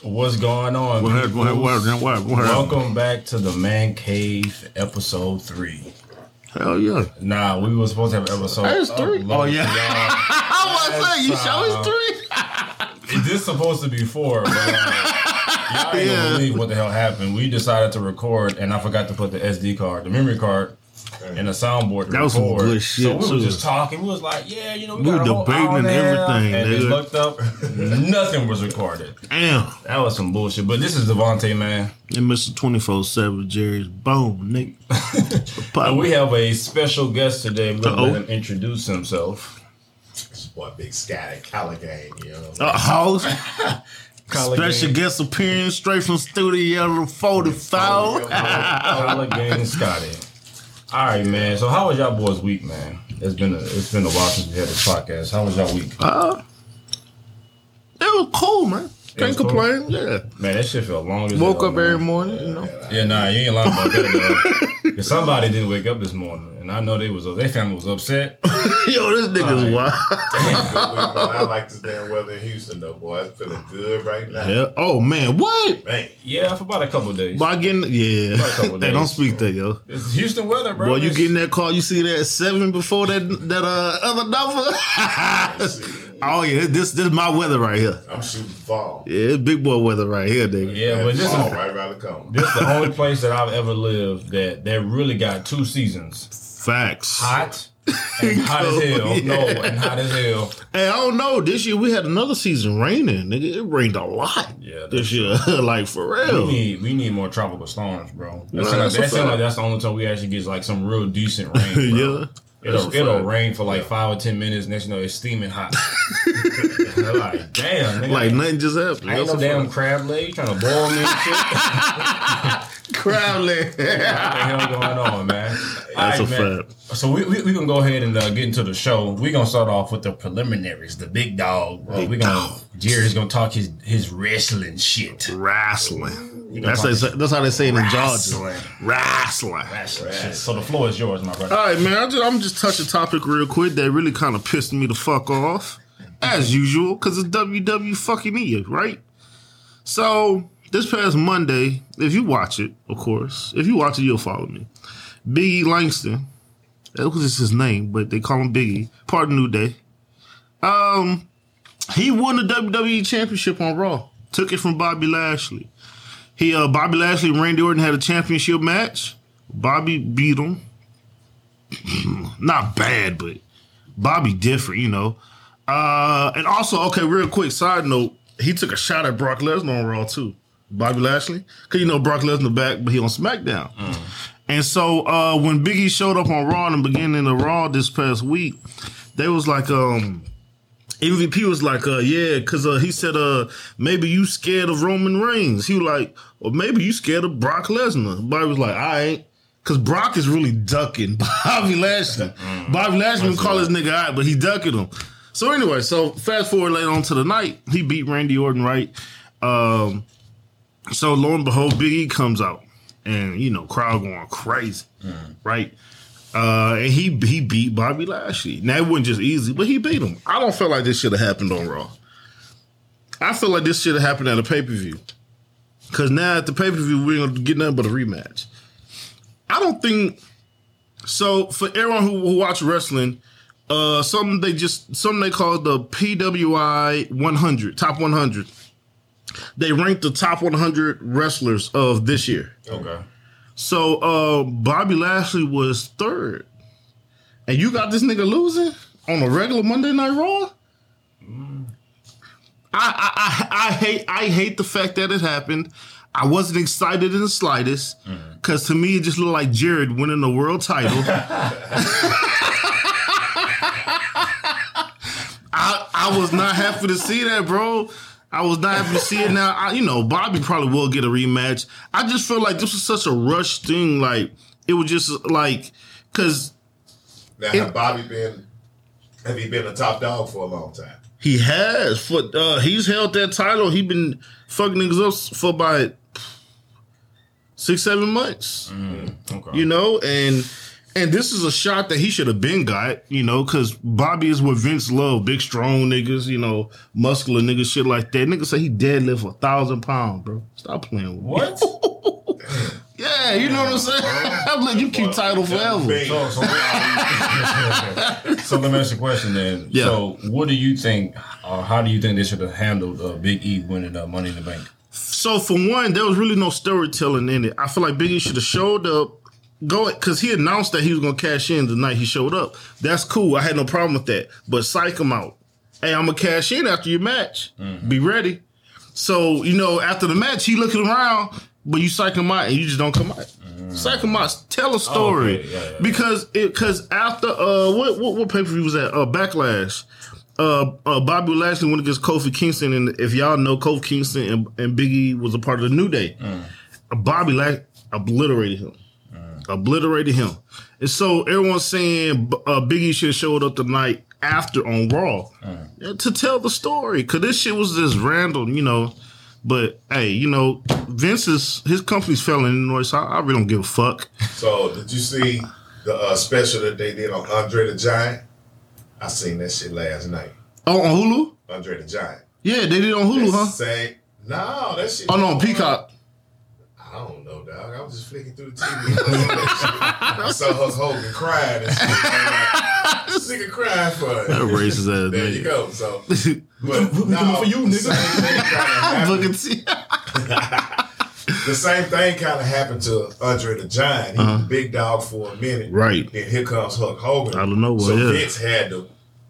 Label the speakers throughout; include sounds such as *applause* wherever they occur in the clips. Speaker 1: going on?
Speaker 2: Go ahead, go ahead,
Speaker 1: peoples?
Speaker 2: go ahead, go ahead, go ahead.
Speaker 1: Welcome back to the Man Cave episode three.
Speaker 2: Hell yeah.
Speaker 1: Nah, we were supposed to have episode.
Speaker 2: That is three.
Speaker 1: uploaded,
Speaker 2: Oh, yeah.
Speaker 1: y'all.
Speaker 2: I was
Speaker 1: That's,
Speaker 2: saying, you show
Speaker 1: uh,
Speaker 2: us three.
Speaker 1: this is supposed to be four, but uh, y'all ain't
Speaker 2: Yeah.
Speaker 1: gonna believe what the hell happened. We decided to record, and I forgot to put the SD card, the memory card. And a soundboard to
Speaker 2: That was some
Speaker 1: record.
Speaker 2: good
Speaker 1: So
Speaker 2: shit,
Speaker 1: we were
Speaker 2: too.
Speaker 1: just talking. We was like, "Yeah, you know, we,
Speaker 2: We were
Speaker 1: got a whole
Speaker 2: debating
Speaker 1: hour
Speaker 2: and
Speaker 1: now.
Speaker 2: everything,
Speaker 1: And just
Speaker 2: nigga.
Speaker 1: looked up, *laughs* nothing was recorded.
Speaker 2: Damn.
Speaker 1: That was some bullshit. But this is Devontae, man.
Speaker 2: And Mr. 24 7 Jerry's bone, *laughs* nigga.
Speaker 1: And Uh, we have a special guest today. We're going to
Speaker 2: Uh-oh.
Speaker 1: let him introduce himself.
Speaker 3: This boy Big Sky at Cali Gang, you know.
Speaker 2: a house.
Speaker 1: Collar
Speaker 2: Special
Speaker 1: gang,
Speaker 2: guest appearance straight from Studio 45.
Speaker 1: Collar gang Scotty.
Speaker 2: *laughs*
Speaker 1: All right, man. So how was y'all boys' week, man? It's been a it's been a while since we had this podcast. How was y'all week?
Speaker 2: Uh, *laughs* it was cool, man.
Speaker 1: It was
Speaker 2: Can't
Speaker 1: cool?
Speaker 2: complain. Yeah.
Speaker 1: Man, that shit felt long as
Speaker 2: Woke
Speaker 1: hell,
Speaker 2: up every
Speaker 1: man.
Speaker 2: morning, you know.
Speaker 1: Yeah, nah, you ain't lying about that. man. 'Cause somebody didn't wake up this morning, and I know they was their family was upset.
Speaker 2: *laughs* Yo, this nigga's wild. Uh-huh.
Speaker 3: I like this damn weather in Houston though, boy. It's feeling good right now.
Speaker 2: Yeah. Oh man, what?
Speaker 3: Man,
Speaker 1: Yeah, for about a couple of days.
Speaker 2: By getting yeah,
Speaker 1: About a couple
Speaker 2: they don't
Speaker 1: days.
Speaker 2: speak that yo.
Speaker 1: It's Houston weather, bro.
Speaker 2: Boy, you
Speaker 1: It's-
Speaker 2: getting that call? You see that seven before that that uh other *laughs* number? oh yeah, this this my weather right here.
Speaker 3: I'm shooting fall.
Speaker 2: Yeah, it's big boy weather right here, nigga.
Speaker 1: Yeah, but this
Speaker 3: fall
Speaker 1: is
Speaker 3: right around the corner.
Speaker 1: This is the only place that I've ever lived that that really got two seasons:
Speaker 2: Facts. *laughs*
Speaker 1: hot and hot as hell. No, and hot as hell.
Speaker 2: Hey, I don't know. This year we had another season raining, nigga. It rained a lot.
Speaker 1: Yeah,
Speaker 2: this year, *laughs* like for
Speaker 1: We
Speaker 2: real.
Speaker 1: need we need more tropical storms, bro. That
Speaker 2: Oh. Nah,
Speaker 1: seems like,
Speaker 2: that's a
Speaker 1: that seem
Speaker 2: fact.
Speaker 1: like that's the only time we actually get like some real decent rain. Bro.
Speaker 2: *laughs* yeah.
Speaker 1: it'll
Speaker 2: that's a
Speaker 1: it'll
Speaker 2: fact.
Speaker 1: rain for like five or ten minutes. Next, you know, it's steaming
Speaker 2: *laughs*
Speaker 1: hot. They're like damn, nigga,
Speaker 2: Like nothing just happened.
Speaker 1: I ain't no
Speaker 2: That's a
Speaker 1: damn
Speaker 2: fact.
Speaker 1: crab leg. You trying to boil me and shit? what
Speaker 2: Crowley.
Speaker 1: the hell going on, man?
Speaker 2: That's
Speaker 1: All
Speaker 2: a
Speaker 1: man.
Speaker 2: fact.
Speaker 1: So we we, we gonna go ahead and uh, get into the show. We gonna start off with the preliminaries, the big dog. Bro. we gonna Jerry's gonna talk his his wrestling shit.
Speaker 2: *laughs* Wrestling.
Speaker 1: know,
Speaker 2: That's, they- that's how they say it in Georgia.
Speaker 1: Wrestling.
Speaker 2: Wrestling.
Speaker 1: Wrestling shit. So the floor is yours, my brother.
Speaker 2: All right, man. I just, I'm just touch a topic real quick that really kind of pissed me the fuck off, as usual, because it's WW fucking E, right? So this past Monday, if you watch it, of course, if you watch it, you'll follow me. Biggie Langston, that was just his name, but they call him Biggie. Part of New Day. Um, he won the WWE Championship on Raw. Took it from Bobby Lashley. He, uh, Bobby Lashley, and Randy Orton had a championship match. Bobby beat him not bad, but Bobby different, you know. Uh, and also, okay, real quick side note, he took a shot at Brock Lesnar on Raw too, Bobby Lashley, because you know Brock Lesnar back, but he on SmackDown. And so uh, when Biggie showed up on Raw in the beginning of Raw this past week, they was like, um, MVP was like, uh, yeah, because uh, he said, uh, maybe you scared of Roman Reigns. He was like, or maybe you scared of Brock Lesnar. Bobby was like, I ain't. Because Brock is really ducking *laughs* Bobby Lashley. Bobby Lashley would call his nigga out, but he ducking him. So anyway, so fast forward later on to the night, he beat Randy Orton, right? Um, so lo and behold, Big E comes out. And, you know, crowd going crazy, right? Uh, and he he beat Bobby Lashley. Now it wasn't just easy, but he beat him. I don't feel like this should have happened on Raw. I feel like this should have happened at a pay per view. Cause now at the pay per view we ain't gonna get nothing but a rematch. I don't think so. For everyone who, who watch wrestling, uh, something they just something they call the PWI 100 top 100. They ranked the top 100 wrestlers of this year.
Speaker 1: Okay.
Speaker 2: So uh, Bobby Lashley was third, and you got this nigga losing on a regular Monday Night Raw. I, I I I hate I hate the fact that it happened. I wasn't excited in the slightest because to me it just looked like Jared winning the world title. I I was not happy to see that, bro. I was not happy to see it. Now, I, you know, Bobby probably will get a rematch. I just feel like this was such a rush thing. Like it was just like because
Speaker 3: Now have Bobby been have he been a top dog for a long time?
Speaker 2: he has for uh, he's held that title. He been fucking niggas up for about six seven months.
Speaker 1: Okay.
Speaker 2: you know and And this is a shot that he should have been got, you know, because Bobby is what Vince love, big strong niggas, you know, muscular niggas, shit like that. Niggas say he deadlift a thousand pounds, bro. Stop playing with me.
Speaker 1: What?
Speaker 2: Yeah, you know what I'm saying. *laughs* I'm like, you keep title forever.
Speaker 1: so, so, *laughs* so let me ask you a question then.
Speaker 2: Yeah.
Speaker 1: So what do you think, or how do you think they should have handled uh, Big E winning uh, Money in the Bank?
Speaker 2: So for one, there was really no storytelling in it. I feel like Biggie should have showed up. Go because he announced that he was gonna cash in the night he showed up. That's cool. I had no problem with that. But psych him out. Hey, I'm gonna cash in after your match.
Speaker 1: Mm-hmm.
Speaker 2: Be ready. So you know, after the match, he looking around, but you psych him out and you just don't come out. Psych him out. Tell a story
Speaker 1: Mm-hmm. Oh, yeah, yeah.
Speaker 2: because it because after uh what what, what pay per view was that uh Backlash. Uh, uh, Bobby Lashley went against Kofi Kingston, and if y'all know, Kofi Kingston and, and Biggie was a part of the New Day.
Speaker 1: Mm.
Speaker 2: Bobby Lash obliterated him, obliterated him, and so everyone's saying uh, Biggie should have showed up tonight after on Raw Yeah, to tell the story because this shit was just random, you know. But hey, you know, Vince is his company's failing in Illinois, so I, I really don't give a fuck.
Speaker 3: So did you see the uh, special that they did on Andre the Giant? I seen that shit last night.
Speaker 2: Oh, on Hulu?
Speaker 3: Andre the Giant.
Speaker 2: Yeah, they did it on Hulu, huh?
Speaker 3: Say no, that shit.
Speaker 2: Oh no, on Peacock.
Speaker 3: I don't know, dog. I was just flicking through the *laughs* TV. I saw Hulk Hogan crying. And shit. I'm like, this nigga crying for
Speaker 2: *laughs* That
Speaker 3: it.
Speaker 2: raises that.
Speaker 3: There you go. So,
Speaker 2: *laughs*
Speaker 3: but
Speaker 1: *laughs*
Speaker 3: no,
Speaker 1: for you, nigga.
Speaker 3: the same
Speaker 1: *laughs*
Speaker 3: thing kinda happened-
Speaker 2: Booker T.
Speaker 3: The same thing kind of happened to Andre the Giant. He was a big dog for a minute,
Speaker 2: Uh-huh. Right.
Speaker 3: Then here comes Hulk Hogan.
Speaker 2: Out of nowhere,
Speaker 3: So
Speaker 2: yeah.
Speaker 3: Vince had to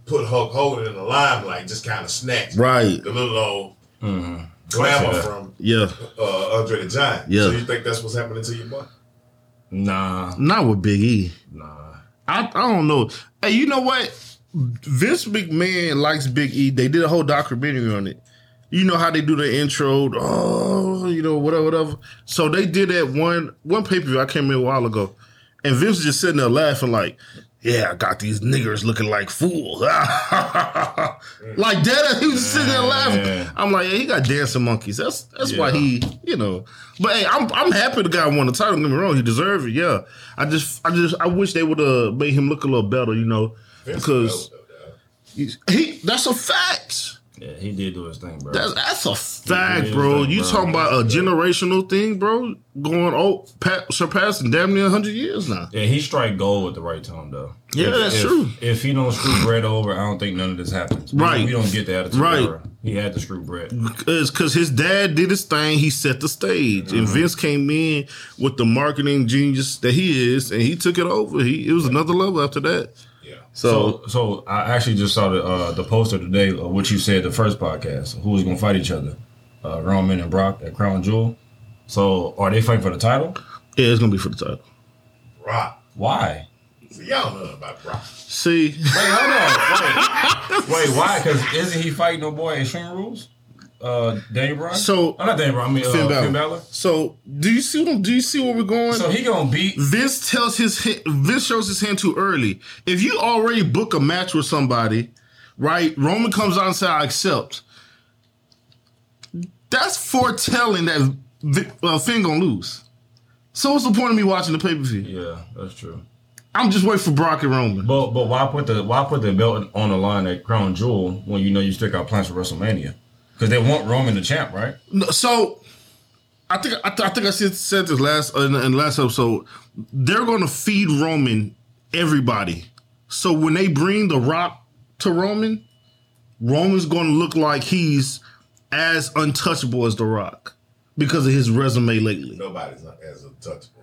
Speaker 3: put Hulk Hogan in the limelight, just kind of snatch
Speaker 2: Right.
Speaker 3: the little old
Speaker 1: Mm-hmm.
Speaker 3: glamour
Speaker 1: Yeah.
Speaker 3: from
Speaker 2: *laughs* Yeah.
Speaker 3: uh, Andre the Giant.
Speaker 2: Yeah.
Speaker 3: So you think that's what's happening to you, boy?
Speaker 1: Nah,
Speaker 2: Not with Big E.
Speaker 1: nah.
Speaker 2: I, I don't know. Hey, you know what? Vince McMahon likes Big E. They did a whole documentary on it. You know how they do the intro, oh, you know, whatever, whatever. So they did that one one pay per view I came in a while ago, and Vince was just sitting there laughing like, "Yeah, I got these niggers looking like fools." *laughs* like that, he was just sitting there
Speaker 1: Yeah.
Speaker 2: laughing. I'm like, yeah, he got dancing monkeys. That's that's why
Speaker 1: Yeah.
Speaker 2: he, you know. But hey, I'm I'm happy the guy won the title. Don't get me wrong, he deserved it. Yeah, I just I just I wish they would have made him look a little better, you know,
Speaker 3: Vince
Speaker 2: because
Speaker 3: is dope, though, dog.
Speaker 2: he, he that's a fact.
Speaker 1: Yeah, he did do his thing, bro.
Speaker 2: That's that's a fact,
Speaker 1: Yeah,
Speaker 2: bro. You
Speaker 1: bro.
Speaker 2: talking about a generational thing, bro? Going oh, pa- surpassing damn near hundred years now.
Speaker 1: yeah, he strike gold at the right time, though.
Speaker 2: Yeah,
Speaker 1: If-
Speaker 2: that's
Speaker 1: if-
Speaker 2: true.
Speaker 1: If he don't screw Brett over, I don't think none of this happens. We-
Speaker 2: Right.
Speaker 1: We don't get the attitude.
Speaker 2: Right.
Speaker 1: era. He had to screw Brett.
Speaker 2: Cause, Cause his dad did his thing. He set the stage, and
Speaker 1: Uh-huh.
Speaker 2: Vince came in with the marketing genius that he is, and he took it over. He it was another level after that.
Speaker 3: Yeah.
Speaker 2: So,
Speaker 1: So, so I actually just saw the uh, the poster today of what you said the first podcast. Who is going to fight each other? Uh, Roman and Brock at Crown Jewel. So, are they fighting for the title?
Speaker 2: yeah, it's gonna be for the title.
Speaker 3: Rock.
Speaker 1: Why?
Speaker 3: See, y'all don't know nothing about rock.
Speaker 2: See,
Speaker 1: Wait, hold on. Wait, wait why? Because isn't he fighting no boy in Extreme Rules? Uh, Daniel Bryan.
Speaker 2: So-
Speaker 1: oh, not Daniel Bryan. I mean, uh,
Speaker 2: Finn Balor.
Speaker 1: Finn Balor.
Speaker 2: so do you see? What, do you see where we're going?
Speaker 1: So he gonna beat
Speaker 2: Vince tells his hi- Vince shows his hand too early. If you already book a match with somebody, right? Roman comes out and says, "I accept." That's foretelling that Vi- uh, Finn gonna lose. So what's the point of me watching the pay per view?
Speaker 1: Yeah, that's true.
Speaker 2: I'm just waiting for Brock and Roman.
Speaker 1: But but why put the why put the belt on the line at Crown Jewel when you know you stick out plans for WrestleMania? Because they want Roman the champ, right?
Speaker 2: No, So I think I, th- I think I said, said this last in, in last episode. They're going to feed Roman everybody. So when they bring the Rock to Roman, Roman's going to look like he's as untouchable as the Rock because of his resume lately.
Speaker 3: Nobody's not as untouchable.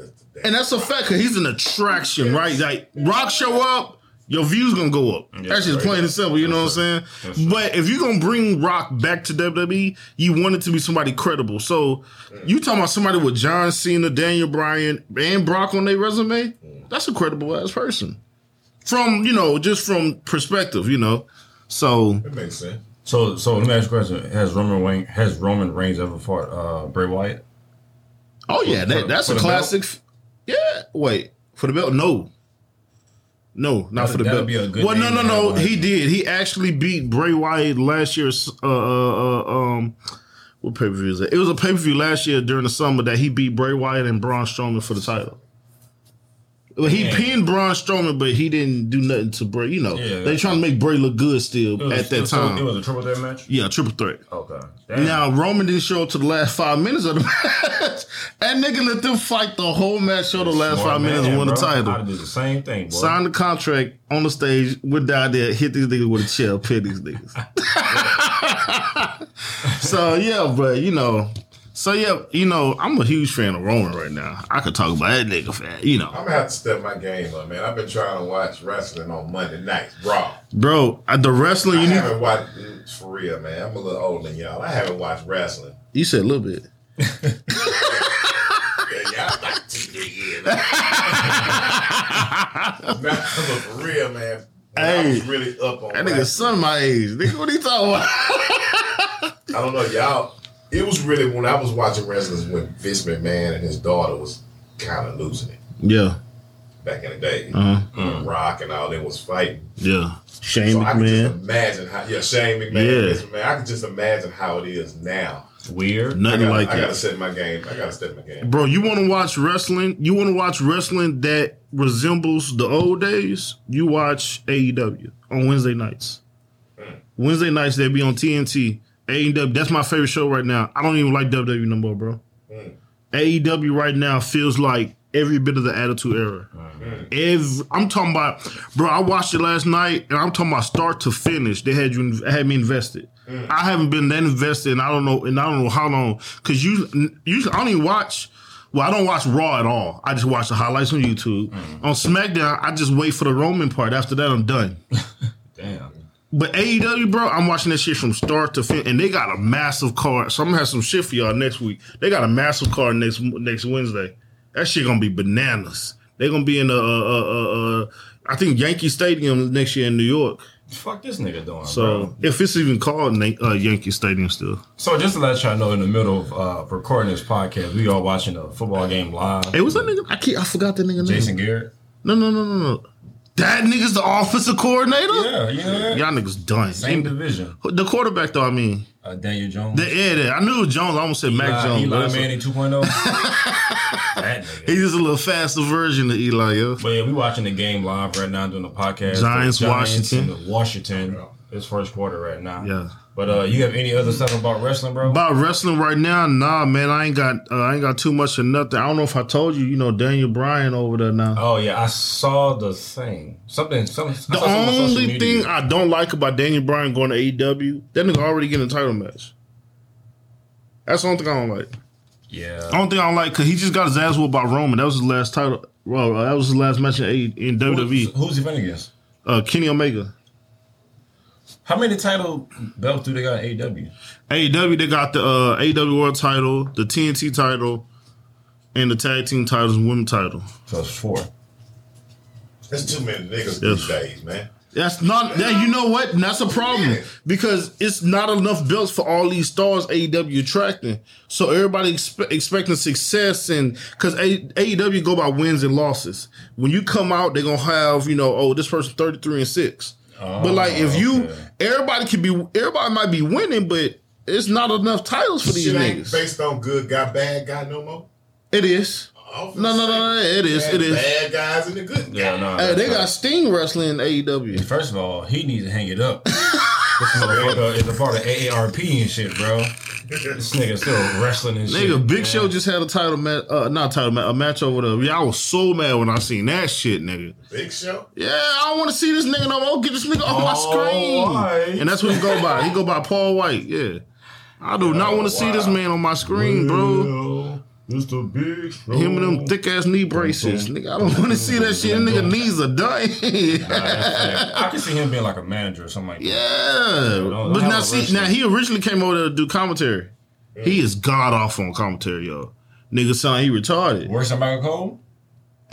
Speaker 3: as the damn
Speaker 2: And that's a fact because he's an attraction, right? Like Rock show up, your views gonna go up. that's just
Speaker 1: right.
Speaker 2: plain and simple. You know what I'm saying? But if you're gonna bring Rock back to WWE, you want it to be somebody credible. So you talking about somebody with John Cena, Daniel Bryan, and Brock on their resume? That's a credible ass person. From you know, just from perspective, you know. So
Speaker 3: It makes sense.
Speaker 1: So so let me ask you a question: Has Roman Reigns, has Roman Reigns ever fought uh, Bray Wyatt?
Speaker 2: oh yeah,
Speaker 1: for-
Speaker 2: that, that's
Speaker 1: for
Speaker 2: a
Speaker 1: the belt?
Speaker 2: classic. f- Yeah, wait for the belt? No. No, not for the
Speaker 1: that'd
Speaker 2: belt.
Speaker 1: be a good
Speaker 2: well, no,
Speaker 1: name
Speaker 2: no,
Speaker 1: to have
Speaker 2: no.
Speaker 1: on
Speaker 2: He
Speaker 1: it.
Speaker 2: did. He actually beat Bray Wyatt last year's uh, uh, uh, um what pay per view is it? It was a pay per view last year during the summer that he beat Bray Wyatt and Braun Strowman for the title. But he
Speaker 1: Yeah.
Speaker 2: pinned Braun Strowman, but he didn't do nothing to Bray. You know,
Speaker 1: Yeah.
Speaker 2: they trying to make Bray look good still
Speaker 1: It was-
Speaker 2: at that
Speaker 1: so
Speaker 2: time.
Speaker 1: It was a triple threat match?
Speaker 2: yeah, triple threat.
Speaker 1: Okay. Damn.
Speaker 2: Now Roman didn't show up to the last five minutes of the *laughs* match, and nigga let them fight the whole match. Show the last
Speaker 1: Smart
Speaker 2: five minutes
Speaker 1: man,
Speaker 2: and won the
Speaker 1: bro.
Speaker 2: title.
Speaker 1: I'd do the same thing, bro.
Speaker 2: Signed the contract on the stage, went down there, hit these niggas with a chair, pin these niggas. *laughs* so yeah, but you know, so yeah, you know, I'm a huge fan of Roman right now. I could talk about that nigga fan, you know,
Speaker 3: I'm gonna have to step my game up, man. I've been trying to watch wrestling on Monday nights, Raw.
Speaker 2: bro. uh, The wrestling
Speaker 3: I
Speaker 2: you need,
Speaker 3: haven't watched mm, for real, man. I'm a little older than y'all. I haven't watched wrestling.
Speaker 2: you said a little bit.
Speaker 3: Yeah, y'all like two three
Speaker 2: *laughs*
Speaker 3: years. man, but for real, man. when I
Speaker 2: Hey.
Speaker 3: was really up on
Speaker 2: That nigga
Speaker 3: wrestling.
Speaker 2: son my age, nigga. What are you talking about? *laughs*
Speaker 3: I don't know, y'all. It was really when I was watching wrestling when Vince McMahon and his daughter was kind of losing it
Speaker 2: Yeah,
Speaker 3: back in the day.
Speaker 2: uh,
Speaker 3: When Rock and all they was fighting.
Speaker 2: yeah. Shane
Speaker 3: So I could just
Speaker 2: McMahon,
Speaker 3: imagine how. Yeah, Shane
Speaker 2: Yeah.
Speaker 3: McMahon. Vince McMahon. I could just imagine how it is now.
Speaker 1: Weird.
Speaker 3: I
Speaker 2: nothing
Speaker 3: gotta,
Speaker 2: like
Speaker 3: I gotta
Speaker 2: that.
Speaker 3: set my game. I gotta set my game.
Speaker 2: Bro, you want to watch wrestling? You want to watch wrestling that resembles the old days? You watch AEW on Wednesday nights. Wednesday nights they be on TNT. AEW, E that's my favorite show right now. I don't even like WWE no more, bro. AEW right now feels like every bit of the Attitude Era. Every, I'm talking about, bro. I watched it last night, and I'm talking about start to finish. They had you had me invested. I haven't been that invested, and I don't know, and I don't know how long. Cause usually, usually I don't even watch. Well, I don't watch Raw at all. I just watch the highlights on YouTube. On SmackDown, I just wait for the Roman part. After that, I'm done.
Speaker 1: Damn.
Speaker 2: But AEW, bro, I'm watching that shit from start to finish, and they got a massive card. So I'm gonna have some shit for y'all next week. They got a massive card next next Wednesday. That shit gonna be bananas. They gonna be in the uh, uh, uh, uh, I think Yankee Stadium next year in New York.
Speaker 1: Fuck this nigga doing,
Speaker 2: So
Speaker 1: bro.
Speaker 2: if it's even called Na- uh, Yankee Stadium still,
Speaker 1: So just to let y'all know, in the middle of uh, recording this podcast, we all watching a football game live.
Speaker 2: hey, was that nigga? I can't, I forgot that nigga name.
Speaker 1: Jason Garrett.
Speaker 2: No, no, no, no, no. That nigga's the offensive coordinator.
Speaker 1: Yeah, you know that?
Speaker 2: Y'all niggas done.
Speaker 1: Same division.
Speaker 2: The quarterback though, I mean,
Speaker 1: Uh, Daniel Jones.
Speaker 2: the yeah, yeah, I knew Jones. I almost said Mac
Speaker 1: Eli,
Speaker 2: Jones. but
Speaker 1: Eli
Speaker 2: it's-
Speaker 1: Manning
Speaker 2: *laughs*
Speaker 1: 2.0. that nigga.
Speaker 2: He's just a little faster version of Eli, yo.
Speaker 1: But yeah, we watching the game live right now doing the podcast.
Speaker 2: Giants, Washington.
Speaker 1: and the Washington. It's first quarter right now.
Speaker 2: Yeah.
Speaker 1: But uh, you have any other stuff about wrestling, bro?
Speaker 2: About wrestling right now, nah, man, I ain't got, uh, I ain't got too much of nothing. I don't know if I told you, you know, Daniel Bryan over there now.
Speaker 1: Oh yeah, I saw the thing. Something. Some, I saw
Speaker 2: the
Speaker 1: something on social
Speaker 2: only
Speaker 1: media.
Speaker 2: thing I don't like about Daniel Bryan going to AEW, that nigga already getting a title match. That's the only thing I don't like.
Speaker 1: yeah.
Speaker 2: The only thing I don't like because he just got his ass whooped by Roman. That was his last title. Well, uh, that was his last match in, A- in
Speaker 1: Who's,
Speaker 2: WWE.
Speaker 1: who's he fighting against?
Speaker 2: Uh, Kenny Omega.
Speaker 1: How many title belts do they got in E AEW?
Speaker 2: AEW, E they got the uh, AEW World title, the TNT title, and the tag team titles and women title.
Speaker 1: So it's four.
Speaker 3: There's too many
Speaker 2: Yes.
Speaker 3: niggas these days, man.
Speaker 2: That's not that. You know what? And That's a problem
Speaker 3: Yeah.
Speaker 2: because it's not enough belts for all these stars AEW attracting. So everybody expe- expecting success, and because AEW E go by wins and losses. When you come out, they're gonna have you know, oh, this person thirty three and six.
Speaker 3: Oh,
Speaker 2: but like if you,
Speaker 1: okay.
Speaker 2: everybody could be, everybody might be winning, but it's not enough titles for these
Speaker 3: Shit ain't
Speaker 2: niggas.
Speaker 3: based on good guy, bad guy no more.
Speaker 2: It is.
Speaker 3: No,
Speaker 2: No, no, no, no, it is, it is.
Speaker 3: Bad guys and the good guys.
Speaker 1: Yeah,
Speaker 2: Hey,
Speaker 1: no. that's
Speaker 2: they
Speaker 1: not-
Speaker 2: got Sting wrestling in E AEW.
Speaker 1: First of all, he needs to hang
Speaker 2: *laughs*
Speaker 1: it up. this motherfucker is a part of AARP and shit, bro. This nigga still wrestling and shit.
Speaker 2: Nigga, Big
Speaker 1: man.
Speaker 2: Show just had a title match, uh, not a title match, a match over the. Yeah, I was so mad when I seen that shit, nigga.
Speaker 3: *laughs* Big Show.
Speaker 2: Yeah, I don't want to see this nigga no more. Get this nigga off my
Speaker 1: Paul
Speaker 2: screen.
Speaker 1: White.
Speaker 2: And that's what he go by. He go by Paul White. Yeah, I do not want to see this man on my screen, bro.
Speaker 1: Mr. Big Show.
Speaker 2: Him and them thick ass knee braces, nigga. I don't want to see that shit. That nigga knees are done. *laughs*
Speaker 1: I can see him being like a manager or something like that.
Speaker 2: Yeah,
Speaker 1: don't
Speaker 2: but
Speaker 1: have
Speaker 2: now
Speaker 1: a
Speaker 2: see,
Speaker 1: wrestler.
Speaker 2: now he originally came over to do commentary. He is god off on commentary, yo. Nigga, son, he retarded.
Speaker 1: Worse than Michael Cole?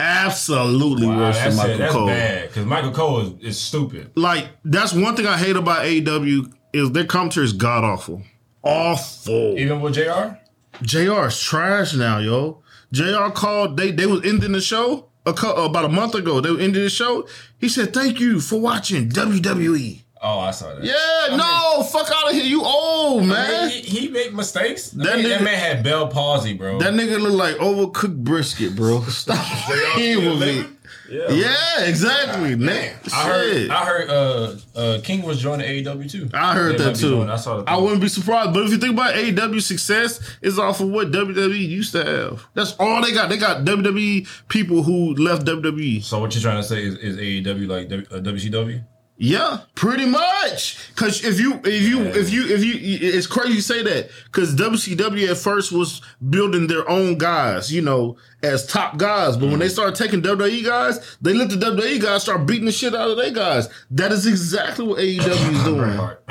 Speaker 2: Absolutely
Speaker 1: Wow,
Speaker 2: worse
Speaker 1: that's,
Speaker 2: than Michael
Speaker 1: that's
Speaker 2: Cole.
Speaker 1: bad. Because Michael Cole is, is stupid.
Speaker 2: Like that's one thing I hate about AEW is their commentary is god awful, awful.
Speaker 1: Even with JR?
Speaker 2: Jr. is trash now, yo. Jr. called. They they was ending the show uh, a, cou- about a month ago. They ended the show. He said, "Thank you for watching WWE."
Speaker 1: Oh, Oh, I saw that.
Speaker 2: Yeah, no, fuck out of here. You old man.
Speaker 1: Man, he, he made mistakes. That,
Speaker 2: That
Speaker 1: man, that
Speaker 2: nigga-
Speaker 1: man had Bell palsy, bro.
Speaker 2: that nigga look like overcooked brisket, bro. *laughs* Stop playing with me.
Speaker 1: yeah.
Speaker 2: Yeah, exactly. man.
Speaker 1: I heard.
Speaker 2: Shit.
Speaker 1: I heard. Uh, uh, King was joining AEW too.
Speaker 2: I heard
Speaker 1: They might
Speaker 2: that
Speaker 1: be
Speaker 2: too.
Speaker 1: doing- I saw that.
Speaker 2: I wouldn't be surprised, but if you think about AEW success, it's off of what WWE used to have. That's all they got. They got WWE people who left E. WWE.
Speaker 1: So what you trying to say is, is AEW like W- uh, WCW?
Speaker 2: Uh-huh. Yeah, pretty much. Cause if you if you if you if you it's crazy you say that. Cause WCW at first was building their own guys, you know, as top guys. But when
Speaker 1: Mm.
Speaker 2: they started taking WWE guys, they let the WWE guys start beating the shit out of their guys. That is exactly what AEW is doing.
Speaker 1: *coughs*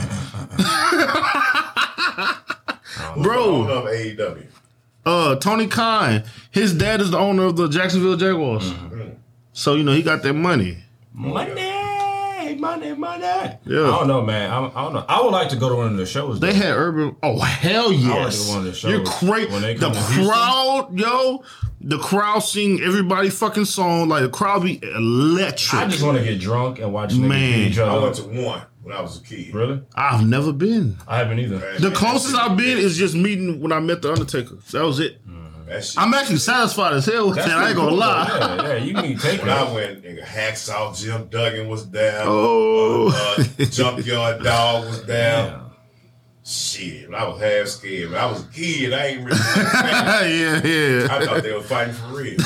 Speaker 1: Right.
Speaker 2: Bro.
Speaker 3: Hold up, AEW.
Speaker 2: uh Tony Khan, his dad is the owner of the Jacksonville Jaguars.
Speaker 1: Mm-hmm.
Speaker 2: So you know he got that money.
Speaker 3: Oh,
Speaker 1: Money, money, money. Yeah. I
Speaker 2: Yeah.
Speaker 1: don't know, man. I'm, I don't know. I would like to go to one of the shows.
Speaker 2: They
Speaker 1: though.
Speaker 2: had Urban. Oh hell yes!
Speaker 1: one of the shows
Speaker 2: You're
Speaker 1: when they
Speaker 2: crazy. The
Speaker 1: come to Houston.
Speaker 2: crowd, yo, the crowd sing everybody fucking song like the crowd be electric.
Speaker 1: I just want to get drunk and watch niggas
Speaker 2: Man.
Speaker 1: beat each
Speaker 3: I
Speaker 1: other.
Speaker 3: went
Speaker 1: up.
Speaker 3: to one when I was a kid.
Speaker 1: Really?
Speaker 2: I've never been.
Speaker 1: I haven't either.
Speaker 2: The closest I've been is just meeting when I met the Undertaker. That was it.
Speaker 3: That shit.
Speaker 2: I'm actually satisfied as hell with
Speaker 1: Mm. That's
Speaker 2: that. I ain't
Speaker 1: pretty
Speaker 2: gonna
Speaker 1: cool,
Speaker 2: lie.
Speaker 1: though. Yeah, yeah, you can take
Speaker 3: When I
Speaker 1: it.
Speaker 3: went, nigga, Hacksaw Jim Duggan was down.
Speaker 2: *laughs* Oh.
Speaker 3: Uh, Junkyard Dog was down.
Speaker 1: Yeah.
Speaker 3: Shit, I was half scared. When I was a kid, I ain't really. I
Speaker 2: yeah, yeah.
Speaker 3: thought they were fighting for real.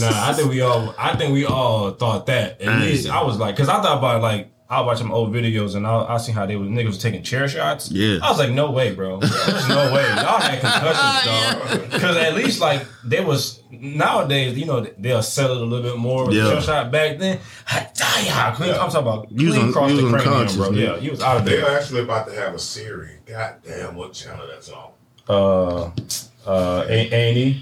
Speaker 1: Nah, I think we all, I think we all thought that. At
Speaker 2: Hey.
Speaker 1: least I was like, cause I thought about like, I watch some old videos and I, I seen how they was niggas was taking chair shots.
Speaker 2: Yeah.
Speaker 1: I was like, no way, bro. There's no way. Y'all had concussions, dog. Cause at least like they was nowadays, you know, they'll settle a little bit more. with
Speaker 2: Yeah.
Speaker 1: the Chair shot back then. Hataya, clean, I'm talking about
Speaker 2: You was
Speaker 1: clean
Speaker 2: un-
Speaker 1: cross
Speaker 2: you
Speaker 1: the
Speaker 2: was
Speaker 1: cranium,
Speaker 2: unconscious,
Speaker 1: bro.
Speaker 2: nigga.
Speaker 1: Yeah, you was out of
Speaker 3: They
Speaker 1: there.
Speaker 3: are actually about to have a series. God damn, what channel that's on?
Speaker 1: Uh, uh, A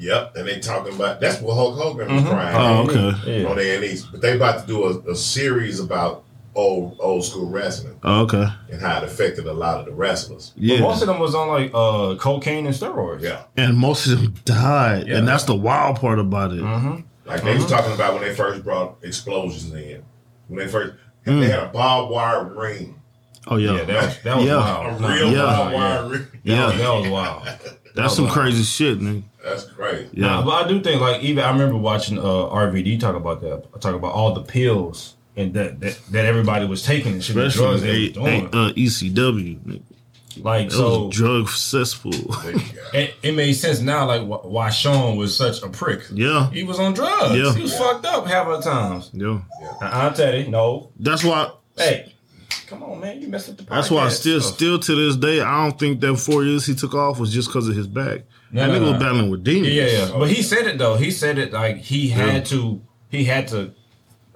Speaker 3: Yep, and they talking about that's what Hulk Hogan was crying
Speaker 2: Oh,
Speaker 3: about
Speaker 2: okay.
Speaker 1: and E.
Speaker 3: on A and E. But they about to do a, a series about old old school wrestling
Speaker 2: Oh, okay.
Speaker 3: and how it affected a lot of the wrestlers.
Speaker 1: But
Speaker 2: Yeah.
Speaker 1: most of them was on like uh cocaine and steroids.
Speaker 3: Yeah,
Speaker 2: And most of them died,
Speaker 1: Yeah. Uh-huh.
Speaker 2: and that's the wild part about it.
Speaker 3: like they was talking about when they first brought explosions in. When they first, they had a barbed wire ring,
Speaker 2: Oh yeah,
Speaker 1: Yeah, that was, that was
Speaker 2: Yeah.
Speaker 3: a
Speaker 1: wild. Nah,
Speaker 3: real
Speaker 2: yeah.
Speaker 3: barbed
Speaker 1: yeah.
Speaker 3: wire ring.
Speaker 1: That,
Speaker 2: Yeah.
Speaker 1: was, that was
Speaker 3: *laughs*
Speaker 1: wild.
Speaker 2: That's some crazy shit, nigga.
Speaker 3: That's crazy.
Speaker 2: Yeah.
Speaker 1: Nah, but I do think like even I remember watching uh, RVD talk about that. Talk about all the pills and that that, that everybody was taking and shit, the drugs
Speaker 2: Especially
Speaker 1: they was
Speaker 2: a, a,
Speaker 1: doing.
Speaker 2: uh, ECW. nigga.
Speaker 1: like
Speaker 2: That
Speaker 1: so,
Speaker 2: was a drug cesspool.
Speaker 1: *laughs* it, it made sense now. Like wh- why Sean was such a prick.
Speaker 2: yeah.
Speaker 1: He was on drugs.
Speaker 2: Yeah.
Speaker 1: He was fucked up half of the times.
Speaker 2: Yeah.
Speaker 1: Uh-uh, Teddy, no.
Speaker 2: That's why
Speaker 1: Hey, come on, man, you messed up the. Podcast. Oh,
Speaker 2: that's why I still
Speaker 1: So-
Speaker 2: still to this day I don't think that four years he took off was just because of his back.
Speaker 1: No,
Speaker 2: that
Speaker 1: no,
Speaker 2: nigga
Speaker 1: no.
Speaker 2: was battling with demons.
Speaker 1: Yeah, yeah. But he said it though. He said it like he had to. He had to.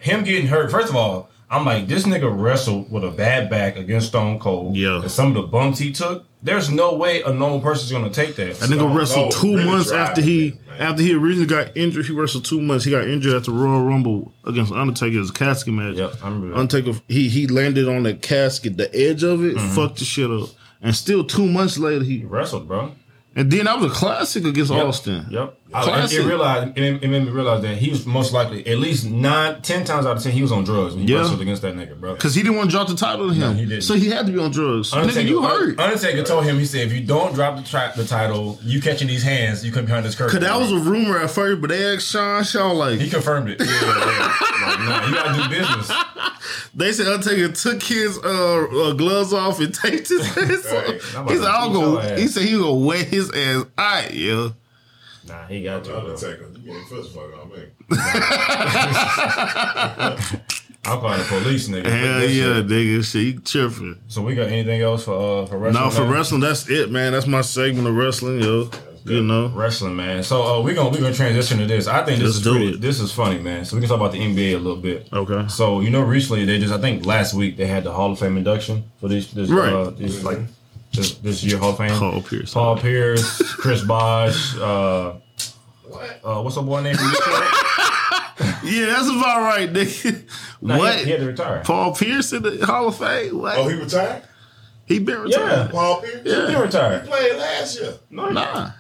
Speaker 1: Him getting hurt. First of all, I'm like this nigga wrestled with a bad back against Stone Cold.
Speaker 2: Yeah.
Speaker 1: And some of the bumps he took. There's no way a normal person's gonna take that.
Speaker 2: That nigga
Speaker 3: Stone
Speaker 2: wrestled
Speaker 3: Cold
Speaker 2: two
Speaker 3: really
Speaker 2: months
Speaker 3: tried
Speaker 2: after he
Speaker 3: that, man.
Speaker 2: after he originally got injured. He wrestled two months. He got injured at the Royal Rumble against Undertaker. It was a casket match.
Speaker 1: Yep, I remember that.
Speaker 2: Undertaker he he landed on the casket, the edge of it,
Speaker 1: Mm-hmm.
Speaker 2: fucked the shit up. And still two months later he
Speaker 1: He wrestled, bro.
Speaker 2: and then that was a classic against Austin.
Speaker 1: Yep. I, it
Speaker 2: Classic.
Speaker 1: realized. It made, it made me realize that he was most likely at least nine, ten times out of ten he was on drugs when he
Speaker 2: Yeah.
Speaker 1: wrestled against that nigga, bro.
Speaker 2: Cause he didn't want to drop the title to him,
Speaker 1: he didn't.
Speaker 2: so he had to be on drugs. Nigga, you hurt.
Speaker 1: Undertaker told him, he said, if you don't drop the, tra- the title, you catching these hands, you come behind this curtain.
Speaker 2: Cause that was a rumor at first, but they asked Sean Shaw
Speaker 1: He
Speaker 2: like
Speaker 1: confirmed it. Yeah, yeah. Like, nah, you gotta do business.
Speaker 2: they said Undertaker took his uh, uh gloves off and *laughs* taped
Speaker 1: *laughs*
Speaker 2: his ass.
Speaker 3: Right.
Speaker 2: up. He said I'll go. He said he gonna wet his ass. All right, yeah.
Speaker 1: Nah, he got to. bro.
Speaker 3: Undertaker, you getting fist fuck on me?
Speaker 1: I'll call the police, nigga.
Speaker 2: Hell
Speaker 1: This
Speaker 2: yeah,
Speaker 1: shit.
Speaker 2: nigga. Shit, you tripping.
Speaker 1: So we got anything else for uh for wrestling?
Speaker 2: Now for
Speaker 1: man?
Speaker 2: wrestling, that's it, man. That's my segment of wrestling, yo. You know.
Speaker 1: wrestling, man. So uh, we gonna we gonna transition to this. I think this
Speaker 2: Let's
Speaker 1: is
Speaker 2: do
Speaker 1: pretty,
Speaker 2: it.
Speaker 1: this is funny, man. So we can talk about the NBA a little bit.
Speaker 2: Okay.
Speaker 1: So you know, recently they just I think last week they had the Hall of Fame induction for this this
Speaker 2: Right.
Speaker 1: uh, this like this, this year Hall of Fame.
Speaker 2: Paul Pierce.
Speaker 1: Paul Pierce, Chris Bosh, uh,
Speaker 3: What?
Speaker 1: uh, what's up,
Speaker 2: *laughs*
Speaker 1: boy named from Detroit?
Speaker 2: Yeah, that's about right, nigga.
Speaker 1: Nah, he-
Speaker 2: what?
Speaker 1: He, had to retire.
Speaker 2: Paul Pierce in the Hall of Fame? What?
Speaker 3: Oh, he retired.
Speaker 2: he, been
Speaker 1: yeah,
Speaker 2: retired?
Speaker 3: Paul Pierce.
Speaker 2: Yeah.
Speaker 1: he retired.
Speaker 3: Played last year.
Speaker 1: No, he-
Speaker 2: Nah.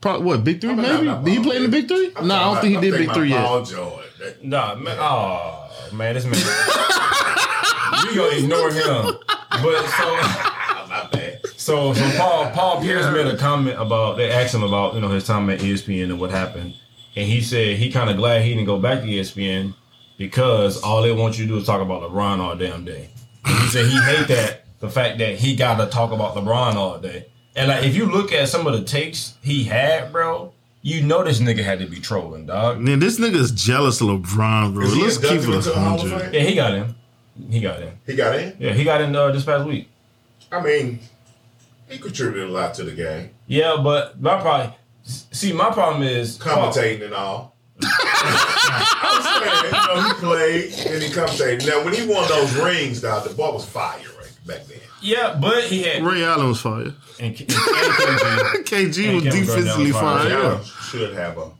Speaker 2: Probably what Big Three?
Speaker 3: mean,
Speaker 2: Maybe
Speaker 3: not- not
Speaker 2: did he
Speaker 3: Paul
Speaker 2: play in the Big 3
Speaker 3: I'm
Speaker 2: No, I
Speaker 3: talking
Speaker 2: don't think he
Speaker 3: about-
Speaker 2: did
Speaker 3: I'm
Speaker 2: Big
Speaker 3: thinking
Speaker 2: Three
Speaker 3: about
Speaker 2: yet.
Speaker 3: Paul George. That-
Speaker 1: Nah, man. Oh man, this man. we gonna ignore him. But so.
Speaker 3: My bad.
Speaker 1: So, so Paul Paul Pierce made a comment about they asked him about you know his time at E ESPN and what happened, and he said he kind of glad he didn't go back to E ESPN because all they want you to do is talk about LeBron all damn day. And he said he hate that the fact that he got to talk about LeBron all day. And like if you look at some of the takes he had, bro, you know this nigga had to be trolling, dog.
Speaker 2: Man, this nigga is jealous of LeBron, bro.
Speaker 3: Is he
Speaker 2: Let's keep
Speaker 3: inducted
Speaker 2: it a
Speaker 3: into the Hall of
Speaker 2: hundred.
Speaker 3: Fame?
Speaker 1: Yeah, he got in. He got in.
Speaker 3: He got in.
Speaker 1: Yeah, he got in uh, this past week.
Speaker 3: I mean, he contributed a lot to the game,
Speaker 1: Yeah, but my problem, see, my problem is
Speaker 3: commentating and all. *laughs* I'm saying, you know, he played and he commentated. Now, when he won those rings, dog, the ball was fire right back then.
Speaker 1: oh, Yeah, but he had
Speaker 2: Ray Allen was fire. *laughs*
Speaker 1: and, and KG.
Speaker 2: KG
Speaker 1: And
Speaker 2: was
Speaker 1: Kevin
Speaker 2: defensively fire.
Speaker 1: Garnett was fire.
Speaker 2: Oh, Yeah.
Speaker 3: Y'all should have a.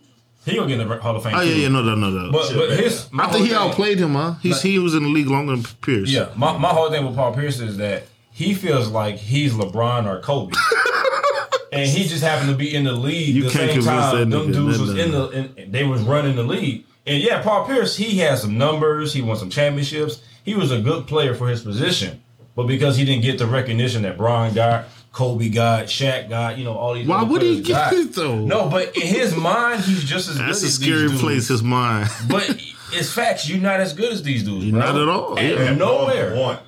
Speaker 1: He gonna get in the Hall of Fame.
Speaker 2: Oh yeah,
Speaker 1: too.
Speaker 2: yeah, no, no, no, no.
Speaker 1: But but his my
Speaker 2: I think he
Speaker 1: whole thing-
Speaker 2: outplayed him, huh? He's he was in the league longer than Pierce.
Speaker 1: Yeah, my, my whole thing with Paul Pierce is that he feels like he's LeBron
Speaker 2: *laughs*
Speaker 1: or Kobe, and he just happened to be in the league
Speaker 2: You
Speaker 1: the
Speaker 2: can't
Speaker 1: same
Speaker 2: convince
Speaker 1: time.
Speaker 2: that
Speaker 1: Them
Speaker 2: nigga,
Speaker 1: dudes
Speaker 2: no,
Speaker 1: was
Speaker 2: no,
Speaker 1: in
Speaker 2: no.
Speaker 1: the in, they was running the league. And yeah, Paul Pierce, he had some numbers. He won some championships. He was a good player for his position, but because he didn't get the recognition that Bron got, Kobe got, Shaq got, you know, all these.
Speaker 2: Why
Speaker 1: other
Speaker 2: would he
Speaker 1: players
Speaker 2: get
Speaker 1: got.
Speaker 2: it, though?
Speaker 1: No, but in his mind, he's just
Speaker 2: That's
Speaker 1: as. good
Speaker 2: a
Speaker 1: as these
Speaker 2: scary
Speaker 1: dudes.
Speaker 2: place, his
Speaker 1: *laughs*
Speaker 2: mind.
Speaker 1: But it's facts. You're not as good as these dudes. Bro.
Speaker 2: not at all,
Speaker 1: At
Speaker 2: yeah.
Speaker 1: Nowhere.
Speaker 3: One,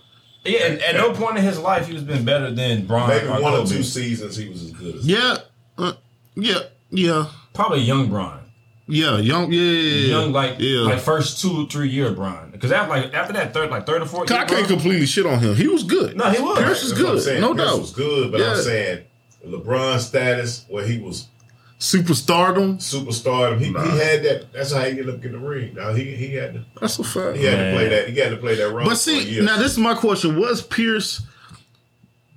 Speaker 1: Yeah, and at no point in his life he was been better than Bron.
Speaker 3: maybe
Speaker 1: or
Speaker 3: one or
Speaker 1: Kobe.
Speaker 3: two seasons, he was as good as.
Speaker 2: yeah. Uh, yeah. Yeah.
Speaker 1: Probably young Bron.
Speaker 2: Yeah. Young yeah. yeah, yeah.
Speaker 1: Young like
Speaker 2: yeah.
Speaker 1: like first two three year Bron. Because after like after that third like third or fourth.
Speaker 2: I
Speaker 1: Year,
Speaker 2: can't
Speaker 1: Bron-
Speaker 2: completely shit on him. He was good.
Speaker 1: no, he was.
Speaker 2: Pierce is
Speaker 3: That's what I'm
Speaker 2: good,
Speaker 3: saying.
Speaker 2: no
Speaker 3: Pierce
Speaker 2: doubt.
Speaker 3: was good, but I'm
Speaker 2: Yeah.
Speaker 3: saying LeBron's status where he was
Speaker 2: Superstardom.
Speaker 3: superstar. He,
Speaker 2: Nah.
Speaker 3: he had that. That's how he ended up getting the ring. Now he he had to
Speaker 2: That's a fact.
Speaker 3: he had
Speaker 1: Man.
Speaker 3: to play that. He had to play that role.
Speaker 2: But
Speaker 3: for
Speaker 2: see,
Speaker 3: years.
Speaker 2: now this is my question: Was Pierce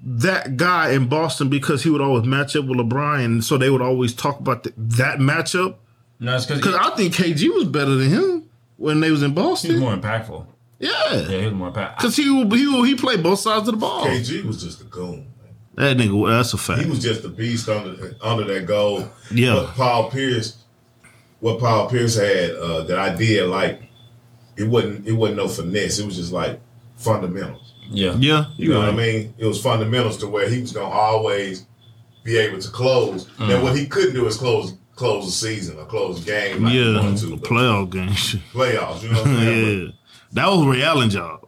Speaker 2: that guy in Boston because he would always match up with LeBron, and so they would always talk about the, that matchup?
Speaker 1: No, it's because
Speaker 2: Because I think KG was better than him when they was in
Speaker 1: he was
Speaker 2: Boston.
Speaker 1: more impactful.
Speaker 2: Yeah,
Speaker 1: Yeah, he was more impactful.
Speaker 2: because he would- he would- he played both sides of the ball.
Speaker 3: KG was just a goon. man.
Speaker 2: That nigga, that's a fact.
Speaker 3: He was just a beast under under that goal.
Speaker 2: Yeah.
Speaker 3: What Paul Pierce, what Paul Pierce had uh, that I did like, it wasn't it wasn't no finesse. It was just like fundamentals.
Speaker 1: Yeah.
Speaker 2: yeah, you
Speaker 3: You know what I
Speaker 2: right.
Speaker 3: mean? It was fundamentals to where he was gonna always be able to close.
Speaker 2: Mm.
Speaker 3: Now what he couldn't do is close close the season or close the game like he
Speaker 2: Yeah,
Speaker 3: wanted to. but
Speaker 2: playoff game. *laughs*
Speaker 3: playoffs, you know what I'm saying?
Speaker 2: yeah, that was Ray Allen job.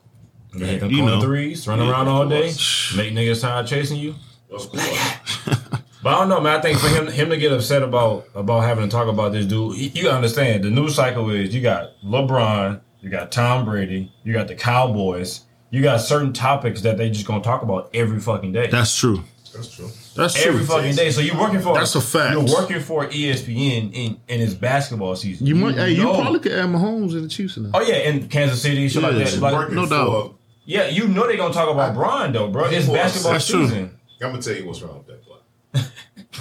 Speaker 1: You hit them
Speaker 2: You
Speaker 1: corner
Speaker 2: know.
Speaker 1: threes, run around all day, make
Speaker 2: course.
Speaker 1: niggas tired chasing you.
Speaker 3: But, of course.
Speaker 1: But I don't know, man. I think for him, him to get upset about about having to talk about this dude, you you gotta understand the news cycle is you got LeBron, you got Tom Brady, you got the Cowboys, you got certain topics that they just gonna talk about every fucking day,
Speaker 2: That's true.
Speaker 3: That's true.
Speaker 2: That's true.
Speaker 1: every fucking day. So you're working for
Speaker 2: That's a fact.
Speaker 1: You're working for E ESPN in in his basketball season.
Speaker 2: You might. Hey, you
Speaker 1: know-
Speaker 2: probably could add Mahomes and the Chiefs in there.
Speaker 1: Oh yeah, in Kansas City, shit like
Speaker 2: Yeah,
Speaker 1: that.
Speaker 2: it's
Speaker 1: Like,
Speaker 3: Working
Speaker 2: no
Speaker 3: for-
Speaker 2: doubt.
Speaker 1: yeah, you know they gonna talk about Bron though, bro. It's
Speaker 3: Well,
Speaker 1: basketball
Speaker 2: that's true.
Speaker 1: season.
Speaker 3: I'm gonna tell you what's wrong with
Speaker 2: *laughs*
Speaker 3: that block.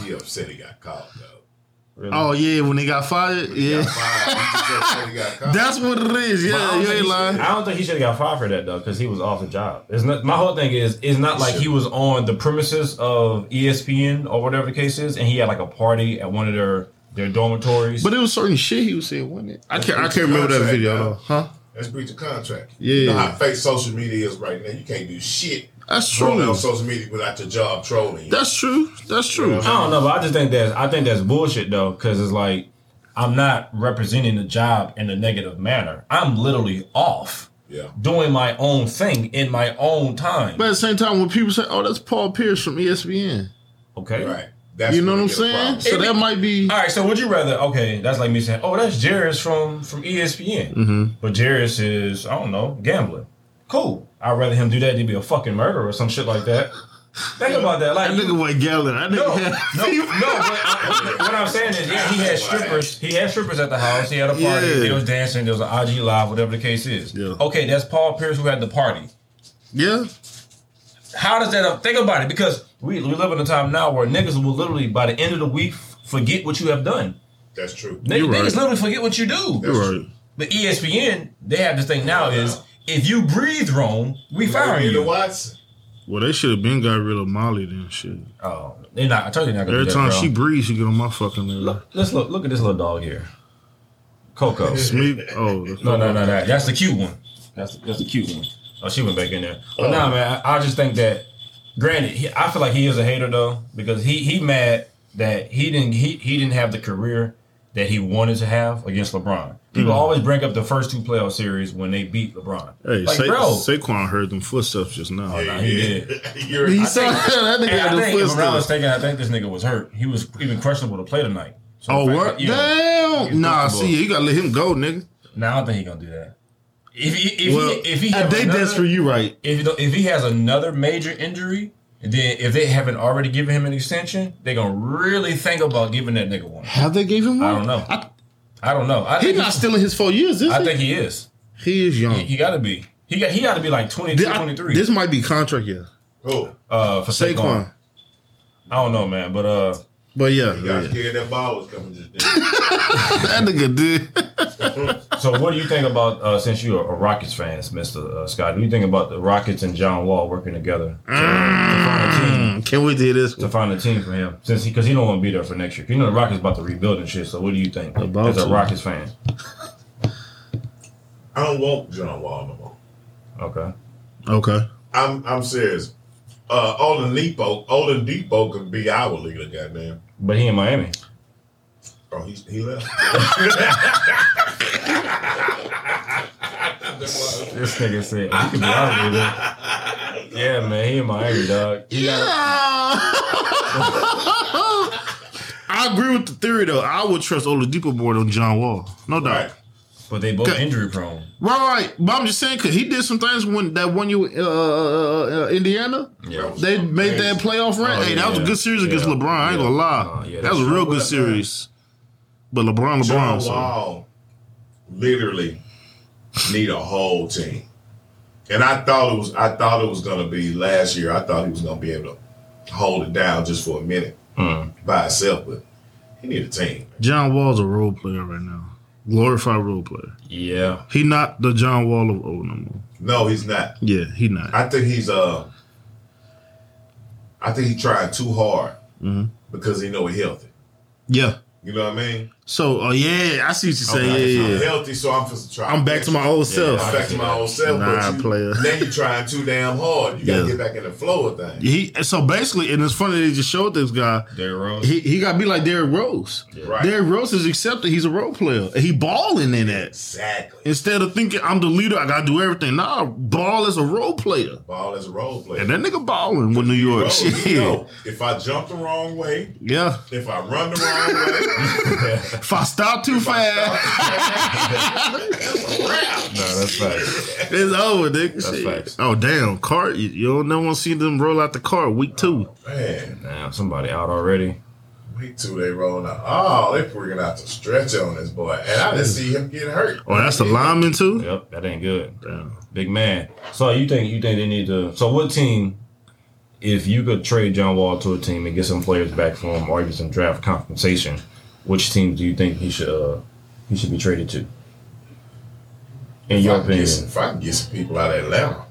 Speaker 3: he upset he got caught though.
Speaker 1: Really.
Speaker 2: Oh yeah, when they got fired.
Speaker 3: He
Speaker 2: Yeah,
Speaker 3: got fired. He just upset he got
Speaker 2: *laughs*
Speaker 3: caught.
Speaker 2: that's what it is.
Speaker 1: I
Speaker 2: Yeah,
Speaker 1: don't
Speaker 2: you
Speaker 1: think
Speaker 2: ain't
Speaker 1: he-
Speaker 2: lying.
Speaker 1: I don't think he should have got fired for that though, because he was off the job. It's not my whole thing is it's not like he was on the premises of E ESPN or whatever the case is, and he had like a party at one of their their dormitories.
Speaker 2: But it was certain shit he was saying, wasn't it? I can't. I can't remember that video though. Huh?
Speaker 3: That's breach of contract.
Speaker 2: Yeah.
Speaker 3: You know how fake social media is right now. You can't do shit
Speaker 2: That's
Speaker 3: trolling
Speaker 2: true.
Speaker 3: on social media without your job trolling. you.
Speaker 2: That's true. That's true.
Speaker 1: I don't know, but I just think that's I think that's bullshit though, because it's like I'm not representing the job in a negative manner. I'm literally off
Speaker 3: yeah.
Speaker 1: doing my own thing in my own time.
Speaker 2: But at the same time, when people say, "Oh, that's Paul Pierce from E ESPN,"
Speaker 1: okay.
Speaker 3: Right. That's
Speaker 2: you know
Speaker 3: when
Speaker 2: what I'm
Speaker 3: we get a
Speaker 2: saying?
Speaker 3: problem.
Speaker 2: So that might be.
Speaker 1: All right, so would you rather? Okay, that's like me saying, "Oh, that's Jarius from from E ESPN," but Jarius is I don't know gambling. Cool, I'd rather him do that than be a fucking murderer or some shit like that. Think about that, like
Speaker 2: That nigga went gallon. That *laughs*
Speaker 1: no, no,
Speaker 2: nigga
Speaker 1: no. But
Speaker 2: had.
Speaker 1: I, what I'm saying is, yeah,
Speaker 2: *laughs*
Speaker 1: he had strippers. He had strippers at the house. He had a party.
Speaker 2: Yeah.
Speaker 1: He was dancing. There was an IG live, whatever the case is.
Speaker 2: Yeah.
Speaker 1: Okay, that's Paul Pierce who had the party
Speaker 2: Yeah.
Speaker 1: how does that think about it? Because we, we live in a time now where niggas will literally by the end of the week f- forget what you have done.
Speaker 3: That's true.
Speaker 1: Niggas,
Speaker 2: You're right.
Speaker 1: niggas literally forget what you do.
Speaker 2: You're right.
Speaker 1: But E ESPN, they have this thing now is if you breathe wrong, we fire
Speaker 3: Maybe the
Speaker 1: you.
Speaker 3: Watson.
Speaker 2: Well, they should have been got rid of Molly then. Shit.
Speaker 1: Oh, they're not. I told you they're not gonna
Speaker 2: Every
Speaker 1: do that,
Speaker 2: time
Speaker 1: bro.
Speaker 2: she breathes, she get on my fucking nerve.
Speaker 1: Look, let's look. Look at this little dog here,
Speaker 2: *laughs*
Speaker 1: Coco.
Speaker 2: It's me. Oh, that's-
Speaker 1: no, no, no, no. That's the cute one. That's that's the cute one. Oh, she went back in there. But
Speaker 2: Oh.
Speaker 1: nah, man, I, I just think that. Granted, he, I feel like he is a hater though because he he mad that he didn't he, he didn't have the career that he wanted to have against LeBron.
Speaker 2: Mm.
Speaker 1: People always bring up the first two playoff series when they beat LeBron.
Speaker 2: Hey,
Speaker 1: like,
Speaker 2: Sa-
Speaker 1: bro,
Speaker 2: Saquon heard them footsteps just now.
Speaker 1: nah, he did. *laughs*
Speaker 3: You're,
Speaker 2: He saw that nigga
Speaker 1: And
Speaker 2: had
Speaker 1: I
Speaker 2: them
Speaker 1: think, if I'm not
Speaker 2: footsteps.
Speaker 1: mistaken, I think this nigga was hurt. He was even questionable to play tonight. So
Speaker 2: Oh,
Speaker 1: the fact
Speaker 2: what?
Speaker 1: that- Yeah.
Speaker 2: Damn. Nah,
Speaker 1: comfortable.
Speaker 2: see, you gotta let him go, nigga.
Speaker 1: Nah, I don't think he gonna do that. If he if
Speaker 2: Well,
Speaker 1: he if he
Speaker 2: at
Speaker 1: have
Speaker 2: they
Speaker 1: another-
Speaker 2: desk for you, right?
Speaker 1: if he don't- if he has another major injury, then if they haven't already given him an extension, they're gonna really think about giving that nigga one.
Speaker 2: Have they gave him? One?
Speaker 1: I don't know.
Speaker 2: I,
Speaker 1: I don't know. I
Speaker 2: he's
Speaker 1: think
Speaker 2: not stealing his four years, is
Speaker 1: I
Speaker 2: he?
Speaker 1: think he is.
Speaker 2: he is young.
Speaker 1: He, he got to be. He got he got to be like 22,
Speaker 2: Thi- I-
Speaker 1: 23
Speaker 2: This might be contract year.
Speaker 3: oh,
Speaker 1: uh, for Saquon.
Speaker 2: Saquon.
Speaker 1: I don't know, man, but uh,
Speaker 2: But yeah,
Speaker 3: you guys
Speaker 2: yeah.
Speaker 3: kicking that ball was coming just then.
Speaker 2: that nigga did.
Speaker 1: so what do you think about uh, since you are a Rockets fans, Mister uh, Scott? What do you think about the Rockets and John Wall working together to, to find a team?
Speaker 2: Mm, Can we do this?
Speaker 1: To find a team for him, since he because he don't want to be there for next year. You know the Rockets about to rebuild and shit. So what do you think
Speaker 2: About
Speaker 1: as a
Speaker 2: to.
Speaker 1: Rockets fan?
Speaker 3: I don't want John Wall no more.
Speaker 1: Okay.
Speaker 2: Okay.
Speaker 3: I'm I'm serious. Uh, Olin Depot, Olin Depot can be our leader, goddamn.
Speaker 1: But he in Miami.
Speaker 3: Oh, he,
Speaker 1: *laughs*
Speaker 3: he left.
Speaker 1: This nigga said he could be out of here. Yeah, man, he in Miami, dog. He
Speaker 2: Yeah. *laughs*
Speaker 1: got
Speaker 2: I agree with the theory though. I would trust Oladipo more than John Wall, no doubt.
Speaker 3: right.
Speaker 1: but they both
Speaker 2: Okay.
Speaker 1: injury prone.
Speaker 2: Right, right. But I'm just saying because he did some things when that one you uh, uh, uh, Indiana.
Speaker 1: Yeah.
Speaker 2: They made that playoff run.
Speaker 1: Oh,
Speaker 2: hey,
Speaker 1: yeah,
Speaker 2: that was a
Speaker 1: yeah.
Speaker 2: good series against
Speaker 1: Yeah.
Speaker 2: LeBron. I ain't
Speaker 1: Yeah.
Speaker 2: gonna
Speaker 1: Uh,
Speaker 2: lie.
Speaker 1: yeah,
Speaker 2: that was a
Speaker 1: that's
Speaker 2: real
Speaker 3: true.
Speaker 2: good series. But LeBron,
Speaker 3: John
Speaker 2: LeBron. So.
Speaker 3: Wall literally need a whole team. And I thought it was I thought it was gonna be last year. I thought he was gonna be able to hold it down just for a minute
Speaker 1: Hmm.
Speaker 3: by himself, but he need a team.
Speaker 2: John Wall's a role player right now. Glorified role player.
Speaker 1: Yeah.
Speaker 2: He not the John Wall of old no more.
Speaker 3: No, he's not.
Speaker 2: Yeah, he not.
Speaker 3: I think he's uh I think he tried too hard
Speaker 2: Mm-hmm.
Speaker 3: because he know he healthy.
Speaker 2: yeah.
Speaker 3: You know what I mean?
Speaker 2: So, oh yeah, I see what you're saying.
Speaker 1: Okay,
Speaker 2: yeah,
Speaker 3: I'm
Speaker 2: yeah, yeah.
Speaker 3: healthy, so I'm just trying.
Speaker 2: I'm back to my old self.
Speaker 3: I'm back to my old self.
Speaker 2: Nah,
Speaker 3: but you,
Speaker 2: player.
Speaker 3: Now you're trying too damn hard. You gotta
Speaker 2: Yeah.
Speaker 3: get back in the flow of things.
Speaker 2: He so basically, and it's funny they just showed this guy.
Speaker 1: Derrick Rose. *laughs*
Speaker 2: He he got to be like Derrick Rose.
Speaker 3: Right.
Speaker 2: Derrick Rose is accepted. He's a role player. And he balling in that
Speaker 3: Exactly.
Speaker 2: instead of thinking I'm the leader. I gotta do everything. Nah, ball is a role player.
Speaker 3: Ball as a role player.
Speaker 2: And that nigga balling with New York.
Speaker 3: Bro,
Speaker 2: Shit.
Speaker 3: you know, if I jump the wrong way,
Speaker 2: *laughs* Yeah.
Speaker 3: if I run the wrong way,
Speaker 2: If I stop too *laughs* fast,
Speaker 1: No, that's facts.
Speaker 2: it's over, nigga. Shit.
Speaker 1: facts.
Speaker 2: Oh damn, cart. You, you don't never want to see them roll out the cart week two.
Speaker 3: man,
Speaker 1: Damn, somebody out already.
Speaker 3: week two they rolling out. Oh, they freaking out the stretch on this boy, and I didn't see him get hurt.
Speaker 2: Oh, that's the lineman too.
Speaker 1: Yep, that ain't good.
Speaker 2: Damn.
Speaker 1: Big man. So you think you think they need to? So what team? If you could trade John Wall to a team and get some players back for him, or get some draft compensation, which team do you think he should uh, he should be traded to? In
Speaker 3: If I
Speaker 1: your
Speaker 3: can get
Speaker 1: opinion?
Speaker 3: some- if I can get some people out of Atlanta,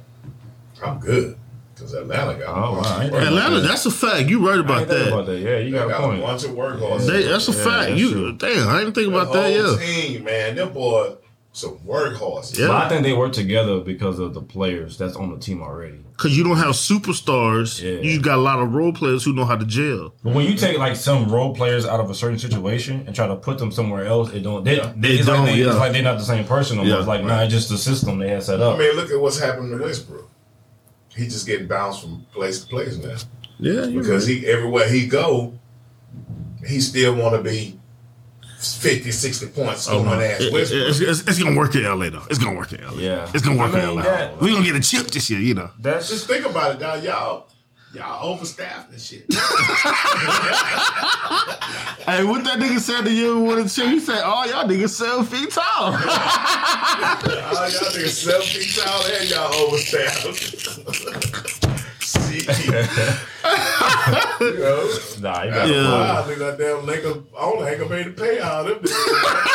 Speaker 3: I'm good because Atlanta got
Speaker 1: Oh,
Speaker 3: a bunch
Speaker 1: wow.
Speaker 3: of work-
Speaker 2: Atlanta, that's a fact. You right
Speaker 1: I
Speaker 2: about
Speaker 1: ain't think
Speaker 2: that.
Speaker 1: about that. Yeah, you got,
Speaker 3: they
Speaker 1: a
Speaker 3: got a
Speaker 1: point.
Speaker 3: bunch of workhorses.
Speaker 2: They, that's a
Speaker 1: Yeah,
Speaker 2: fact.
Speaker 1: that's
Speaker 2: you
Speaker 1: true.
Speaker 2: damn, I didn't think
Speaker 3: The
Speaker 2: about that.
Speaker 3: whole
Speaker 2: Yeah,
Speaker 3: team, man, them boys some workhorses.
Speaker 2: Yeah.
Speaker 1: But I think they work together because of the players that's on the team already.
Speaker 2: because you don't have superstars.
Speaker 1: Yeah.
Speaker 2: You got a lot of role players who know how to jail.
Speaker 1: But when you take like some role players out of a certain situation and try to put them somewhere else, it don't. They,
Speaker 2: They
Speaker 1: it's
Speaker 2: don't,
Speaker 1: Like they,
Speaker 2: yeah.
Speaker 1: It's like they're not the same person. Almost.
Speaker 2: Yeah.
Speaker 1: It's like nah, it's just the system they had set
Speaker 3: I
Speaker 1: up.
Speaker 3: mean, look at what's happened to Westbrook. He's just getting bounced from place to place now.
Speaker 2: Yeah, you
Speaker 3: because
Speaker 2: right.
Speaker 3: he everywhere he go, he still want to be 50, 60 points
Speaker 2: Oh,
Speaker 3: scoring
Speaker 2: no.
Speaker 3: ass
Speaker 2: It- it-
Speaker 3: Westbrook.
Speaker 2: it's, it's- it's gonna work in LA though. It's gonna work in LA.
Speaker 1: Yeah.
Speaker 2: it's gonna work
Speaker 1: I
Speaker 2: in
Speaker 1: mean,
Speaker 2: LA.
Speaker 1: that-
Speaker 2: we gonna get a chip this year, you know.
Speaker 1: That's just
Speaker 3: Just think about it, dog. Y'all, y'all overstaffed and shit.
Speaker 2: Hey, what that nigga said to you with a chip? He said, "Oh, y'all niggas seven feet tall."
Speaker 3: All y'all niggas seven feet tall and y'all overstaffed. Shit. *laughs* you know.
Speaker 1: nah. You got
Speaker 3: That's
Speaker 2: Yeah.
Speaker 1: yeah.
Speaker 3: why I think that damn Lakers, I don't think I made to pay all them. niggas. Everybody.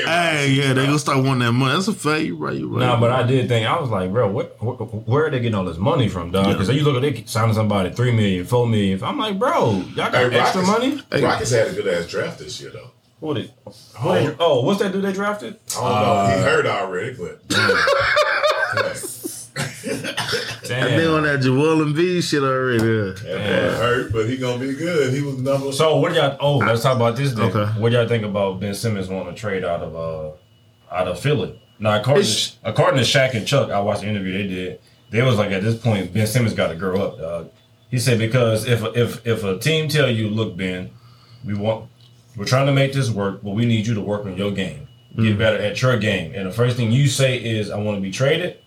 Speaker 2: *laughs* hey, yeah, they gonna start wanting that money. That's a fact. You right. You right.
Speaker 1: Nah, but I did think I was like, bro, what, wh- where are they getting all this money from, dog? Because you look at they keep signing somebody three million, four million. I'm like, bro, y'all got
Speaker 3: Hey,
Speaker 1: extra money.
Speaker 3: Rockets, Rockets had a good ass draft this year though.
Speaker 1: Who did? Who they, oh, what's that dude they drafted?
Speaker 3: I don't know. He heard already, but.
Speaker 2: I've been on
Speaker 1: Damn.
Speaker 2: that Joel and B shit already. yeah.
Speaker 3: *laughs* That boy hurt, but he gonna be good. He was number.
Speaker 1: So what y'all? Oh, let's talk about this. Then.
Speaker 2: Okay.
Speaker 1: What y'all think about Ben Simmons wanting to trade out of uh out of Philly? Now, according
Speaker 2: It's-
Speaker 1: to, according to Shaq and Chuck, I watched the interview they did. They was like, at this point, Ben Simmons got to grow up. Dog. He said because if if if a team tell you, look, Ben, we want we're trying to make this work, but we need you to work on your game,
Speaker 2: Mm.
Speaker 1: get better at your game. And the first thing you say is, I want to be traded.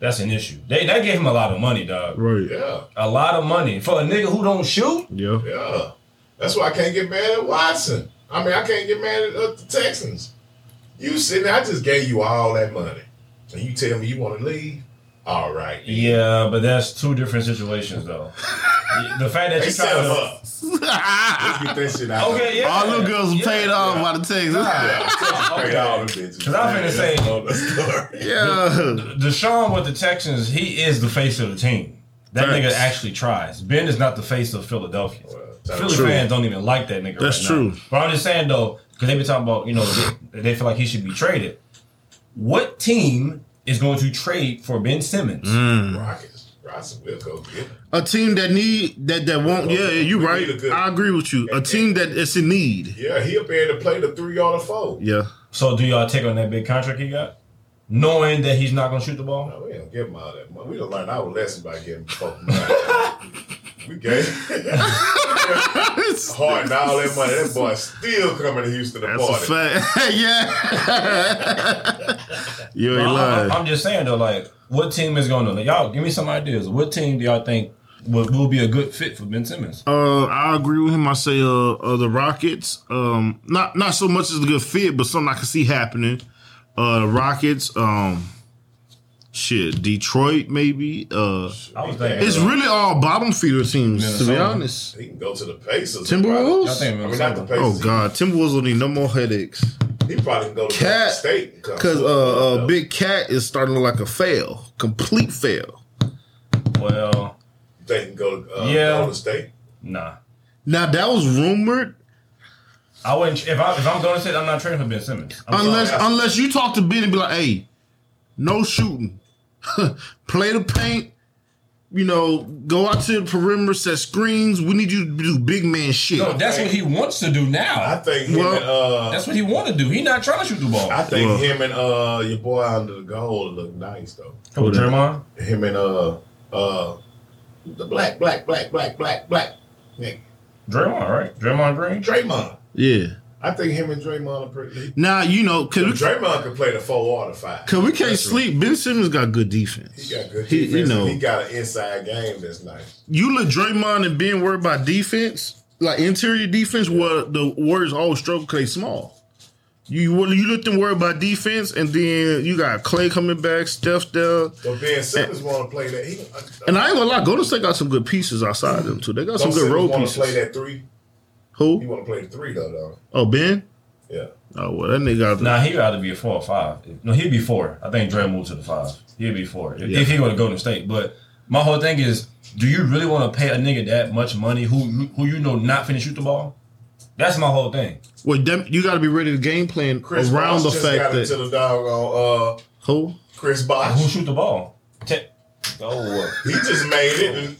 Speaker 1: That's an issue. They that gave him a lot of money, dog.
Speaker 2: Right.
Speaker 3: Yeah,
Speaker 1: A lot of money for a nigga who don't shoot.
Speaker 2: Yeah.
Speaker 3: yeah. That's why I can't get mad at Watson. I mean, I can't get mad at uh, the Texans. You sitting, there, I just gave you all that money, and you tell me you want to leave. All right,
Speaker 1: Yeah, but that's two different situations, though. the fact that
Speaker 3: they
Speaker 1: you try
Speaker 3: set him
Speaker 1: to
Speaker 3: up. Let's get that shit out.
Speaker 1: okay, yeah,
Speaker 2: *laughs* All them girls
Speaker 1: yeah.
Speaker 2: are paid off by the Texans.
Speaker 3: Yeah,
Speaker 1: Okay.
Speaker 3: *laughs* Straight all the bitches.
Speaker 1: 'Cause I'm finna say-
Speaker 3: That's another *laughs* story.
Speaker 2: *laughs* Yeah.
Speaker 1: Deshaun with the Texans, he is the face of the team. That
Speaker 2: Thanks.
Speaker 1: nigga actually tries. Ben is not the face of Philadelphia.
Speaker 3: that's
Speaker 1: Philly
Speaker 2: true.
Speaker 1: fans don't even like that nigga.
Speaker 2: That's
Speaker 1: right
Speaker 2: true.
Speaker 1: Now. But I'm just saying though, because they been talking about you know they, they feel like he should be traded. What team is going to trade for Ben Simmons?
Speaker 3: Mm. Rockets. Rockets will go get him.
Speaker 2: A team that need that that won't. Yeah, yeah you
Speaker 3: We
Speaker 2: right.
Speaker 3: need a good-
Speaker 2: I agree with you. A team that is in need.
Speaker 3: Yeah, he'll be able to play the three or the four.
Speaker 2: Yeah.
Speaker 1: So do y'all take on that big contract he got, knowing that he's not going to shoot the ball?
Speaker 3: No, Oh, we don't give him all that money. We don't learn our lesson by getting fucked money. we gave
Speaker 2: *laughs*
Speaker 3: *laughs* Harden all that money. That boy still coming to Houston to
Speaker 2: That's a
Speaker 3: party.
Speaker 2: fact. *laughs* yeah. you ain't
Speaker 1: I,
Speaker 2: lying.
Speaker 1: am just saying though, like, what team is going to? Like, y'all give me some ideas. What team do y'all think will, will be a good fit for Ben Simmons?
Speaker 2: Uh, I agree with him. I say uh, uh the Rockets. Um, not not so much as a good fit, but something I can see happening. Uh, the Rockets. Um, shit, Detroit maybe. Uh,
Speaker 1: I was thinking,
Speaker 2: it's really all bottom feeder teams to be
Speaker 1: Minnesota.
Speaker 2: honest.
Speaker 3: He can go to the Pacers.
Speaker 1: y'all
Speaker 2: Timberwolves.
Speaker 1: think
Speaker 3: I mean, not the
Speaker 1: Minnesota.
Speaker 2: Oh
Speaker 3: Pacers.
Speaker 2: God, Timberwolves don't need no more headaches
Speaker 3: He probably can go to
Speaker 2: Cat.
Speaker 3: Golden State. and come.
Speaker 2: because uh, uh, Big Cat is starting to look like a fail, complete fail.
Speaker 1: well,
Speaker 3: They can go to uh,
Speaker 1: Yeah.
Speaker 3: Golden State.
Speaker 1: nah.
Speaker 2: Now that was rumored.
Speaker 1: I wouldn't. If I if I'm going to say I'm not trading for Ben Simmons, I'm
Speaker 3: Oh,
Speaker 2: Unless
Speaker 1: sorry.
Speaker 2: unless you talk to Ben and be like, hey, no shooting. *laughs* Play the paint. You know, go out to the perimeter, set screens. We need you to do big man shit.
Speaker 1: no, that's what he wants to do
Speaker 3: I
Speaker 1: now.
Speaker 3: think him
Speaker 2: Well-
Speaker 3: and uh,
Speaker 1: That's what he want to do. He not trying to shoot the ball.
Speaker 3: I think
Speaker 2: Well-
Speaker 3: him and uh, your boy under the goal look nice though.
Speaker 1: Who, Draymond?
Speaker 3: Him and uh, uh, the black, black, black, black, black, black, nigga,
Speaker 1: Draymond, right? Draymond Green.
Speaker 3: Draymond.
Speaker 2: yeah.
Speaker 3: I think him and Draymond are pretty.
Speaker 2: Now you know, cause we,
Speaker 3: Draymond can play the four or the five.
Speaker 2: cause we can't sleep. Ben Simmons got good defense.
Speaker 3: He got good
Speaker 2: He-
Speaker 3: defense.
Speaker 2: you
Speaker 3: and
Speaker 2: know,
Speaker 3: he got an inside game that's nice.
Speaker 2: you let Draymond and Ben worry about defense, like interior defense. Where the Warriors always struggle because they small. You you let them worry about defense, and then you got Clay coming back, Steph there.
Speaker 3: But Ben Simmons want to play that. He, uh,
Speaker 2: And I ain't gonna lie, Golden State got some good pieces outside them too. They got some good role
Speaker 3: want to play
Speaker 2: pieces.
Speaker 3: that three. He
Speaker 2: Who?
Speaker 3: want to play the three though, though.
Speaker 2: Oh Ben?
Speaker 3: Yeah.
Speaker 2: Oh well, that nigga got
Speaker 1: Nah, he'd rather be a four or five. No, he'd be four. I think Dre moved to the five. He'd be four if,
Speaker 2: Yeah.
Speaker 1: if he go to Golden State. But my whole thing is, do you really want to pay a nigga that much money who who you know not finna shoot the ball? That's my whole thing.
Speaker 2: well, damn, you got to be ready to game plan
Speaker 3: Chris
Speaker 2: around
Speaker 3: Bosh
Speaker 2: the
Speaker 3: just
Speaker 2: fact
Speaker 3: got
Speaker 2: that
Speaker 3: into the doggone uh,
Speaker 2: who.
Speaker 3: Chris
Speaker 1: Who
Speaker 3: Bosh.
Speaker 1: shoot the ball? Te- oh,
Speaker 3: He just made it. And,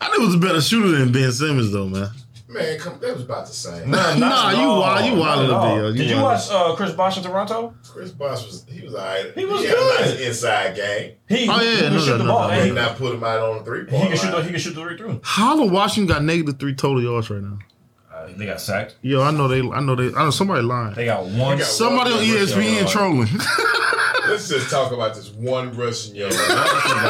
Speaker 2: I think it was a better shooter than Ben Simmons though, man.
Speaker 3: man, come, that was about the same.
Speaker 1: nah,
Speaker 2: Nah, you wild- you wild a little bit, yo. You
Speaker 1: Did you
Speaker 2: wild.
Speaker 1: watch uh, Chris Bosh in Toronto?
Speaker 3: Chris Bosh was he was all right.
Speaker 1: He was
Speaker 3: had a
Speaker 1: good.
Speaker 3: nice inside game.
Speaker 1: He,
Speaker 2: Oh,
Speaker 1: he
Speaker 2: yeah,
Speaker 1: can
Speaker 2: no,
Speaker 1: shoot
Speaker 2: no,
Speaker 1: the
Speaker 2: no,
Speaker 1: ball.
Speaker 2: no,
Speaker 1: Hey,
Speaker 3: He
Speaker 1: he-
Speaker 3: not put him out on the three
Speaker 1: He
Speaker 3: point
Speaker 1: can shoot. The,
Speaker 3: line.
Speaker 1: he can shoot the three through.
Speaker 2: Harlem Washington got negative three total yards right now.
Speaker 1: Uh, they got sacked.
Speaker 2: Yo, I know they. I know they. I know somebody lying.
Speaker 1: They got one.
Speaker 3: got
Speaker 2: Somebody on E
Speaker 3: Russell
Speaker 2: ESPN
Speaker 1: Westbrook.
Speaker 2: trolling. *laughs*
Speaker 3: Let's just talk about this one *laughs* Russian yard.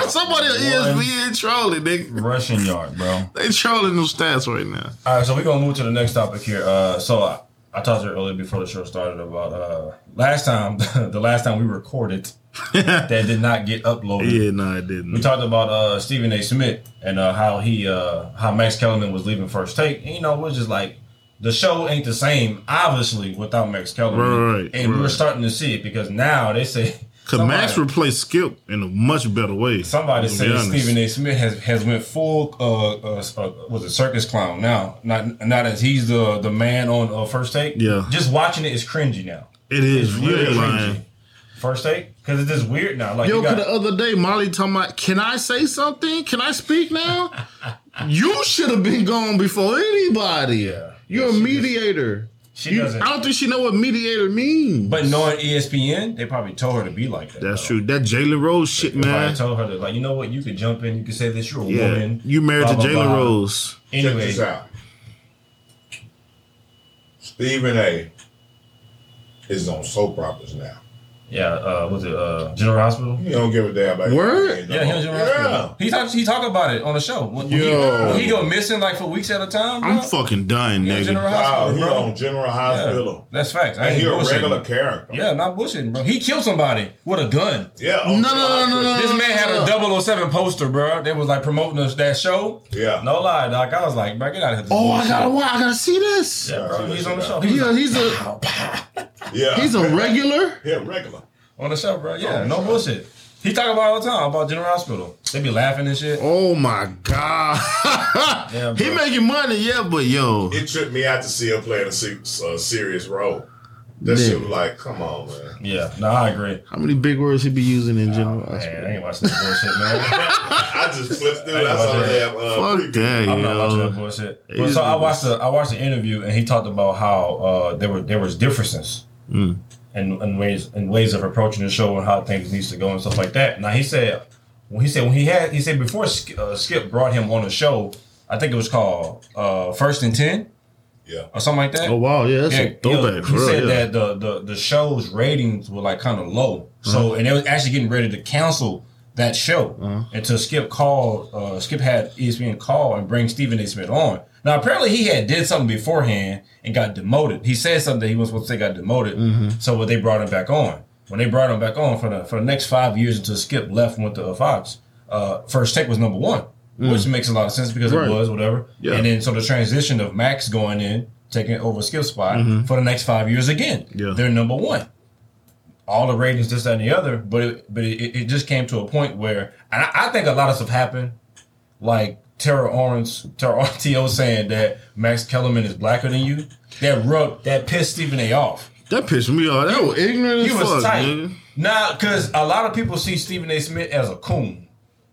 Speaker 2: somebody on E
Speaker 1: One.
Speaker 2: ESPN trolling. They
Speaker 1: rushing yard, bro.
Speaker 2: they trolling those stats right now.
Speaker 1: All right, so we're gonna move to the next topic here. Uh, so I, I talked to you earlier before the show started about uh, last time, *laughs* the last time we
Speaker 2: *laughs*
Speaker 1: recorded that did not get uploaded.
Speaker 2: Yeah, no, it
Speaker 1: We
Speaker 2: didn't.
Speaker 1: talked about uh, Stephen A. Smith and uh, how he, uh, how Max Kellerman was leaving first take. And, you know, we're just like the show ain't the same, obviously, without Max Kellerman.
Speaker 2: Right,
Speaker 1: and we were
Speaker 2: right.
Speaker 1: starting to see it because now they say
Speaker 2: Cause Max
Speaker 1: somebody-
Speaker 2: replaced Skip in a much better way.
Speaker 1: Somebody
Speaker 2: to be
Speaker 1: said
Speaker 2: honest.
Speaker 1: Stephen A. Smith has has went full uh, uh, uh was a circus clown now. Not not as he's the the man on uh, first take.
Speaker 2: Yeah.
Speaker 1: just watching it is cringy now.
Speaker 2: It is.
Speaker 1: Really
Speaker 2: You ain't
Speaker 1: cringy.
Speaker 2: lying.
Speaker 1: First take? Because it's just weird now. Like
Speaker 2: Yo, uh,
Speaker 1: you got,
Speaker 2: 'cause the other day, Molly talking about, can I say something? Can I speak
Speaker 1: *laughs*
Speaker 2: now? you should have been gone before anybody. You're
Speaker 1: Yeah,
Speaker 2: a
Speaker 1: she
Speaker 2: mediator.
Speaker 1: she
Speaker 2: You,
Speaker 1: doesn't.
Speaker 2: I don't think she know what mediator means.
Speaker 1: But knowing E ESPN, they probably told her to be like that.
Speaker 2: That's
Speaker 1: though.
Speaker 2: true. That Jalen Rose shit,
Speaker 1: They probably
Speaker 2: man.
Speaker 1: told her to like, you know what? You could jump in. You could say this. You're a
Speaker 2: Yeah,
Speaker 1: woman.
Speaker 2: you married
Speaker 1: blah,
Speaker 2: to
Speaker 1: blah, blah.
Speaker 2: Jalen Rose.
Speaker 3: Check
Speaker 1: Anyway,
Speaker 3: this out. Stephen A. is on soap operas now.
Speaker 1: yeah. Uh, was it uh, General Hospital?
Speaker 3: He don't give a damn about
Speaker 2: Word?
Speaker 3: anything,
Speaker 1: Yeah, he was
Speaker 3: no.
Speaker 1: General Hospital. He talked. He talked about it on the show. When, when he-
Speaker 2: Yo.
Speaker 1: when he, go missing like for weeks at a time.
Speaker 2: I'm
Speaker 1: bro.
Speaker 2: fucking done,
Speaker 1: Yeah,
Speaker 2: nigga.
Speaker 1: General-
Speaker 3: Wow,
Speaker 1: Hospital,
Speaker 3: he
Speaker 1: bro.
Speaker 3: on General
Speaker 1: Yeah,
Speaker 3: Hospital.
Speaker 1: That's facts. I
Speaker 3: And
Speaker 1: ain't
Speaker 3: he a
Speaker 1: bullshitting.
Speaker 3: regular character.
Speaker 1: Yeah, not bullshitting, bro. He killed somebody with a gun.
Speaker 3: Yeah.
Speaker 2: No,
Speaker 3: on
Speaker 2: no, no, no, no,
Speaker 1: This
Speaker 2: no.
Speaker 1: man had a 007 poster, bro. They was like promoting us that show.
Speaker 3: Yeah.
Speaker 1: No lie, doc. I was like, bro, get out of here.
Speaker 2: Oh, I gotta watch. I gotta see this.
Speaker 1: Yeah, bro, he's on the show. He was
Speaker 2: Yeah, he's a
Speaker 3: Yeah.
Speaker 2: he's a regular.
Speaker 3: *laughs* Yeah, regular.
Speaker 1: on the show, bro.
Speaker 3: Oh,
Speaker 1: Yeah, no bullshit. He talk about it all the time about General Hospital. They be laughing and shit.
Speaker 2: Oh my god. *laughs*
Speaker 1: Yeah,
Speaker 2: he
Speaker 1: bro.
Speaker 2: making money, yeah, but yo,
Speaker 3: It tripped me out to see her playing a se- a serious role. That
Speaker 2: Nigga.
Speaker 3: shit was like, come on, man.
Speaker 1: Yeah, no, I agree.
Speaker 2: how many big words he be using in general?
Speaker 1: Oh, Man, I ain't watching that bullshit,
Speaker 3: *laughs*
Speaker 1: man.
Speaker 3: I just flipped
Speaker 1: *laughs*
Speaker 3: through.
Speaker 1: I ain't
Speaker 3: I saw
Speaker 1: watching
Speaker 3: they have. Uh,
Speaker 2: Fuck that,
Speaker 1: I'm not watching that
Speaker 2: yo.
Speaker 1: bullshit. But so I watched the I watched the interview and he talked about how uh, there were there was differences and and ways and ways of approaching the show and how things needs to go and stuff like that. Now he said when he said when he had he said before Sk- uh, Skip brought him on the show, I think it was called uh, First and Ten
Speaker 3: yeah.
Speaker 1: or something like that.
Speaker 2: Oh wow, yeah, that's a
Speaker 1: Yeah,
Speaker 2: throwback.
Speaker 1: He
Speaker 2: for real,
Speaker 1: said
Speaker 2: yeah.
Speaker 1: that the, the the show's ratings were like kind of low,
Speaker 2: Uh-huh.
Speaker 1: so and they was actually getting ready to cancel that show until Skip called. Uh, Skip had ESPN call and bring Stephen A. Smith on. Now apparently he had did something beforehand and got demoted. He said something that he was supposed to say got demoted,
Speaker 2: Mm-hmm.
Speaker 1: so but they brought him back on. When they brought him back on for the for the next five years until Skip left and went to uh, Fox, uh, First Take was number one, which makes a lot of sense because
Speaker 2: Mm. Right.
Speaker 1: it was whatever.
Speaker 2: Yeah.
Speaker 1: And then so the transition of Max going in, taking over Skip's spot for the next five years again.
Speaker 2: Mm-hmm. Yeah.
Speaker 1: They're number one. All the ratings, this, that, and the other. But it, but it, it just came to a point where and I, I think a lot of stuff happened. Like Tara Orange, *laughs* Tara RTO saying that Max Kellerman is blacker than you. That rubbed, that pissed Stephen A off.
Speaker 2: That pissed me off. That was ignorant
Speaker 1: He
Speaker 2: as fuck,
Speaker 1: was tight.
Speaker 2: nigga.
Speaker 1: Nah, because a lot of people see Stephen A. Smith as a coon.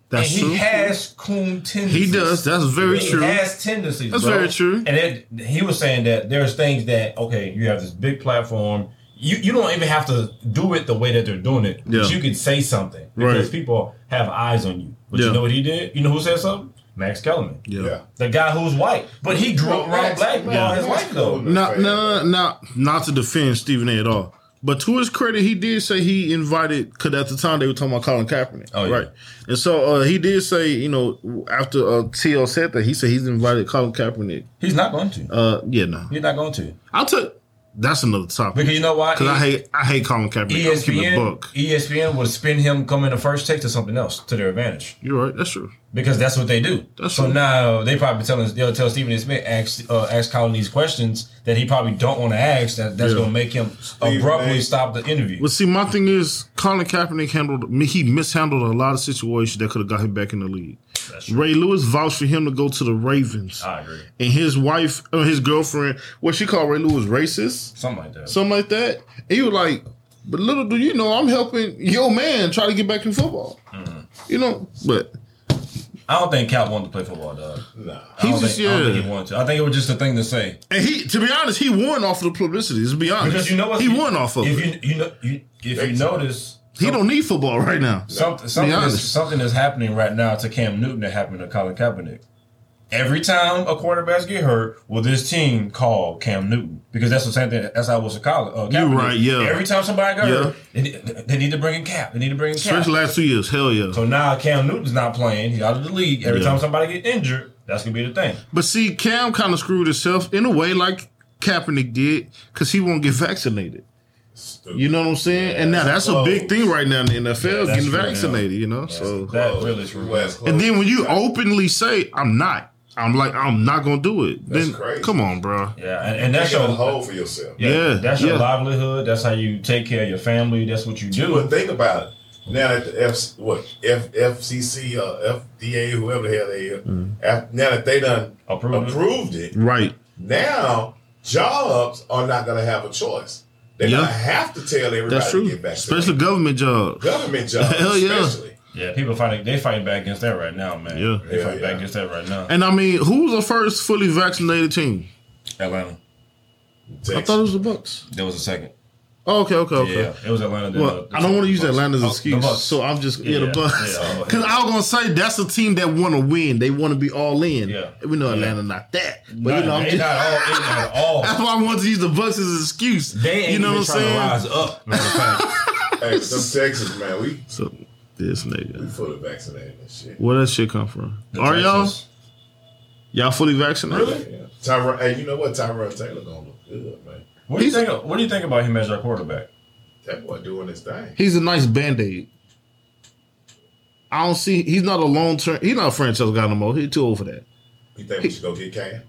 Speaker 2: That's
Speaker 1: and he
Speaker 2: true.
Speaker 1: has coon tendencies.
Speaker 2: he does. That's very
Speaker 1: He
Speaker 2: true.
Speaker 1: has tendencies.
Speaker 2: That's
Speaker 1: bro.
Speaker 2: very true.
Speaker 1: And it, he was saying that there's things that okay, you have this big platform. You you don't even have to do it the way that they're doing it.
Speaker 2: Yeah.
Speaker 1: But you can say something because
Speaker 2: Right.
Speaker 1: people have eyes on you. But
Speaker 2: Yeah.
Speaker 1: you know what he did? You know who said something? Max Kellerman,
Speaker 2: yeah.
Speaker 3: Yeah.
Speaker 1: the guy who's white, but he grew up around
Speaker 3: Max-
Speaker 1: black people all his
Speaker 3: Max
Speaker 1: life though.
Speaker 3: Kellerman.
Speaker 2: Not, no, not, not to defend Stephen A. at all. But to his credit, he did say he invited. Because at the time they were talking about Colin Kaepernick,
Speaker 1: Oh, yeah.
Speaker 2: right? And so uh, he did say, you know, after uh, TL said that, he said he's invited Colin Kaepernick.
Speaker 1: He's not going to.
Speaker 2: Uh, yeah, no,
Speaker 1: He's not going to
Speaker 2: I'll take. That's another topic.
Speaker 1: because you know why? E-
Speaker 2: Because I hate I hate Colin Kaepernick. I'll keep it
Speaker 1: ESPN,
Speaker 2: buck.
Speaker 1: ESPN would spin him coming the first take to something else to their advantage.
Speaker 2: You're right. That's true.
Speaker 1: because that's what they do.
Speaker 2: That's
Speaker 1: so
Speaker 2: true.
Speaker 1: now they probably telling they'll tell Stephen A. Smith ask uh, ask Colin these questions that he probably don't want to ask. That that's
Speaker 2: Yeah.
Speaker 1: gonna make him abruptly
Speaker 3: A.
Speaker 1: stop the interview.
Speaker 2: But see, my thing is Colin Kaepernick handled he mishandled a lot of situations that could have got him back in the league. Ray Lewis vouched for him to go to the Ravens,
Speaker 1: I agree,
Speaker 2: and his wife or his girlfriend, what she called Ray Lewis racist,
Speaker 1: something like that.
Speaker 2: something like that. And he was like, "But little do you know, I'm helping your man try to get back in football."
Speaker 1: Mm.
Speaker 2: You know, but
Speaker 1: I don't think Cal wanted to play football, dog.
Speaker 3: Nah.
Speaker 1: I
Speaker 2: he's
Speaker 1: don't,
Speaker 2: just
Speaker 1: think, I don't
Speaker 2: yeah.
Speaker 1: think he wanted to. I think it was just a thing to say
Speaker 2: and he, to be honest, he won off of the publicity. Let's be honest,
Speaker 1: because you know what
Speaker 2: he won off of
Speaker 1: If
Speaker 2: it.
Speaker 1: you you know you, if you notice.
Speaker 2: he don't need football right now.
Speaker 1: Something something is,
Speaker 2: honest.
Speaker 1: something is happening right now to Cam Newton that happened to Colin Kaepernick. Every time a quarterback's get hurt, will this team call Cam Newton? Because that's the same thing. That's how it was with Colin. Uh, Kaepernick.
Speaker 2: right, yeah.
Speaker 1: Every time somebody got
Speaker 2: Yeah.
Speaker 1: hurt, they, ne- they need to bring in Cap. They need to bring in Cap.
Speaker 2: Especially last two years, hell yeah.
Speaker 1: so now Cam Newton's not playing. He's out of the league. Every
Speaker 2: Yeah.
Speaker 1: time somebody get injured, that's gonna be the thing.
Speaker 2: But see, Cam kind of screwed himself in a way, like Kaepernick did, because he won't get vaccinated.
Speaker 3: Stupid.
Speaker 2: You know what I'm saying? and now that's a big thing right now in the NFL,
Speaker 1: that's
Speaker 2: getting
Speaker 1: right
Speaker 2: vaccinated. You know, so
Speaker 1: That
Speaker 3: Close.
Speaker 1: really is true.
Speaker 3: Wes, close.
Speaker 2: and then when you openly say I'm not, I'm like I'm not gonna do it.
Speaker 3: That's
Speaker 2: then
Speaker 3: crazy.
Speaker 2: come on, bro.
Speaker 1: Yeah, and, and that's
Speaker 3: Take a
Speaker 1: your
Speaker 3: hole for yourself.
Speaker 1: yeah,
Speaker 2: Yeah,
Speaker 1: that's your
Speaker 2: yeah.
Speaker 1: livelihood. That's how you take care of your family. That's what you do.
Speaker 3: But think about it. Now that the F what F FCC uh, FDA whoever the hell they are,
Speaker 2: Mm-hmm.
Speaker 3: af- now that they done
Speaker 1: Approved it.
Speaker 2: Mm-hmm.
Speaker 3: approved it,
Speaker 2: Right.
Speaker 3: now jobs are not going to have a choice. They
Speaker 2: Yeah.
Speaker 3: don't have to tell everybody
Speaker 2: That's true.
Speaker 3: to get vaccinated.
Speaker 2: Especially government jobs.
Speaker 3: government
Speaker 2: *laughs*
Speaker 3: jobs,
Speaker 2: Hell yeah.
Speaker 3: especially.
Speaker 1: Yeah, people fighting. They fighting back against that right now, man.
Speaker 2: Yeah.
Speaker 1: they
Speaker 3: Yeah,
Speaker 1: fighting
Speaker 3: yeah.
Speaker 1: back against that right now.
Speaker 2: And I mean, who was the first fully vaccinated team?
Speaker 1: Atlanta.
Speaker 2: I
Speaker 3: Texas.
Speaker 2: thought it was the Bucks.
Speaker 1: There was a second.
Speaker 2: Oh, okay, okay, okay.
Speaker 1: Yeah, it was Atlanta. then
Speaker 2: Well,
Speaker 1: the-
Speaker 2: I don't want to use
Speaker 1: the Bucks.
Speaker 2: Atlanta as an
Speaker 1: Oh, the
Speaker 2: excuse,
Speaker 1: Bucks.
Speaker 2: so I'm just yeah, the
Speaker 1: Yeah,
Speaker 2: Bucks.
Speaker 1: yeah.
Speaker 2: Because I was gonna say that's a team that want to win. They want to be all in.
Speaker 1: Yeah.
Speaker 2: we know Atlanta not that, but
Speaker 1: Not-
Speaker 2: you know I'm
Speaker 1: they
Speaker 2: *laughs* just.
Speaker 1: not all. They not all.
Speaker 2: *laughs* That's why I wanted to use the Bucks as an excuse.
Speaker 1: They ain't
Speaker 2: you know
Speaker 1: even
Speaker 2: what I'm
Speaker 1: trying
Speaker 2: saying?
Speaker 1: to rise up. matter of fact.
Speaker 3: Hey, some Texas man, we
Speaker 2: So this nigga,
Speaker 3: fully vaccinated and shit.
Speaker 2: where that shit come from? *laughs* Are y'all
Speaker 1: Texas.
Speaker 2: y'all fully vaccinated?
Speaker 3: Yeah. Tyron, hey, you know what? Tyron Taylor gonna look good, man.
Speaker 1: What do you
Speaker 2: He's-
Speaker 1: think? What do you think about him as your quarterback?
Speaker 3: That boy doing his thing.
Speaker 2: He's a nice band aid. I don't see. He's not a long term. He's not a franchise guy no more. He's too old for that.
Speaker 3: You think we should go get Cam?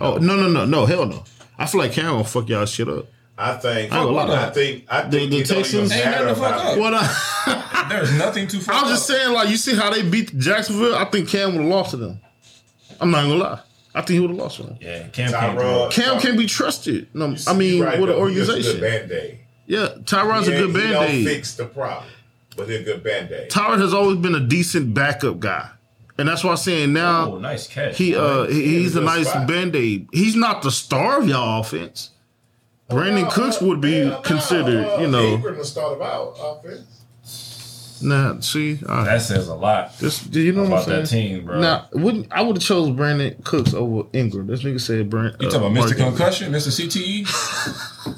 Speaker 2: Oh no no no no hell no. I feel like Cam will fuck y'all shit up.
Speaker 3: I think.
Speaker 2: I ain't gonna lie.
Speaker 3: I, think. I think.
Speaker 2: The- the
Speaker 3: it don't even
Speaker 2: Texans-
Speaker 1: Ain't nothing
Speaker 3: matter
Speaker 1: to fuck
Speaker 3: about-
Speaker 1: up.
Speaker 2: What? I-
Speaker 1: There's nothing too far.
Speaker 2: I was just saying, like, you see how they beat Jacksonville? I think Cam would have lost to them. I'm not gonna lie. I think he would have lost to them.
Speaker 1: Yeah, Cam can't do
Speaker 3: Tyrod.
Speaker 1: it.
Speaker 2: Cam can be trusted. No, I mean,
Speaker 3: Right,
Speaker 2: with an
Speaker 3: though, he just a
Speaker 2: organization.
Speaker 3: Good band aid.
Speaker 2: yeah, Tyrod's a good band
Speaker 3: He don't
Speaker 2: aid.
Speaker 3: fix the problem, but he's a good band aid.
Speaker 2: Tyrod has always been a decent backup guy, and that's why I'm saying now
Speaker 1: Oh, nice catch.
Speaker 2: he uh he- he's
Speaker 3: he's
Speaker 2: a
Speaker 3: a
Speaker 2: nice
Speaker 3: spot.
Speaker 2: band aid. He's not the star of y'all offense. Brandon Cooks would be considered, you know.
Speaker 3: Ingram will start of our offense.
Speaker 2: Nah, see, all right.
Speaker 1: that says a lot
Speaker 2: This, do you know
Speaker 1: about
Speaker 2: what I'm
Speaker 1: that
Speaker 2: saying?
Speaker 1: team, bro.
Speaker 2: Now, wouldn't I would have chose Brandon Cooks over Ingram? This nigga said uh, Brandon.
Speaker 1: you talking about Mr. Concussion, Mr. CTE? E?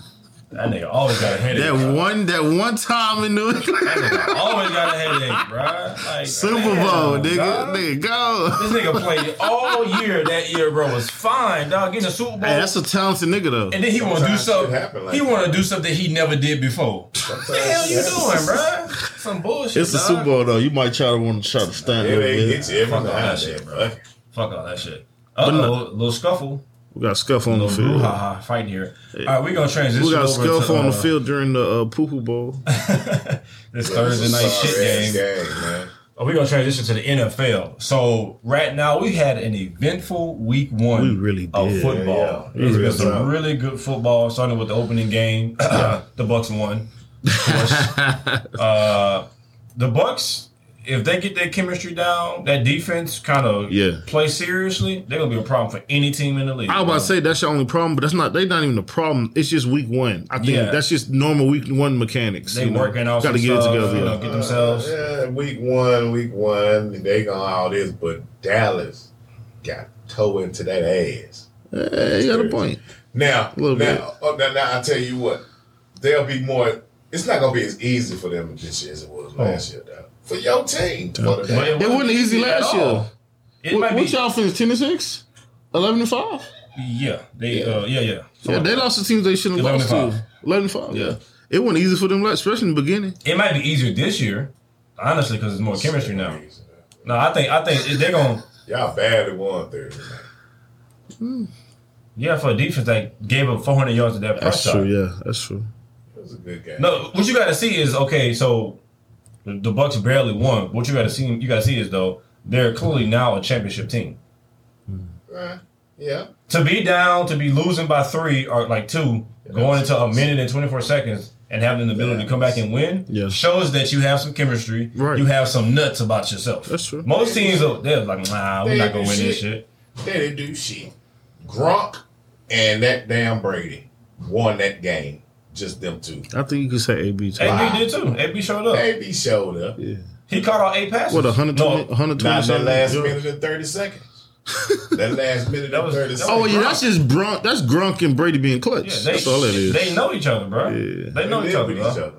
Speaker 1: that nigga always got a headache.
Speaker 2: That
Speaker 1: bro.
Speaker 2: one, that one time in New
Speaker 1: *laughs*
Speaker 2: England,
Speaker 1: always got a headache, bro. Like,
Speaker 2: Super Bowl,
Speaker 1: damn,
Speaker 2: nigga,
Speaker 1: dog.
Speaker 2: nigga, go.
Speaker 1: This nigga played all year that year, bro. Was fine, dog. Getting a Super Bowl.
Speaker 2: Hey, that's a talented nigga though.
Speaker 1: and then he want to do
Speaker 3: Sometimes shit
Speaker 1: something.
Speaker 3: happen like
Speaker 1: he
Speaker 3: that.
Speaker 1: want to do something he never did before. What the hell you doing, bro? Some bullshit.
Speaker 2: It's the
Speaker 1: dog.
Speaker 2: Super Bowl though. You might try to want to try to stand.
Speaker 3: It
Speaker 2: a little
Speaker 3: ain't
Speaker 2: bit.
Speaker 3: hit you every
Speaker 1: Fuck all
Speaker 3: time,
Speaker 1: that shit,
Speaker 3: bro.
Speaker 1: bro. Fuck all that shit. Uh
Speaker 2: no-
Speaker 1: oh, little scuffle.
Speaker 2: We got scuff on the
Speaker 1: Little
Speaker 2: field.
Speaker 1: brouhaha fighting here. All right, we're gonna transition.
Speaker 2: We got
Speaker 1: over
Speaker 2: scuff
Speaker 1: to,
Speaker 2: on the
Speaker 1: uh,
Speaker 2: field during the uh, poo poo
Speaker 1: *laughs*
Speaker 2: bowl.
Speaker 1: This
Speaker 3: It's a
Speaker 1: Thursday night
Speaker 3: sorry ass
Speaker 1: shit game.
Speaker 3: game, man.
Speaker 1: We're gonna transition to the NFL. So right now we had an eventful week one.
Speaker 2: We really
Speaker 1: of
Speaker 2: did.
Speaker 1: football.
Speaker 3: Yeah,
Speaker 1: It's
Speaker 3: yeah. We
Speaker 1: been
Speaker 3: really
Speaker 1: some
Speaker 3: did.
Speaker 1: really good football. Starting with the opening
Speaker 2: *coughs*
Speaker 1: game, the Bucks won. Of course. uh, the Bucks, if they get their chemistry down, that defense kind of
Speaker 2: Yeah.
Speaker 1: play seriously, they're gonna be a problem for any team in the league.
Speaker 2: I was about to say that's your only problem, but that's not. They're not even a problem. It's just week one. I think
Speaker 1: Yeah.
Speaker 2: that's just normal week one mechanics.
Speaker 1: they
Speaker 2: you know.
Speaker 1: working out.
Speaker 2: Got to
Speaker 1: some
Speaker 2: get it
Speaker 1: stuff,
Speaker 2: together.
Speaker 1: You
Speaker 2: yeah.
Speaker 1: know, get themselves.
Speaker 3: Yeah, week one, week one, they gonna all this, but Dallas got toe into that ass.
Speaker 2: Hey, you got a point.
Speaker 3: Now,
Speaker 2: Little bit.
Speaker 3: now, oh, now, now, I tell you what, they'll be more. It's not gonna be as easy for them this year as it
Speaker 1: Oh.
Speaker 3: was last year, though. For your team, for the
Speaker 1: But
Speaker 3: Dallas.
Speaker 2: It wasn't easy
Speaker 1: at
Speaker 2: last
Speaker 1: all.
Speaker 2: year.
Speaker 1: It
Speaker 2: What,
Speaker 1: might be.
Speaker 2: what y'all finish? Ten and six, eleven and five.
Speaker 1: yeah, they. Uh, yeah, yeah.
Speaker 2: Yeah, they lost the teams they shouldn't have
Speaker 1: 11
Speaker 2: lost
Speaker 1: and
Speaker 2: to.
Speaker 1: five.
Speaker 2: Eleven and five. Yeah, it wasn't easy for them, like, especially in the beginning.
Speaker 1: It might be easier this year, honestly, because it's more chemistry now. No, I think I think they're gonna.
Speaker 3: Y'all badly won Thursday night.
Speaker 1: Yeah, for a defense that gave up 400 yards to that press shot.
Speaker 2: Yeah, that's true.
Speaker 3: It was a good game.
Speaker 1: No, what you got to see is okay. So the, the Bucks barely won. What you got to see, you got to see is though they're clearly now a championship team.
Speaker 3: Uh, yeah.
Speaker 1: To be down, to be losing by three or like two, going into a minute and 24 seconds, and having the ability to come back and win
Speaker 2: Yeah.
Speaker 1: shows that you have some chemistry.
Speaker 2: Right.
Speaker 1: You have some nuts about yourself.
Speaker 2: That's true.
Speaker 1: Most teams, are- they're like, nah, we're
Speaker 3: They
Speaker 1: not gonna
Speaker 3: do
Speaker 1: win this
Speaker 3: shit.
Speaker 1: shit.
Speaker 3: They didn't do shit. Gronk and that damn Brady won that game. Just them two.
Speaker 2: I think you could say AB. too.
Speaker 1: AB did too. AB showed up.
Speaker 3: Baby showed up.
Speaker 2: Yeah.
Speaker 1: He caught all eight passes.
Speaker 2: What 120,
Speaker 1: No,
Speaker 2: 120
Speaker 3: Not in that
Speaker 2: something?
Speaker 3: last
Speaker 2: Yeah.
Speaker 3: minute and 30
Speaker 2: *laughs*
Speaker 3: seconds. that last minute
Speaker 1: That
Speaker 3: and
Speaker 1: was-
Speaker 3: 30
Speaker 1: that
Speaker 3: seconds.
Speaker 2: Oh yeah, that's just Grunk. That's Grunk and Brady being clutch.
Speaker 1: Yeah, they,
Speaker 2: that's all that is.
Speaker 1: They know each other, bro.
Speaker 2: Yeah.
Speaker 1: They know
Speaker 3: They
Speaker 1: each
Speaker 3: live
Speaker 1: other,
Speaker 3: with
Speaker 1: bro.
Speaker 3: each other.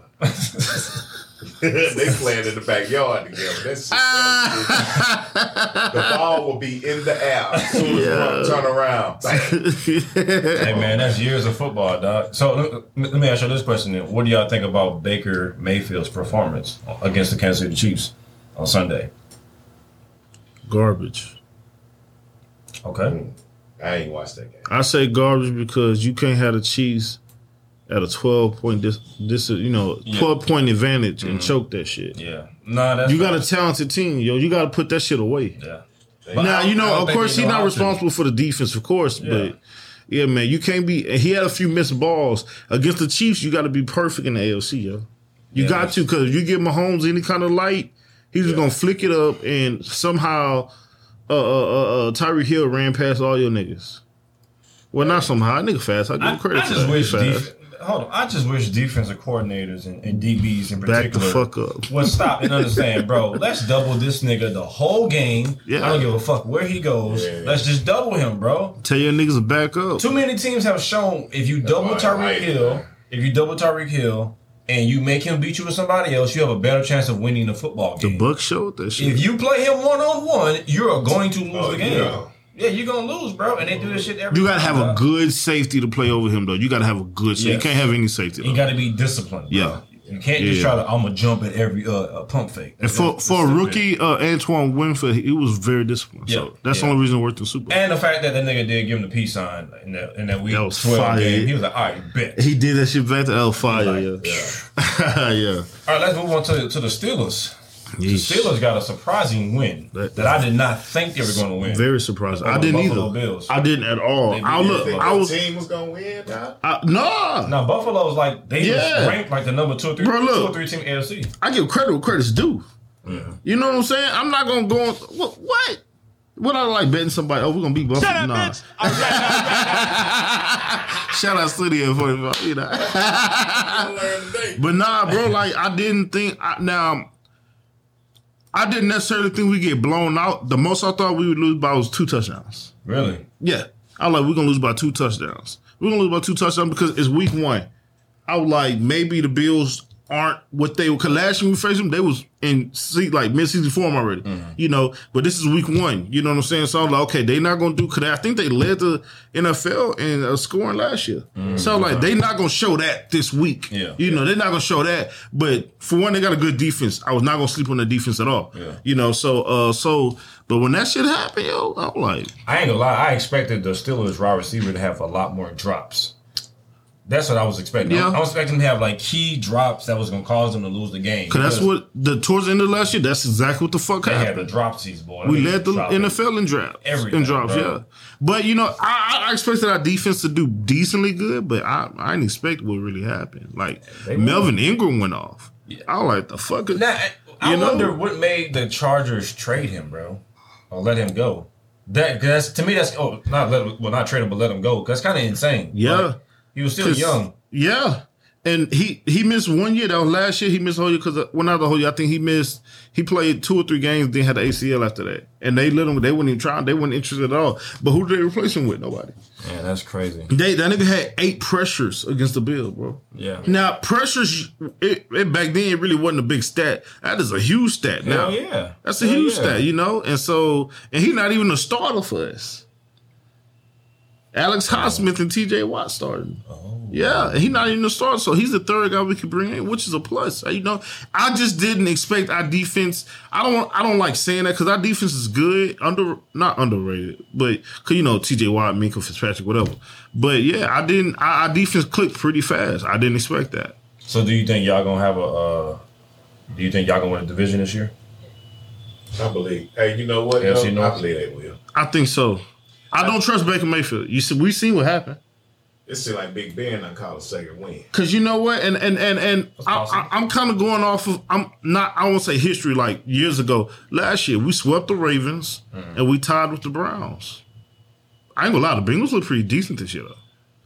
Speaker 2: *laughs*
Speaker 3: they playing in the backyard together. That's just
Speaker 2: Ah.
Speaker 3: the ball will be in the air. As soon as Gronk turn around,
Speaker 2: *laughs*
Speaker 3: bang.
Speaker 1: hey, man, that's years of football, dog. So let, let me ask you this question then. What do y'all think about Baker Mayfield's performance against the Kansas City Chiefs on Sunday?
Speaker 2: garbage.
Speaker 3: Mm.
Speaker 1: Okay.
Speaker 3: I ain't watched that game.
Speaker 2: I say garbage because you can't have the Chiefs at a twelve point dis, dis you know twelve point advantage and choke that shit.
Speaker 1: Yeah. Nah, that's
Speaker 2: You got
Speaker 1: not-
Speaker 2: a talented team, yo. You got to put that shit away.
Speaker 1: Yeah.
Speaker 2: Now
Speaker 1: I don't-
Speaker 2: you
Speaker 1: I don't
Speaker 2: know, of
Speaker 1: think
Speaker 2: course,
Speaker 1: they
Speaker 2: he's not
Speaker 1: know how to.
Speaker 2: responsible for the defense, of course,
Speaker 1: Yeah.
Speaker 2: but Yeah, man, you can't be. And he had a few missed balls against the Chiefs. You got to be perfect in the AOC, yo. You
Speaker 1: Yeah,
Speaker 2: got to because if you give Mahomes any kind of light, he's just gonna flick it up and somehow, uh, uh, uh, uh Tyree Hill ran past all your niggas. Well, not somehow. That nigga fast. I give
Speaker 1: I,
Speaker 2: him credit.
Speaker 1: I
Speaker 2: for
Speaker 1: just
Speaker 2: that.
Speaker 1: wish
Speaker 2: He
Speaker 1: def- hold on. I just wish defensive coordinators and, and DBs in particular
Speaker 2: Back the fuck up.
Speaker 1: would stop and understand, bro. Let's double this nigga the whole game.
Speaker 2: Yeah.
Speaker 1: I don't give a fuck where he goes.
Speaker 3: Yeah.
Speaker 1: Let's just double him, bro.
Speaker 2: Tell your niggas to back up.
Speaker 1: Too many teams have shown if you double
Speaker 3: why I like
Speaker 1: Tyreek
Speaker 3: it,
Speaker 1: Hill,
Speaker 3: man.
Speaker 1: if you double Tyreek Hill, and you make him beat you with somebody else, you have a better chance of winning the football game.
Speaker 2: The Buck showed that shit.
Speaker 1: If you play him one on one, you are going to lose
Speaker 3: Oh,
Speaker 1: the game.
Speaker 3: yeah.
Speaker 1: Yeah. you're gonna lose, bro. And they do this shit every.
Speaker 2: You gotta
Speaker 1: time,
Speaker 2: have a
Speaker 1: dog.
Speaker 2: good safety to play over him though. You gotta have a good. So you
Speaker 1: Yes.
Speaker 2: can't have any safety.
Speaker 1: You
Speaker 2: though.
Speaker 1: got to be disciplined. bro.
Speaker 2: Yeah.
Speaker 1: you can't
Speaker 2: Yeah.
Speaker 1: just try to. I'm gonna jump at every uh, uh pump fake.
Speaker 2: And for
Speaker 1: That's
Speaker 2: for a
Speaker 1: stupid.
Speaker 2: rookie, uh, Antoine Winfield, he was very disciplined.
Speaker 1: Yeah.
Speaker 2: So that's
Speaker 1: Yeah.
Speaker 2: the only reason he worked in Super. Bowl.
Speaker 1: And the fact that that nigga did give him the peace sign in that in that week
Speaker 2: That was
Speaker 1: twelve
Speaker 2: fire.
Speaker 1: game, he was like, "All right, bet."
Speaker 2: he did that shit back to El Fire.
Speaker 1: Like,
Speaker 2: yeah, *laughs* yeah.
Speaker 1: All right, let's move on to to the Steelers. The
Speaker 2: Yeesh.
Speaker 1: Steelers got a surprising win
Speaker 2: That-
Speaker 1: that, I did not think they were going to win.
Speaker 2: Very surprising. I
Speaker 1: Over
Speaker 2: didn't
Speaker 1: Buffalo
Speaker 2: either.
Speaker 1: Bills.
Speaker 2: I didn't at all. I look.
Speaker 3: Think
Speaker 2: I
Speaker 3: your
Speaker 2: was.
Speaker 3: team was gonna win. Nah.
Speaker 2: I, nah.
Speaker 1: now Buffalo's like they
Speaker 2: Yeah.
Speaker 1: was ranked like the number two or three,
Speaker 2: Bro,
Speaker 1: two
Speaker 2: look.
Speaker 1: or three team AFC.
Speaker 2: I give credit where credit's due. You know what I'm saying? I'm not gonna go on. What? What? What I like betting somebody? Oh, we're gonna beat Buffalo. nah.
Speaker 1: Oh,
Speaker 2: *laughs* Shout out Studio 45. You know. Ah.
Speaker 3: I learned today.
Speaker 2: *laughs* But nah, bro, like I didn't think I, now I didn't necessarily think we get blown out. The most I thought we would lose by was two touchdowns.
Speaker 1: Really?
Speaker 2: Yeah. I was like we're gonna lose by two touchdowns. We're gonna lose by two touchdowns because it's week one. I was like, maybe the Bills aren't what they were cause last year when we faced them, they was in see like midseason form already.
Speaker 1: Mm-hmm.
Speaker 2: You know, but this is week one. You know what I'm saying? So I was like, okay, they not gonna do cause I think they led the NFL in uh, scoring last year. so I was like they not gonna show that this week.
Speaker 1: Mm-hmm. Yeah.
Speaker 2: You know, they're not gonna show that. But for one, they got a good defense. I was not gonna sleep on the defense at all.
Speaker 1: Yeah.
Speaker 2: You know, so uh so but when that shit happened, yo, I'm like
Speaker 1: I ain't gonna lie. I expected the Steelers wide receiver to have a lot more drops. That's what I was expecting.
Speaker 2: Yeah.
Speaker 1: I, I was expecting them to have like key drops that was gonna cause them to lose the game.
Speaker 2: Cause that's
Speaker 1: Because
Speaker 2: what the towards the end of last year. That's exactly what the fuck
Speaker 1: they had the
Speaker 2: happened.
Speaker 1: drop seats, boy.
Speaker 2: we
Speaker 1: They
Speaker 2: led the
Speaker 1: dropped it.
Speaker 2: NFL in drafts,
Speaker 1: Everything,
Speaker 2: in drops,
Speaker 1: bro.
Speaker 2: yeah. But you know, I, I- I expected our defense to do decently good, but I, I didn't expect what really happened. Like
Speaker 1: They
Speaker 2: Melvin Ingram went off. I was like, the fuck. is-
Speaker 1: Now, I- I
Speaker 2: You know?
Speaker 1: wonder what made the Chargers trade him, bro, or let him go. That that's to me. That's oh, not let him, well, not trade him, but let him go. 'Cause That's kind of insane.
Speaker 2: Yeah.
Speaker 1: Like, he was still
Speaker 2: 'Cause-
Speaker 1: young.
Speaker 2: Yeah. And he he missed one year. That was last year. He missed a whole year because well, not the whole year. I think he missed. He played two or three games, then had the ACL after that. And they let him. They wouldn't even try. They weren't interested at all. But who did they replace him with? Nobody.
Speaker 1: Yeah, that's crazy.
Speaker 2: They that nigga had eight pressures against the Bills, bro.
Speaker 1: Yeah.
Speaker 2: Now pressures, it, it back then it really wasn't a big stat. That is a huge stat now.
Speaker 1: Hell yeah.
Speaker 2: That's a
Speaker 1: Hell
Speaker 2: huge
Speaker 1: yeah.
Speaker 2: stat, you know. And so, and he's not even a starter for us. Alex
Speaker 1: Oh.
Speaker 2: Highsmith and T.J. Watt starting. Yeah, and he's not even a starter, so he's the third guy we could bring in, which is a plus. You know, I just didn't expect our defense. I don't. want- I don't like saying that because our defense is good, under not underrated, but 'cause, you know T.J. Watt, Minka Fitzpatrick, whatever. But yeah, I didn't. Our, our defense clicked pretty fast. I didn't expect that.
Speaker 1: So, do you think y'all gonna have a? Uh, do you think y'all gonna win a division this year?
Speaker 3: I believe. Hey, you know what?
Speaker 1: Yeah,
Speaker 3: though?
Speaker 1: she knows.
Speaker 3: I believe they will.
Speaker 2: I think so. I don't trust Baker Mayfield. You see, we seen what happened.
Speaker 3: It's just like Big Ben. I call a second win.
Speaker 2: Cause you know what, and and and and I,
Speaker 1: possible.
Speaker 2: I, I'm kind of going off of I'm not I won't say history like years ago. Last year we swept the Ravens and we tied with the Browns. I ain't gonna lie, the Bengals look pretty decent this year though.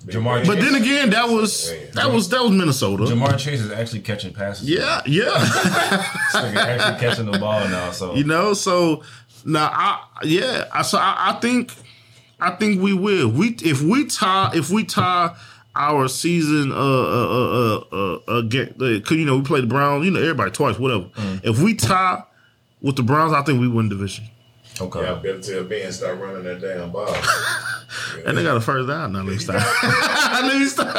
Speaker 1: Jamar,
Speaker 2: But
Speaker 1: Chase,
Speaker 2: then again, that was that was that was Minnesota.
Speaker 1: Jamar Chase is actually catching passes.
Speaker 2: yeah, yeah,
Speaker 1: This nigga actually catching the ball now. So
Speaker 2: you know. So now I yeah, I so I, I think I think we will. We if we tie if we tie our season uh uh uh uh, uh again because you know we played the Browns you know everybody twice whatever. If we tie with the Browns, I think we win division.
Speaker 1: okay.
Speaker 3: Y'all better tell Ben start running that damn
Speaker 2: *laughs*
Speaker 3: ball.
Speaker 2: And they got a first down now. Let me stop. *laughs* Let me stop.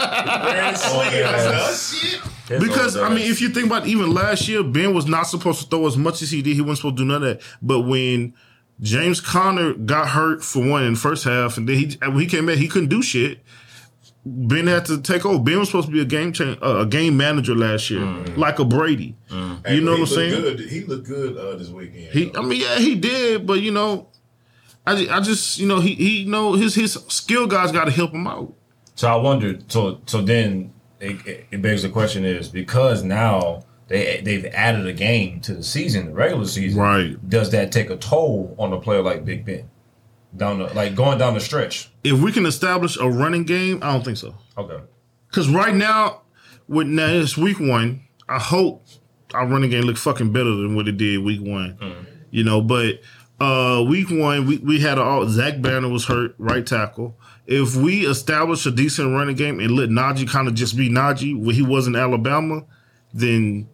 Speaker 3: Ben Slee, I said, "Oh, shit."
Speaker 1: His
Speaker 2: Because
Speaker 1: old
Speaker 2: I mean,
Speaker 1: ass.
Speaker 2: if you think about it, even last year, Ben was not supposed to throw as much as he did. He wasn't supposed to do none of that. But when James Conner got hurt for one in the first half, and then he and when he came back, he couldn't do shit. Ben had to take over. Ben was supposed to be a game change, uh, a game manager last year, like a Brady.
Speaker 3: Mm. Hey,
Speaker 2: You know
Speaker 3: he
Speaker 2: what I'm
Speaker 3: looked
Speaker 2: saying?
Speaker 3: Good. He looked good uh, this weekend.
Speaker 2: He, I mean, yeah, he did, but you know, I, ju- I just you know he he you know his his skill guys got to help him out.
Speaker 1: So I wondered. So so then it, it- it begs the question: Is because now they they've added a game to the season, the regular season,
Speaker 2: Right.
Speaker 1: Does that take a toll on a player like Big Ben down the like going down the stretch?
Speaker 2: If we can establish a running game, I don't think so.
Speaker 1: Okay,
Speaker 2: Because right now, with now it's week one. I hope our running game look fucking better than what it did week one. You know, but uh week one we, we had all Zach Banner was hurt right tackle. If we establish a decent running game and let Najee kind of just be Najee when he was in Alabama, then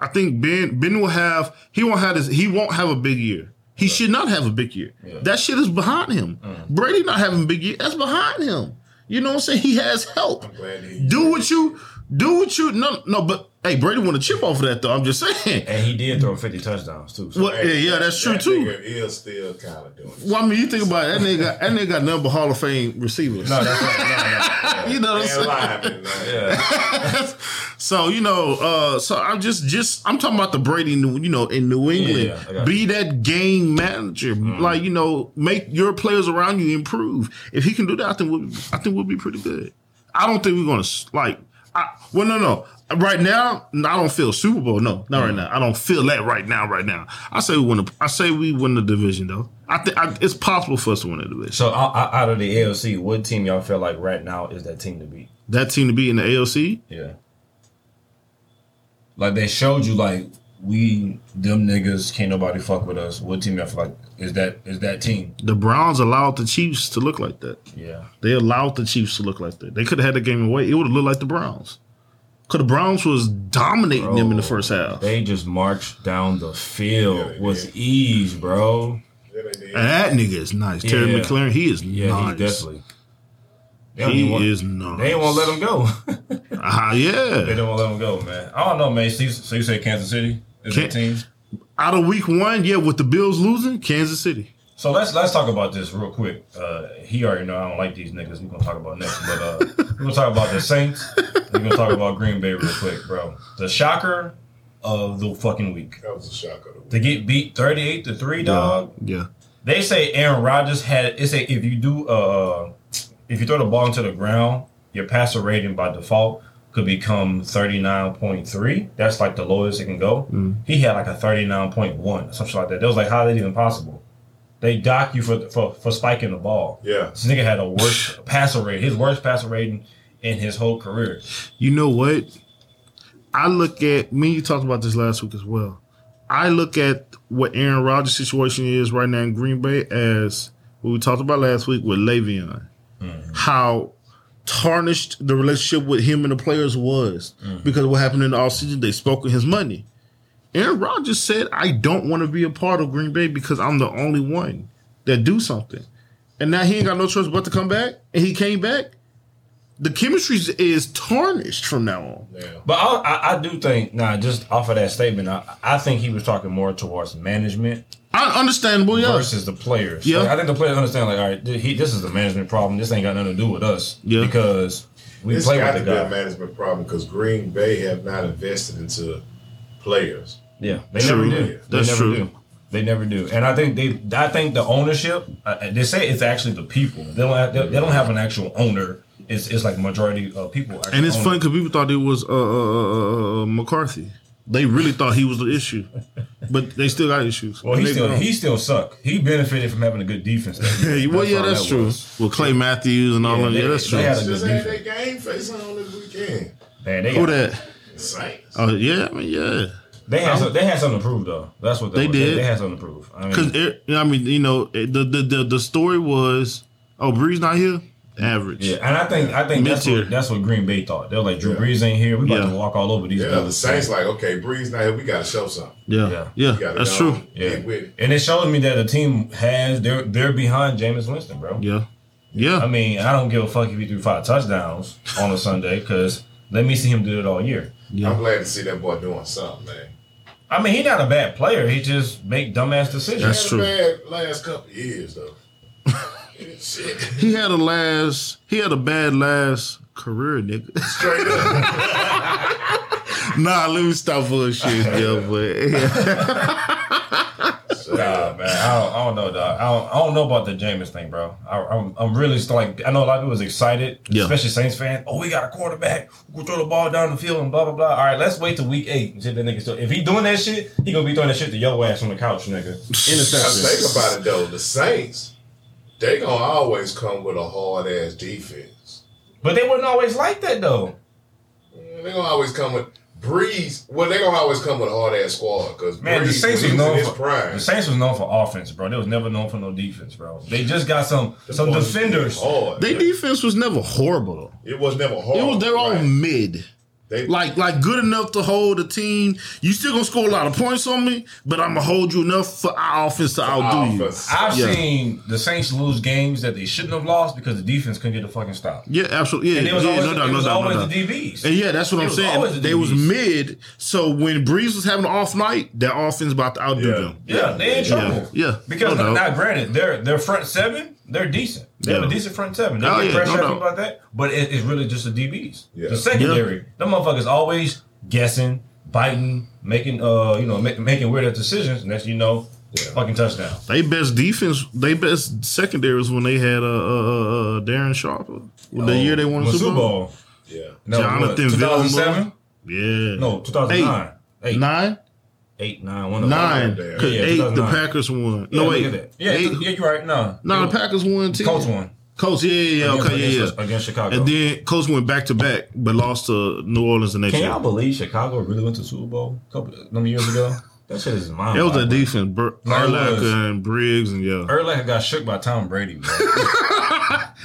Speaker 2: I think Ben Ben will have he won't have this he won't have a big year. He should not have a big year. That shit is behind him. Brady not having a big year. That's behind him. You know what I'm saying? He has help.
Speaker 3: Glad he-
Speaker 2: Do what you do what you no no but hey Brady won a chip off of that though. I'm just saying.
Speaker 1: and he did throw fifty touchdowns too. So
Speaker 2: *laughs* Well, yeah, yeah, that's true
Speaker 3: that
Speaker 2: too.
Speaker 3: Nigga is still kind of doing. it.
Speaker 2: Well, I mean, you think about it, that nigga. That nigga got number Hall of Fame receivers.
Speaker 1: No, that's not, no, no,
Speaker 2: you know what I'm
Speaker 3: Man,
Speaker 2: saying?
Speaker 3: lineman, man.
Speaker 1: *laughs* yeah.
Speaker 2: *laughs* So you know, uh, so I'm just just I'm talking about the Brady, New- you know, in New England.
Speaker 1: Yeah, I got Mm-hmm.
Speaker 2: Be that game manager, like you know, make your players around you improve. If he can do that, I think we'll, I think we'll be pretty good. I don't think we're gonna s- like. I, well, no, no. Right now, I don't feel Super Bowl. No, not
Speaker 1: Mm-hmm.
Speaker 2: right now. I don't feel that right now. Right now, I say we win. The, I say we win the division though. I think I, it's possible for us to win the division.
Speaker 1: So out, out out of the ALC, what team y'all feel like right now is that team to beat?
Speaker 2: That team to be in the ALC.
Speaker 1: Yeah. Like they showed you, like we them niggas can't nobody fuck with us. What team I feel like is that is that team?
Speaker 2: The Browns allowed the Chiefs to look like that.
Speaker 1: Yeah.
Speaker 2: They allowed the Chiefs to look like that. They could have had the game away. It would have looked like the Browns. Because the Browns was dominating them in the first half.
Speaker 1: They just marched down the field
Speaker 3: Yeah,
Speaker 1: with ease, bro.
Speaker 3: Yeah, they did.
Speaker 2: And that nigga is nice. Terry
Speaker 1: Yeah.
Speaker 2: McLaren, he is
Speaker 1: Yeah,
Speaker 2: nice.
Speaker 1: he definitely. They don't even
Speaker 2: He
Speaker 1: want-
Speaker 2: is nice.
Speaker 1: They didn't want to let him go.
Speaker 2: Ah,
Speaker 1: they
Speaker 2: yeah.
Speaker 1: didn't want to let him go, man. I don't know, man. So you, so you say Kansas City is the
Speaker 2: Can-
Speaker 1: team?
Speaker 2: Out of week one, yeah, with the Bills losing, Kansas City.
Speaker 1: So let's let's talk about this real quick. Uh, he already know I don't like these niggas. We're gonna talk about next, but uh, we're gonna talk about the Saints. We're gonna talk about Green Bay real quick, bro. The shocker of the fucking week
Speaker 3: That was a shock of the week.
Speaker 1: to get beat thirty eight to three, dog.
Speaker 2: Yeah.
Speaker 1: They say Aaron Rodgers had. It say if you do uh, if you throw the ball into the ground, your passer rating by default could become thirty nine point three. That's like the lowest it can go. He had like a thirty nine point one, something like that. That was like how is that even possible? They dock you for for, for spiking the ball.
Speaker 3: Yeah.
Speaker 1: This nigga had a worst passer rate, his worst passer rating in his whole career.
Speaker 2: You know what? I look at me. and You talked about this last week as well. I look at what Aaron Rodgers' situation is right now in Green Bay as what we talked about last week with Le'Veon, how tarnished the relationship with him and the players was because what happened in the offseason, they spoke of his money. Aaron Rodgers said, "I don't want to be a part of Green Bay because I'm the only one that do something." And now he ain't got no choice but to come back, and he came back the chemistry is- is tarnished from now on.
Speaker 3: Yeah.
Speaker 1: But I, I, I do think, nah, just off of that statement, I, I think he was talking more towards management
Speaker 2: I understandable, yeah.
Speaker 1: versus the players.
Speaker 2: Yeah.
Speaker 1: Like, I think the players understand, like, all right, th- he, this is the management problem. This ain't got nothing to do with us.
Speaker 2: Yeah.
Speaker 1: Because we
Speaker 3: It's
Speaker 1: play
Speaker 3: got
Speaker 1: with
Speaker 3: to
Speaker 1: the
Speaker 3: be
Speaker 1: guy.
Speaker 3: a management problem because Green Bay have not invested into players.
Speaker 1: yeah. They
Speaker 2: True.
Speaker 1: never do.
Speaker 2: That's
Speaker 1: they never
Speaker 2: true.
Speaker 1: do. They never do. And I think they, I think the ownership, uh, they say it's actually the people. They don't have, they, they don't have an actual owner. It's, it's like majority of people. actually
Speaker 2: And it's
Speaker 1: own
Speaker 2: funny
Speaker 1: it.
Speaker 2: because people thought it was uh, uh, uh, uh, uh, McCarthy. They really thought he was the issue, but they still got issues.
Speaker 1: Well,
Speaker 2: And
Speaker 1: he
Speaker 2: they
Speaker 1: still,
Speaker 2: grown.
Speaker 1: he still suck. He benefited from having a good defense. that year.
Speaker 2: Yeah, *laughs* well, yeah,
Speaker 1: all
Speaker 2: that's
Speaker 1: that
Speaker 2: true.
Speaker 1: was.
Speaker 2: With Clay Matthews and all
Speaker 1: Yeah,
Speaker 2: of
Speaker 1: they-
Speaker 2: yeah, that's
Speaker 1: they
Speaker 2: true.
Speaker 1: had a-
Speaker 3: Just
Speaker 1: good
Speaker 3: ain't that game face on this weekend.
Speaker 1: Man, they
Speaker 2: Who
Speaker 1: got-
Speaker 2: that?
Speaker 3: Saints.
Speaker 2: Oh, yeah, I mean, yeah.
Speaker 1: They had some, they had something to prove though. That's what they,
Speaker 2: They
Speaker 1: was. They-
Speaker 2: did.
Speaker 1: They, had something to prove. I mean,
Speaker 2: Because I mean, you know, it- the the the, the story was, oh, Breeze not here. Average.
Speaker 1: yeah, and I think I think that's
Speaker 2: Mid-tier.
Speaker 1: what, that's what Green Bay thought. They were like, Drew
Speaker 3: Yeah.
Speaker 1: Brees ain't here. We about
Speaker 2: Yeah.
Speaker 1: to walk all over these.
Speaker 3: Yeah, the
Speaker 1: brothers.
Speaker 3: Saints like, okay, Breeze not here. We got to show something.
Speaker 2: yeah,
Speaker 1: Yeah.
Speaker 2: yeah.
Speaker 3: We gotta
Speaker 2: that's
Speaker 3: go.
Speaker 2: true.
Speaker 1: Yeah,
Speaker 3: Get with it.
Speaker 1: and it shows me that the team has they're they're behind Jameis Winston, bro.
Speaker 2: Yeah, yeah.
Speaker 1: I mean, I don't give a fuck if he threw five touchdowns on a Sunday because let me see him do it all year.
Speaker 2: Yeah.
Speaker 3: I'm glad to see that boy doing something, man.
Speaker 1: I mean, he's not a bad player. He just make dumbass
Speaker 3: He
Speaker 1: decisions.
Speaker 2: That's
Speaker 3: had
Speaker 2: true.
Speaker 3: a bad last couple years though. Shit.
Speaker 2: he had a last. He had a bad last career, nigga. *laughs*
Speaker 3: Straight up.
Speaker 2: *laughs* Nah, let me stop bullshit, yo. But
Speaker 1: Nah, man, I don't, I don't know, dog. I don't, I don't know about the Jameis thing, bro. I, I'm, I'm really still like, I know a lot of people was excited,
Speaker 2: Yeah.
Speaker 1: especially Saints fans. Oh, we got a quarterback. We'll throw the ball down the field and blah blah blah. All right, let's wait till week eight. and See if that nigga still. If he doing that shit, he gonna be throwing that shit to your ass on the couch, nigga.
Speaker 3: Now,
Speaker 1: Interception.
Speaker 3: think about it though, the Saints, they gonna always come with a hard ass defense.
Speaker 1: But they wouldn't always like that though.
Speaker 3: They gonna always come with Breeze. Well, they gonna always come with a hard ass squad because
Speaker 1: Man, the
Speaker 3: Breeze
Speaker 1: Saints was
Speaker 3: when he in
Speaker 1: known
Speaker 3: his
Speaker 1: for
Speaker 3: prime.
Speaker 1: the Saints was known for offense, bro. They was never known for no defense, bro. They just got some some
Speaker 3: boys Oh.
Speaker 1: defenders.
Speaker 3: Hard.
Speaker 2: Their defense was never horrible though.
Speaker 3: it was never hard.
Speaker 2: It was they were all
Speaker 3: right?
Speaker 2: mid.
Speaker 3: They-
Speaker 2: Like like good enough to hold a team. You still gonna score a lot of points on me, but I'm gonna hold you enough for our offense to outdo you.
Speaker 3: Alphas.
Speaker 1: I've
Speaker 2: Yeah.
Speaker 1: seen the Saints lose games that they shouldn't have lost because the defense couldn't get a fucking stop.
Speaker 2: Yeah, absolutely. Yeah,
Speaker 1: And it was
Speaker 2: yeah,
Speaker 1: always,
Speaker 2: no doubt,
Speaker 1: it
Speaker 2: no
Speaker 1: was
Speaker 2: doubt,
Speaker 1: always
Speaker 2: no doubt.
Speaker 1: the DBs.
Speaker 2: And yeah, that's what
Speaker 1: It
Speaker 2: I'm
Speaker 1: was always the
Speaker 2: saying. They was
Speaker 1: DBs.
Speaker 2: mid, so when Breeze was having an off night, their offense about to outdo
Speaker 3: Yeah.
Speaker 2: them.
Speaker 1: Yeah, they in
Speaker 2: Yeah,
Speaker 1: trouble.
Speaker 2: yeah.
Speaker 1: Because
Speaker 2: No
Speaker 1: now,
Speaker 2: doubt.
Speaker 1: now, granted, their their front seven, they're decent. They have
Speaker 2: Yeah.
Speaker 1: a decent front seven. They
Speaker 2: Oh,
Speaker 1: get
Speaker 2: yeah,
Speaker 1: pressure
Speaker 2: no
Speaker 1: and
Speaker 2: doubt.
Speaker 1: people like that. But it, it's really just the DBs.
Speaker 3: Yeah.
Speaker 1: The secondary, them motherfuckers always guessing, biting, making uh you know ma- making weird decisions. Next thing you know,
Speaker 3: Yeah.
Speaker 1: fucking touchdown.
Speaker 2: They best defense, they best secondary was when they had uh, uh, uh, Darren Sharp. the year they Oh, won the Super Bowl.
Speaker 3: yeah.
Speaker 1: No,
Speaker 2: Jonathan
Speaker 1: what, 2007?
Speaker 2: Villanova. Yeah.
Speaker 1: No, 2009. Eight.
Speaker 2: Nine?
Speaker 1: Eight, nine, one of
Speaker 2: Nine.
Speaker 1: them.
Speaker 2: 'Cause
Speaker 1: Yeah,
Speaker 2: eight, the
Speaker 1: 2009.
Speaker 2: Packers won.
Speaker 1: Yeah,
Speaker 2: No,
Speaker 1: look at
Speaker 2: wait.
Speaker 1: that. Yeah,
Speaker 2: eight,
Speaker 1: yeah, you're right. No.
Speaker 2: no, the Packers won. 10.
Speaker 1: Colts won.
Speaker 2: Colts, yeah, yeah, yeah.
Speaker 1: Against-
Speaker 2: Okay, yeah,
Speaker 1: against-
Speaker 2: yeah.
Speaker 1: Against Chicago.
Speaker 2: And then Colts went back to back, but lost to New Orleans the next
Speaker 1: Can
Speaker 2: year.
Speaker 1: y'all believe Chicago really went to Super Bowl a couple number years ago? That shit is mind.
Speaker 2: It was that defense, Bur-
Speaker 1: Like it was.
Speaker 2: Urlacher and Briggs, and yeah.
Speaker 1: Erlacher got shook by Tom Brady.
Speaker 2: *laughs*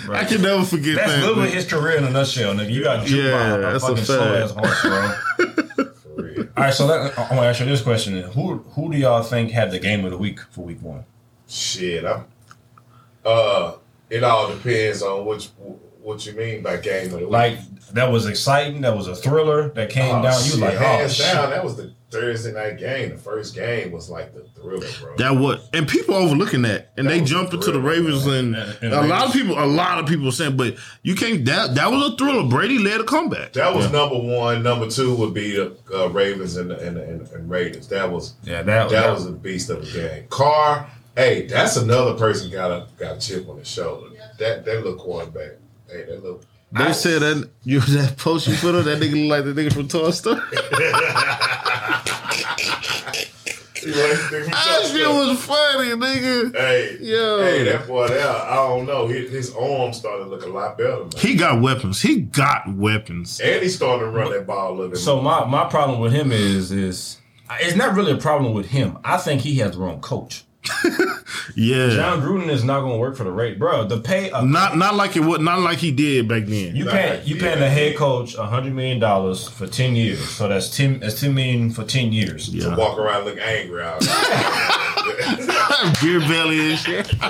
Speaker 1: Bro.
Speaker 2: I can never forget
Speaker 1: That's
Speaker 2: that.
Speaker 1: literally
Speaker 2: man.
Speaker 1: his career in a nutshell, nigga. You got shook
Speaker 2: Yeah,
Speaker 1: by a
Speaker 2: that's a
Speaker 1: fucking
Speaker 2: fact.
Speaker 1: slow ass horse,
Speaker 2: *laughs*
Speaker 1: bro.
Speaker 3: For real.
Speaker 1: All right, so let, I'm gonna ask you this question: then. Who who do y'all think had the game of the week for Week One?
Speaker 3: Shit, I'm. Uh, it all depends on what you- what you mean by game of the week.
Speaker 1: Like that was exciting. That was a thriller that came
Speaker 3: Oh,
Speaker 1: down. You
Speaker 3: shit,
Speaker 1: was like, oh
Speaker 3: hands
Speaker 1: shit.
Speaker 3: down, that was the Thursday night game. The first game was like the thriller, bro.
Speaker 2: That what and people overlooking that, and
Speaker 3: That
Speaker 2: they
Speaker 3: was
Speaker 2: jump into the
Speaker 3: real,
Speaker 2: Ravens, and,
Speaker 1: And- and
Speaker 2: a lot
Speaker 1: Ravens.
Speaker 2: of people, a lot of people saying, but you can't. That that was a thriller. Brady led a comeback.
Speaker 3: That was number one. Number two would be the uh, Ravens and, and and and Raiders. That was
Speaker 1: Yeah, that,
Speaker 3: that was a beast of a game. Carr, hey, that's another person got a got a chip on his shoulder. That that little quarterback, hey, that little.
Speaker 2: They said that you *laughs* that post you put up, that nigga look like the nigga from Toy Story. that shit was funny, nigga.
Speaker 3: Hey,
Speaker 2: Yo.
Speaker 3: hey, that boy there, I don't know. His, his arm started to look a lot better, man.
Speaker 2: He got weapons. He got weapons.
Speaker 3: and he started to run that ball a little bit.
Speaker 1: So my my problem with him is is it's not really a problem with him. I think he has the wrong coach.
Speaker 2: Yeah.
Speaker 1: John Gruden is not going to work for the rate, bro. The pay a
Speaker 2: Not not like it was not like he did back then.
Speaker 1: You
Speaker 3: Nah,
Speaker 1: paying you
Speaker 3: yeah.
Speaker 1: paying the head coach hundred million dollars for ten years, so that's ten that's ten million for ten years.
Speaker 3: to
Speaker 2: Yeah.
Speaker 3: walk around looking angry out. there. *laughs*
Speaker 2: Beer belly and shit.
Speaker 3: man,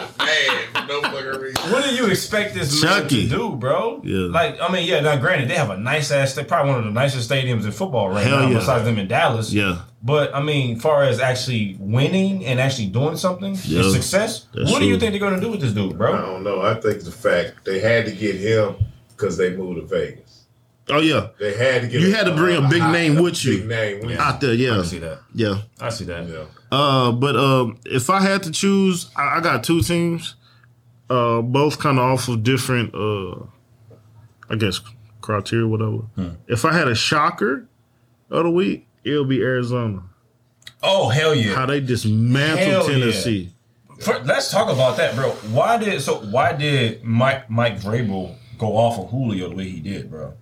Speaker 3: no fucking reason.
Speaker 1: What do you expect this man
Speaker 2: Chucky.
Speaker 1: to do, bro?
Speaker 2: Yeah.
Speaker 1: Like I mean, yeah. Now, granted, they have a nice ass. They probably one of the nicest stadiums in football right
Speaker 2: Hell
Speaker 1: now,
Speaker 2: yeah.
Speaker 1: besides them in Dallas.
Speaker 2: Yeah.
Speaker 1: But I mean, far as actually winning and actually doing something,
Speaker 2: Yeah.
Speaker 1: it's success.
Speaker 2: That's
Speaker 1: what do you
Speaker 2: true.
Speaker 1: think they're going to do with this dude,
Speaker 3: I
Speaker 1: bro?
Speaker 3: don't know. I think the fact they had to get him because they moved to Vegas.
Speaker 2: Oh yeah.
Speaker 3: They had to get. Uh,
Speaker 2: You had to bring a big name with you.
Speaker 3: Big name with
Speaker 2: Out there, yeah.
Speaker 1: I see that.
Speaker 2: Yeah.
Speaker 1: I see that.
Speaker 3: you. Yeah.
Speaker 2: Uh, but um, if I had to choose, I, I got two teams, uh, both kind of off of different, uh, I guess criteria, whatever.
Speaker 1: Hmm.
Speaker 2: If I had a shocker of the week, it'll be Arizona.
Speaker 1: Oh hell yeah!
Speaker 2: How they dismantled
Speaker 1: Hell yeah.
Speaker 2: Tennessee.
Speaker 1: For, let's talk about that, bro. Why did so? Why did Mike Mike Vrabel go off of Julio the way he did, bro?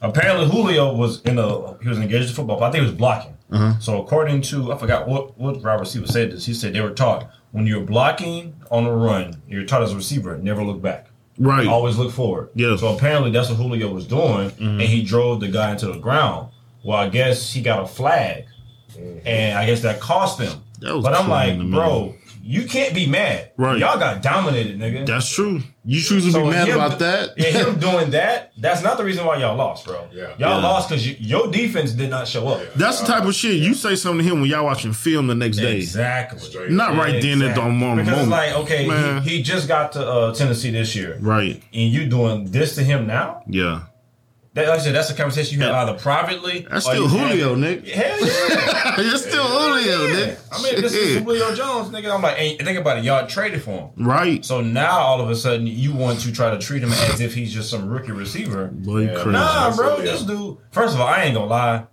Speaker 1: Apparently, Julio was in a he was engaged in football, but I think he was blocking. So according to I forgot what what wide receiver said this. He said they were taught when you're blocking on a run, you're taught as a receiver never look back,
Speaker 2: Right.
Speaker 1: always look forward.
Speaker 2: Yeah. Mm-hmm.
Speaker 1: So apparently that's what Julio was doing, and he drove the guy into the ground. Well, I guess he got a flag,
Speaker 3: Mm-hmm.
Speaker 1: and I guess that cost them.
Speaker 2: That was
Speaker 1: but I'm
Speaker 2: clean
Speaker 1: like,
Speaker 2: in the middle.
Speaker 1: bro, you can't be mad.
Speaker 2: Right.
Speaker 1: Y'all got dominated, nigga.
Speaker 2: That's true. You choose to
Speaker 1: So
Speaker 2: be mad
Speaker 1: him-
Speaker 2: about that.
Speaker 1: *laughs*
Speaker 2: *laughs*
Speaker 1: Yeah, him doing that, that's not the reason why y'all lost, bro.
Speaker 3: Yeah.
Speaker 1: Y'all
Speaker 2: Yeah.
Speaker 1: lost because your defense did not show up.
Speaker 2: That's the type of shit you say something to him when y'all watching film the next day.
Speaker 1: Exactly.
Speaker 3: Straight.
Speaker 2: Not right then at the
Speaker 1: Exactly.
Speaker 2: moment.
Speaker 1: Because it's like, okay,
Speaker 2: Man.
Speaker 1: he, he just got to uh, Tennessee this year,
Speaker 2: right.
Speaker 1: and you doing this to him now?
Speaker 2: Yeah.
Speaker 1: That, like I said, that's a conversation you have either privately.
Speaker 2: That's
Speaker 1: or
Speaker 2: still
Speaker 1: you have-
Speaker 2: Julio, nigga.
Speaker 1: Hell *laughs* yeah.
Speaker 2: It's still *laughs* Julio,
Speaker 1: yeah.
Speaker 2: nigga.
Speaker 1: I mean, this is
Speaker 2: Shit.
Speaker 1: Julio Jones, nigga. I'm like, and think about it. Y'all traded for him.
Speaker 2: Right.
Speaker 1: So now all of a sudden you want to try to treat him as if he's just some rookie receiver.
Speaker 2: Boy, you
Speaker 3: Yeah.
Speaker 2: crazy.
Speaker 1: Nah, bro,
Speaker 3: Absolutely.
Speaker 1: this dude. First of all, I ain't gonna lie.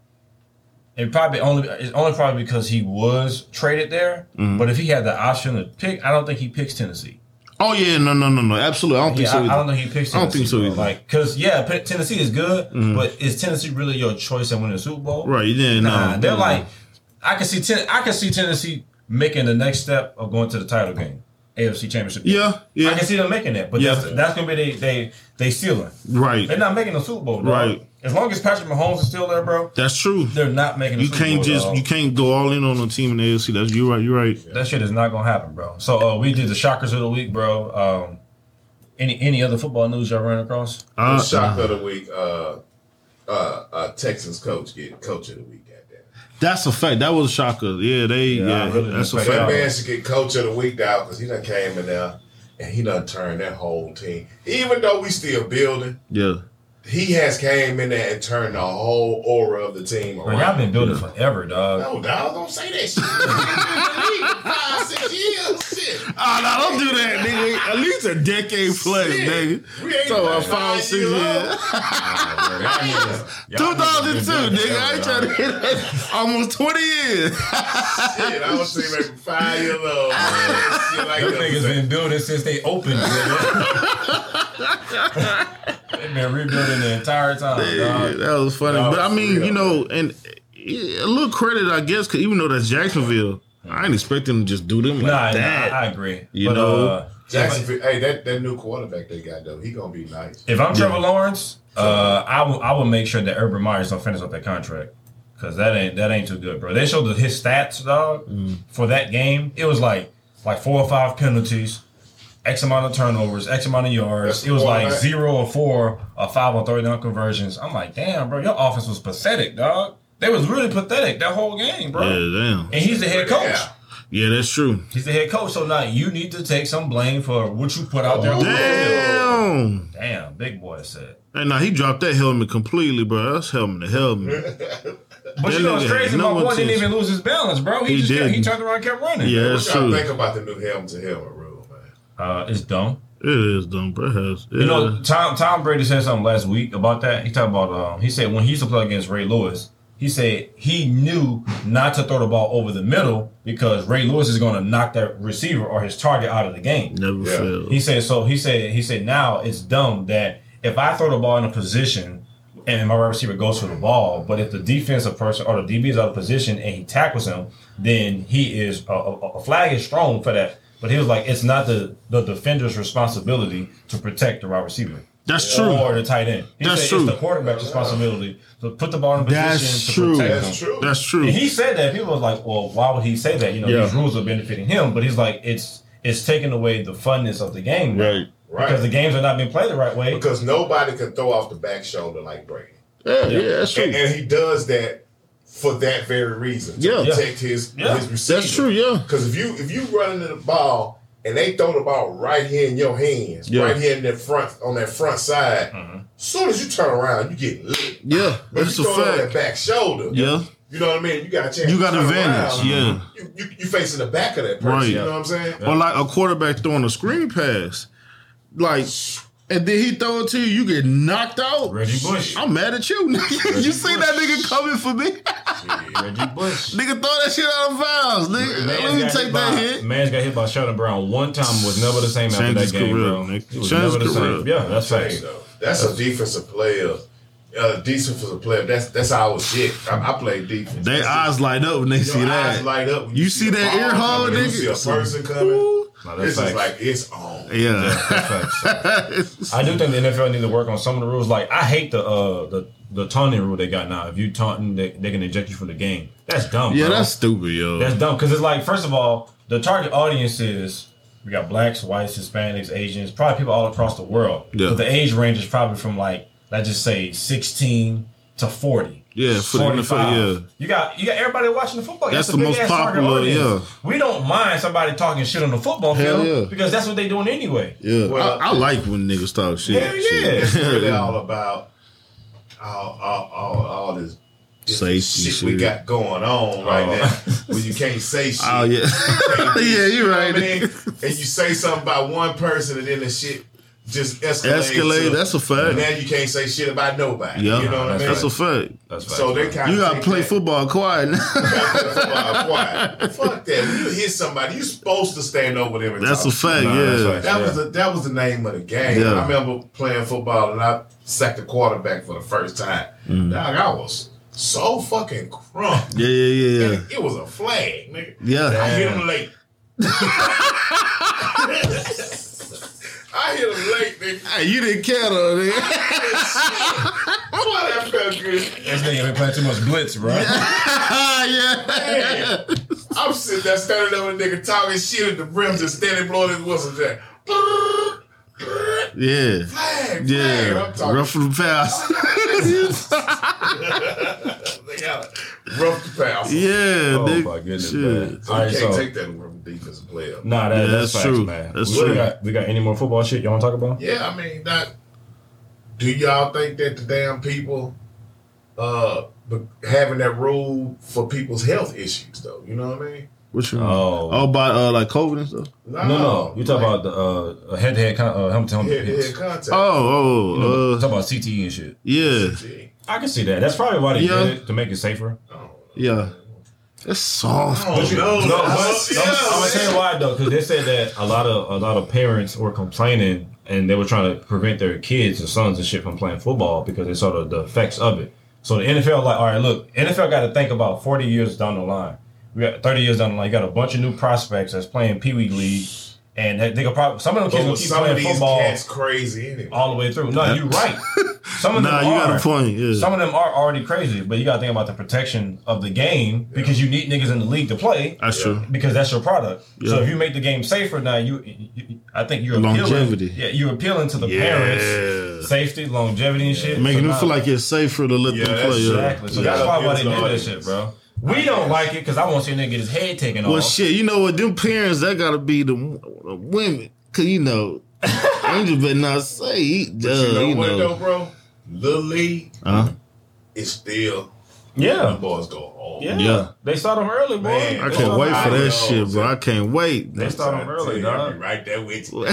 Speaker 1: It probably only it's only probably because he was traded there.
Speaker 2: Mm-hmm.
Speaker 1: But if he had the option to pick, I don't think he picks Tennessee.
Speaker 2: Oh yeah, no, no, no, no. Absolutely, I don't think
Speaker 1: Yeah,
Speaker 2: so.
Speaker 1: I,
Speaker 2: either.
Speaker 1: I don't think he picks. Tennessee,
Speaker 2: I don't think so
Speaker 1: bro.
Speaker 2: either. Mm-hmm.
Speaker 1: Like, cause yeah, P- Tennessee is good, but is Tennessee really your choice and winning the Super Bowl?
Speaker 2: Right, you didn't
Speaker 1: Nah,
Speaker 2: know.
Speaker 1: they're like, I can see ten, I can see Tennessee making the next step of going to the title game, AFC Championship. game.
Speaker 2: Yeah, yeah.
Speaker 1: I can see them making that, but
Speaker 2: Yeah.
Speaker 1: that's, that's gonna be they they they ceiling.
Speaker 2: right.
Speaker 1: They're not making the Super Bowl, bro.
Speaker 2: Right.
Speaker 1: As long as Patrick Mahomes is still there, bro,
Speaker 2: That's true.
Speaker 1: they're not making. The
Speaker 2: You
Speaker 1: Super
Speaker 2: can't
Speaker 1: Bowl,
Speaker 2: just
Speaker 1: dog.
Speaker 2: you can't go all in on a team in the AFC. That's you right. You are right.
Speaker 1: That shit is not gonna happen, bro. So uh, we did the shockers of the week, bro. Um, any any other football news y'all ran across?
Speaker 2: Uh,
Speaker 3: The shock of the week, uh, uh, uh, Texans coach get coach of the week. Goddamn,
Speaker 2: that's a fact. That was a shocker. Yeah, they.
Speaker 1: Yeah,
Speaker 2: Yeah,
Speaker 1: I really
Speaker 2: that's a
Speaker 1: respect
Speaker 2: fact.
Speaker 3: that man should get coach of the week now because he done came in there and he done turned that whole team. Even though we still building,
Speaker 2: Yeah,
Speaker 3: he has came in there and turned the whole aura of the team
Speaker 1: Bro, y'all
Speaker 3: around.
Speaker 1: been building forever, dog.
Speaker 3: *laughs* No, dog, don't say that shit. He's been in the league for *laughs* five, six years, shit.
Speaker 2: Ah, no, don't do that, nigga. At least a decade plus,
Speaker 3: Shit.
Speaker 2: nigga.
Speaker 3: We ain't
Speaker 2: So
Speaker 3: been
Speaker 2: uh,
Speaker 3: nine
Speaker 2: five, six
Speaker 3: years
Speaker 2: years. *laughs*
Speaker 3: old.
Speaker 2: Two thousand two, nigga. I ain't trying to hit that. *laughs* Almost twenty years. *laughs*
Speaker 3: Shit, I was saying maybe five years old. man. Shit like
Speaker 1: Them
Speaker 3: that.
Speaker 1: niggas been building since they opened. nigga. They've been rebuilding the entire time,
Speaker 2: Yeah,
Speaker 1: dog.
Speaker 2: that was funny.
Speaker 3: That
Speaker 2: but I
Speaker 3: was
Speaker 2: mean,
Speaker 3: real.
Speaker 2: you know, and yeah, a little credit, I guess, 'cause even though that's Jacksonville, I ain't expecting them to just do them like
Speaker 1: Nah,
Speaker 2: that.
Speaker 1: nah, I agree.
Speaker 2: You
Speaker 1: but,
Speaker 2: know?
Speaker 1: uh,
Speaker 3: Jacksonville, hey, that, that new quarterback they got though, he gonna be nice.
Speaker 1: if I'm Trevor Lawrence, uh, I will I will make sure that Urban Myers don't finish up that contract because that ain't that ain't too good, bro. They showed the, his stats, dog,
Speaker 3: Mm.
Speaker 1: for that game. It was like like four or five penalties. X amount of turnovers, X amount of yards.
Speaker 3: That's
Speaker 1: it was like
Speaker 3: quarterback.
Speaker 1: zero or four or five or thirty down conversions. I'm like, damn, bro, your offense was pathetic, dog. They was really pathetic that whole game, bro.
Speaker 2: yeah, damn.
Speaker 1: And he's the head coach.
Speaker 3: Yeah.
Speaker 2: Yeah, that's true.
Speaker 1: He's the head coach. So now you need to take some blame for what you put out there.
Speaker 3: Oh,
Speaker 2: Damn.
Speaker 1: Damn, big boy said.
Speaker 2: And now he dropped that helmet completely, bro. That's helmet to helmet.
Speaker 1: But
Speaker 2: That
Speaker 1: you know
Speaker 2: nigga
Speaker 1: what's
Speaker 2: had
Speaker 1: crazy?
Speaker 2: no
Speaker 1: my boy didn't
Speaker 2: intention.
Speaker 1: even lose his balance, bro. He,
Speaker 2: He
Speaker 1: just kept, he
Speaker 2: didn't.
Speaker 1: turned around and kept running.
Speaker 2: Yeah,
Speaker 3: What
Speaker 2: that's
Speaker 3: y'all
Speaker 2: true. It
Speaker 3: think about the new helmet to helmet rule, man?
Speaker 1: Uh, it's dumb.
Speaker 2: is dumb, bro. It has-
Speaker 1: You
Speaker 2: yeah.
Speaker 1: know, Tom Tom Brady said something last week about that. He talked about um, he said when he used to play against Ray Lewis, he said he knew not to throw the ball over the middle because Ray Lewis is going to knock that receiver or his target out of the game.
Speaker 2: never
Speaker 3: Yeah.
Speaker 2: failed.
Speaker 1: He said so. He said he said now it's dumb that if I throw the ball in a position and my wide receiver goes for the ball, but if the defensive person or the DB is out of position and he tackles him, then he is a, a, a flag is thrown for that. But he was like, it's not the the defender's responsibility to protect the wide receiver.
Speaker 2: That's true.
Speaker 1: Or the tight end. He
Speaker 2: That's
Speaker 1: said
Speaker 2: true.
Speaker 1: it's the quarterback's responsibility to put the ball in position
Speaker 2: That's
Speaker 1: to
Speaker 2: true.
Speaker 1: protect
Speaker 3: That's
Speaker 1: them.
Speaker 3: true.
Speaker 2: That's true.
Speaker 1: And he said that people was like, well, why would he say that? You know,
Speaker 2: Yeah.
Speaker 1: these rules are benefiting him, but he's like, it's it's taking away the funness of the game, now.
Speaker 2: Right.
Speaker 3: Right.
Speaker 1: Because the games are not being played the right way.
Speaker 3: because nobody can throw off the back shoulder like Brady,
Speaker 2: Yeah, yeah, that's true.
Speaker 3: and, and he does that for that very reason to
Speaker 2: Yeah.
Speaker 3: protect his
Speaker 1: Yeah.
Speaker 3: his receiver.
Speaker 2: That's true, yeah.
Speaker 3: Because if you if you run into the ball and they throw the ball right here in your hands,
Speaker 2: Yeah.
Speaker 3: right here in that front on that front side, soon as you turn around, you get lit.
Speaker 2: Yeah,
Speaker 3: But
Speaker 2: that's
Speaker 3: you
Speaker 2: a
Speaker 3: throw it on that
Speaker 2: fact.
Speaker 3: back shoulder.
Speaker 2: Yeah.
Speaker 3: You know what I mean? You got a chance.
Speaker 2: You
Speaker 3: to
Speaker 2: got
Speaker 3: turn
Speaker 2: advantage,
Speaker 3: around.
Speaker 2: yeah.
Speaker 3: You, you you facing the back of that person.
Speaker 2: Right.
Speaker 3: You know what I'm saying?
Speaker 2: Or like a quarterback throwing a screen pass. Like, and then he throw it to you, you get knocked out.
Speaker 1: Reggie Bush.
Speaker 2: I'm mad at you. *laughs* nigga. you see that nigga coming for me? *laughs*
Speaker 1: Reggie Bush.
Speaker 2: nigga, throw that shit out of bounds, nigga. Let me take that hit.
Speaker 1: Man's got hit by Shannon Brown one time was never the same after
Speaker 2: Changed
Speaker 1: that
Speaker 2: his
Speaker 1: game,
Speaker 2: career,
Speaker 1: bro.
Speaker 2: Nick.
Speaker 1: It was
Speaker 2: Changed
Speaker 1: never
Speaker 2: his
Speaker 1: the
Speaker 2: career.
Speaker 1: same. Yeah, that's
Speaker 3: Hey,
Speaker 1: facts.
Speaker 3: though, that's a defensive player. Uh, defensive player. That's that's our shit. I, I play defense.
Speaker 2: They
Speaker 3: That's
Speaker 2: eyes light up when they
Speaker 3: it.
Speaker 2: see
Speaker 3: Your
Speaker 2: that.
Speaker 3: eyes light up. When
Speaker 2: You see
Speaker 3: a
Speaker 2: that
Speaker 3: ball
Speaker 2: ear hole,
Speaker 3: coming,
Speaker 2: nigga?
Speaker 3: You see a person coming.
Speaker 2: Ooh.
Speaker 1: No, that's
Speaker 3: This is
Speaker 1: facts.
Speaker 3: like it's on. *laughs*
Speaker 2: Yeah.
Speaker 1: That's facts. I do think the NFL needs to work on some of the rules. Like I hate the uh, the the taunting rule they got now. If you taunting, they, they can eject you from the game. That's dumb.
Speaker 2: yeah,
Speaker 1: bro.
Speaker 2: that's stupid, yo.
Speaker 1: that's dumb because it's like first of all, the target audience is we got blacks, whites, Hispanics, Asians, probably people all across the world.
Speaker 2: Yeah.
Speaker 1: But the age range is probably from like let's just say sixteen to forty.
Speaker 2: Yeah, for the NFL,
Speaker 1: 45.
Speaker 2: yeah.
Speaker 1: You got you got everybody watching the football.
Speaker 2: That's
Speaker 1: a
Speaker 2: the
Speaker 1: big
Speaker 2: most
Speaker 1: ass target
Speaker 2: popular,
Speaker 1: audience.
Speaker 2: yeah.
Speaker 1: We don't mind somebody talking shit on the football
Speaker 2: Hell
Speaker 1: field
Speaker 2: yeah.
Speaker 1: because that's what they're doing anyway.
Speaker 2: yeah.
Speaker 3: Well-
Speaker 2: I, I like when niggas talk shit.
Speaker 1: Hell yeah.
Speaker 2: Shit.
Speaker 3: It's really all about all all all, all this
Speaker 2: Safety
Speaker 3: shit, we
Speaker 2: shit.
Speaker 3: got going on right
Speaker 1: Oh.
Speaker 3: now. Where you can't
Speaker 2: *laughs*
Speaker 3: say shit.
Speaker 2: *laughs* Oh
Speaker 3: *laughs*
Speaker 2: yeah, yeah, you're
Speaker 3: You know what
Speaker 2: right.
Speaker 3: I mean? and you say something about one person and then the shit just escalates.
Speaker 2: Escalate.
Speaker 3: to-
Speaker 2: That's a fact.
Speaker 3: now you can't say shit about nobody.
Speaker 2: Yeah,
Speaker 3: You know what I mean?
Speaker 2: that's a fact.
Speaker 1: That's fine.
Speaker 3: so they kind
Speaker 2: You
Speaker 3: of
Speaker 2: gotta play football quiet.
Speaker 3: *laughs*
Speaker 2: now. *laughs*
Speaker 3: football quiet. Fuck that. When you hit somebody, you supposed to stand over them. And
Speaker 2: that's a
Speaker 3: talk.
Speaker 2: fact.
Speaker 1: Nah, that's
Speaker 2: yeah.
Speaker 1: right.
Speaker 3: That
Speaker 1: Yeah.
Speaker 3: was the that was the name of the game.
Speaker 2: Yeah.
Speaker 3: I remember playing football and I sacked a quarterback for the first time.
Speaker 2: Mm.
Speaker 3: Dog, I was so fucking crunk.
Speaker 2: yeah, yeah, yeah,
Speaker 3: *laughs*
Speaker 2: yeah.
Speaker 3: It, it was a flag, nigga.
Speaker 2: Yeah.
Speaker 3: I hit him late. I hit him late, nigga.
Speaker 2: Hey, you didn't care though. nigga.
Speaker 3: Boy, that felt good.
Speaker 4: This nigga been playing too much blitz, bro.
Speaker 2: *laughs*
Speaker 1: *laughs*
Speaker 2: yeah.
Speaker 3: Damn. *laughs* I'm sitting there standing up with a nigga talking shit at the rim, just standing blowing his whistle there. Flag,
Speaker 2: Yeah.
Speaker 3: flag.
Speaker 2: Yeah.
Speaker 3: I'm talking
Speaker 2: Rough from the past. *laughs*
Speaker 3: They got a rough pass.
Speaker 2: yeah.
Speaker 1: Oh
Speaker 2: nigga.
Speaker 1: my goodness,
Speaker 2: Shit.
Speaker 1: man. All
Speaker 3: You
Speaker 1: right,
Speaker 3: can't
Speaker 1: so
Speaker 3: take that from a defensive player.
Speaker 1: nah, that,
Speaker 2: Yeah,
Speaker 1: that's,
Speaker 2: that's
Speaker 1: facts,
Speaker 2: true.
Speaker 1: man.
Speaker 2: That's
Speaker 1: we
Speaker 2: true.
Speaker 1: Got, we got any more football shit you want to talk about?
Speaker 3: Yeah, I mean that. Do y'all think that the damn people uh be- having that rule for people's health issues though? You know what I mean?
Speaker 2: What you? Oh.
Speaker 1: Oh,
Speaker 2: oh, by uh, like COVID and stuff.
Speaker 1: no, no, you talk about the uh, head-to-head con- uh, helmet Oh. to helmet
Speaker 3: head,
Speaker 1: hits.
Speaker 3: head contact.
Speaker 2: Oh,
Speaker 1: You know,
Speaker 2: oh, uh,
Speaker 1: talk about CTE and shit.
Speaker 2: yeah,
Speaker 3: Gee,
Speaker 1: I can see that. That's probably why they
Speaker 2: Yeah.
Speaker 1: did it to make it safer.
Speaker 3: I don't know.
Speaker 2: yeah. That's soft.
Speaker 3: Oh,
Speaker 2: though.
Speaker 3: no.
Speaker 1: No, but
Speaker 3: Yes,
Speaker 1: I'm, I'm gonna
Speaker 3: yes.
Speaker 1: tell you why though, because they said that a lot of a lot of parents were complaining and they were trying to prevent their kids and sons and shit from playing football because they saw the, the effects of it. So the NFL like, all right, look, NFL got to think about 40 years down the line. We got 30 years down the line. You got a bunch of new prospects that's playing Pee Wee League, and they, they could probably some of them kids
Speaker 3: But
Speaker 1: will
Speaker 3: with
Speaker 1: keep
Speaker 3: some of
Speaker 1: playing
Speaker 3: these
Speaker 1: football
Speaker 3: cats crazy anyway.
Speaker 1: all the way through. No, you're right.
Speaker 2: *laughs*
Speaker 1: Some of them
Speaker 2: Nah, you
Speaker 1: are.
Speaker 2: got a point. Yeah.
Speaker 1: Some of them are already crazy, but you got to think about the protection of the game because you need niggas in the league to play
Speaker 2: that's true.
Speaker 1: because that's your product.
Speaker 2: Yeah.
Speaker 1: So if you make the game safer now, you, you- you- I think you're appealing.
Speaker 2: Longevity.
Speaker 1: Yeah, you're appealing to the
Speaker 2: Yeah.
Speaker 1: parents, safety, longevity, and shit.
Speaker 2: Making
Speaker 1: So
Speaker 2: them
Speaker 1: now-
Speaker 2: feel like it's safer to let
Speaker 3: Yeah,
Speaker 2: them
Speaker 3: that's
Speaker 2: play. yeah.
Speaker 1: exactly. So
Speaker 3: Yeah.
Speaker 1: that's why why they do
Speaker 3: Yeah.
Speaker 1: that shit, bro. We don't like it because I want to see a nigga get his head taken
Speaker 2: Well,
Speaker 3: Oh.
Speaker 1: off.
Speaker 2: shit, you know what? Them parents, that gotta be the, the women, cause you
Speaker 3: *laughs*
Speaker 2: know, Angel better not say. He, uh,
Speaker 3: But you know
Speaker 2: you
Speaker 3: what
Speaker 2: know,
Speaker 3: though, bro? Lil League
Speaker 2: Huh?
Speaker 3: is still the
Speaker 1: yeah.
Speaker 3: boys go all
Speaker 1: yeah,
Speaker 2: Yeah.
Speaker 1: They saw them early, boy.
Speaker 3: Man,
Speaker 1: They
Speaker 2: I
Speaker 1: saw
Speaker 2: can't
Speaker 1: them
Speaker 2: wait for
Speaker 1: early.
Speaker 2: that
Speaker 3: know.
Speaker 2: shit, bro. I can't wait.
Speaker 1: They saw them early,
Speaker 3: I'll be
Speaker 1: dog.
Speaker 3: right there with you.
Speaker 2: *laughs*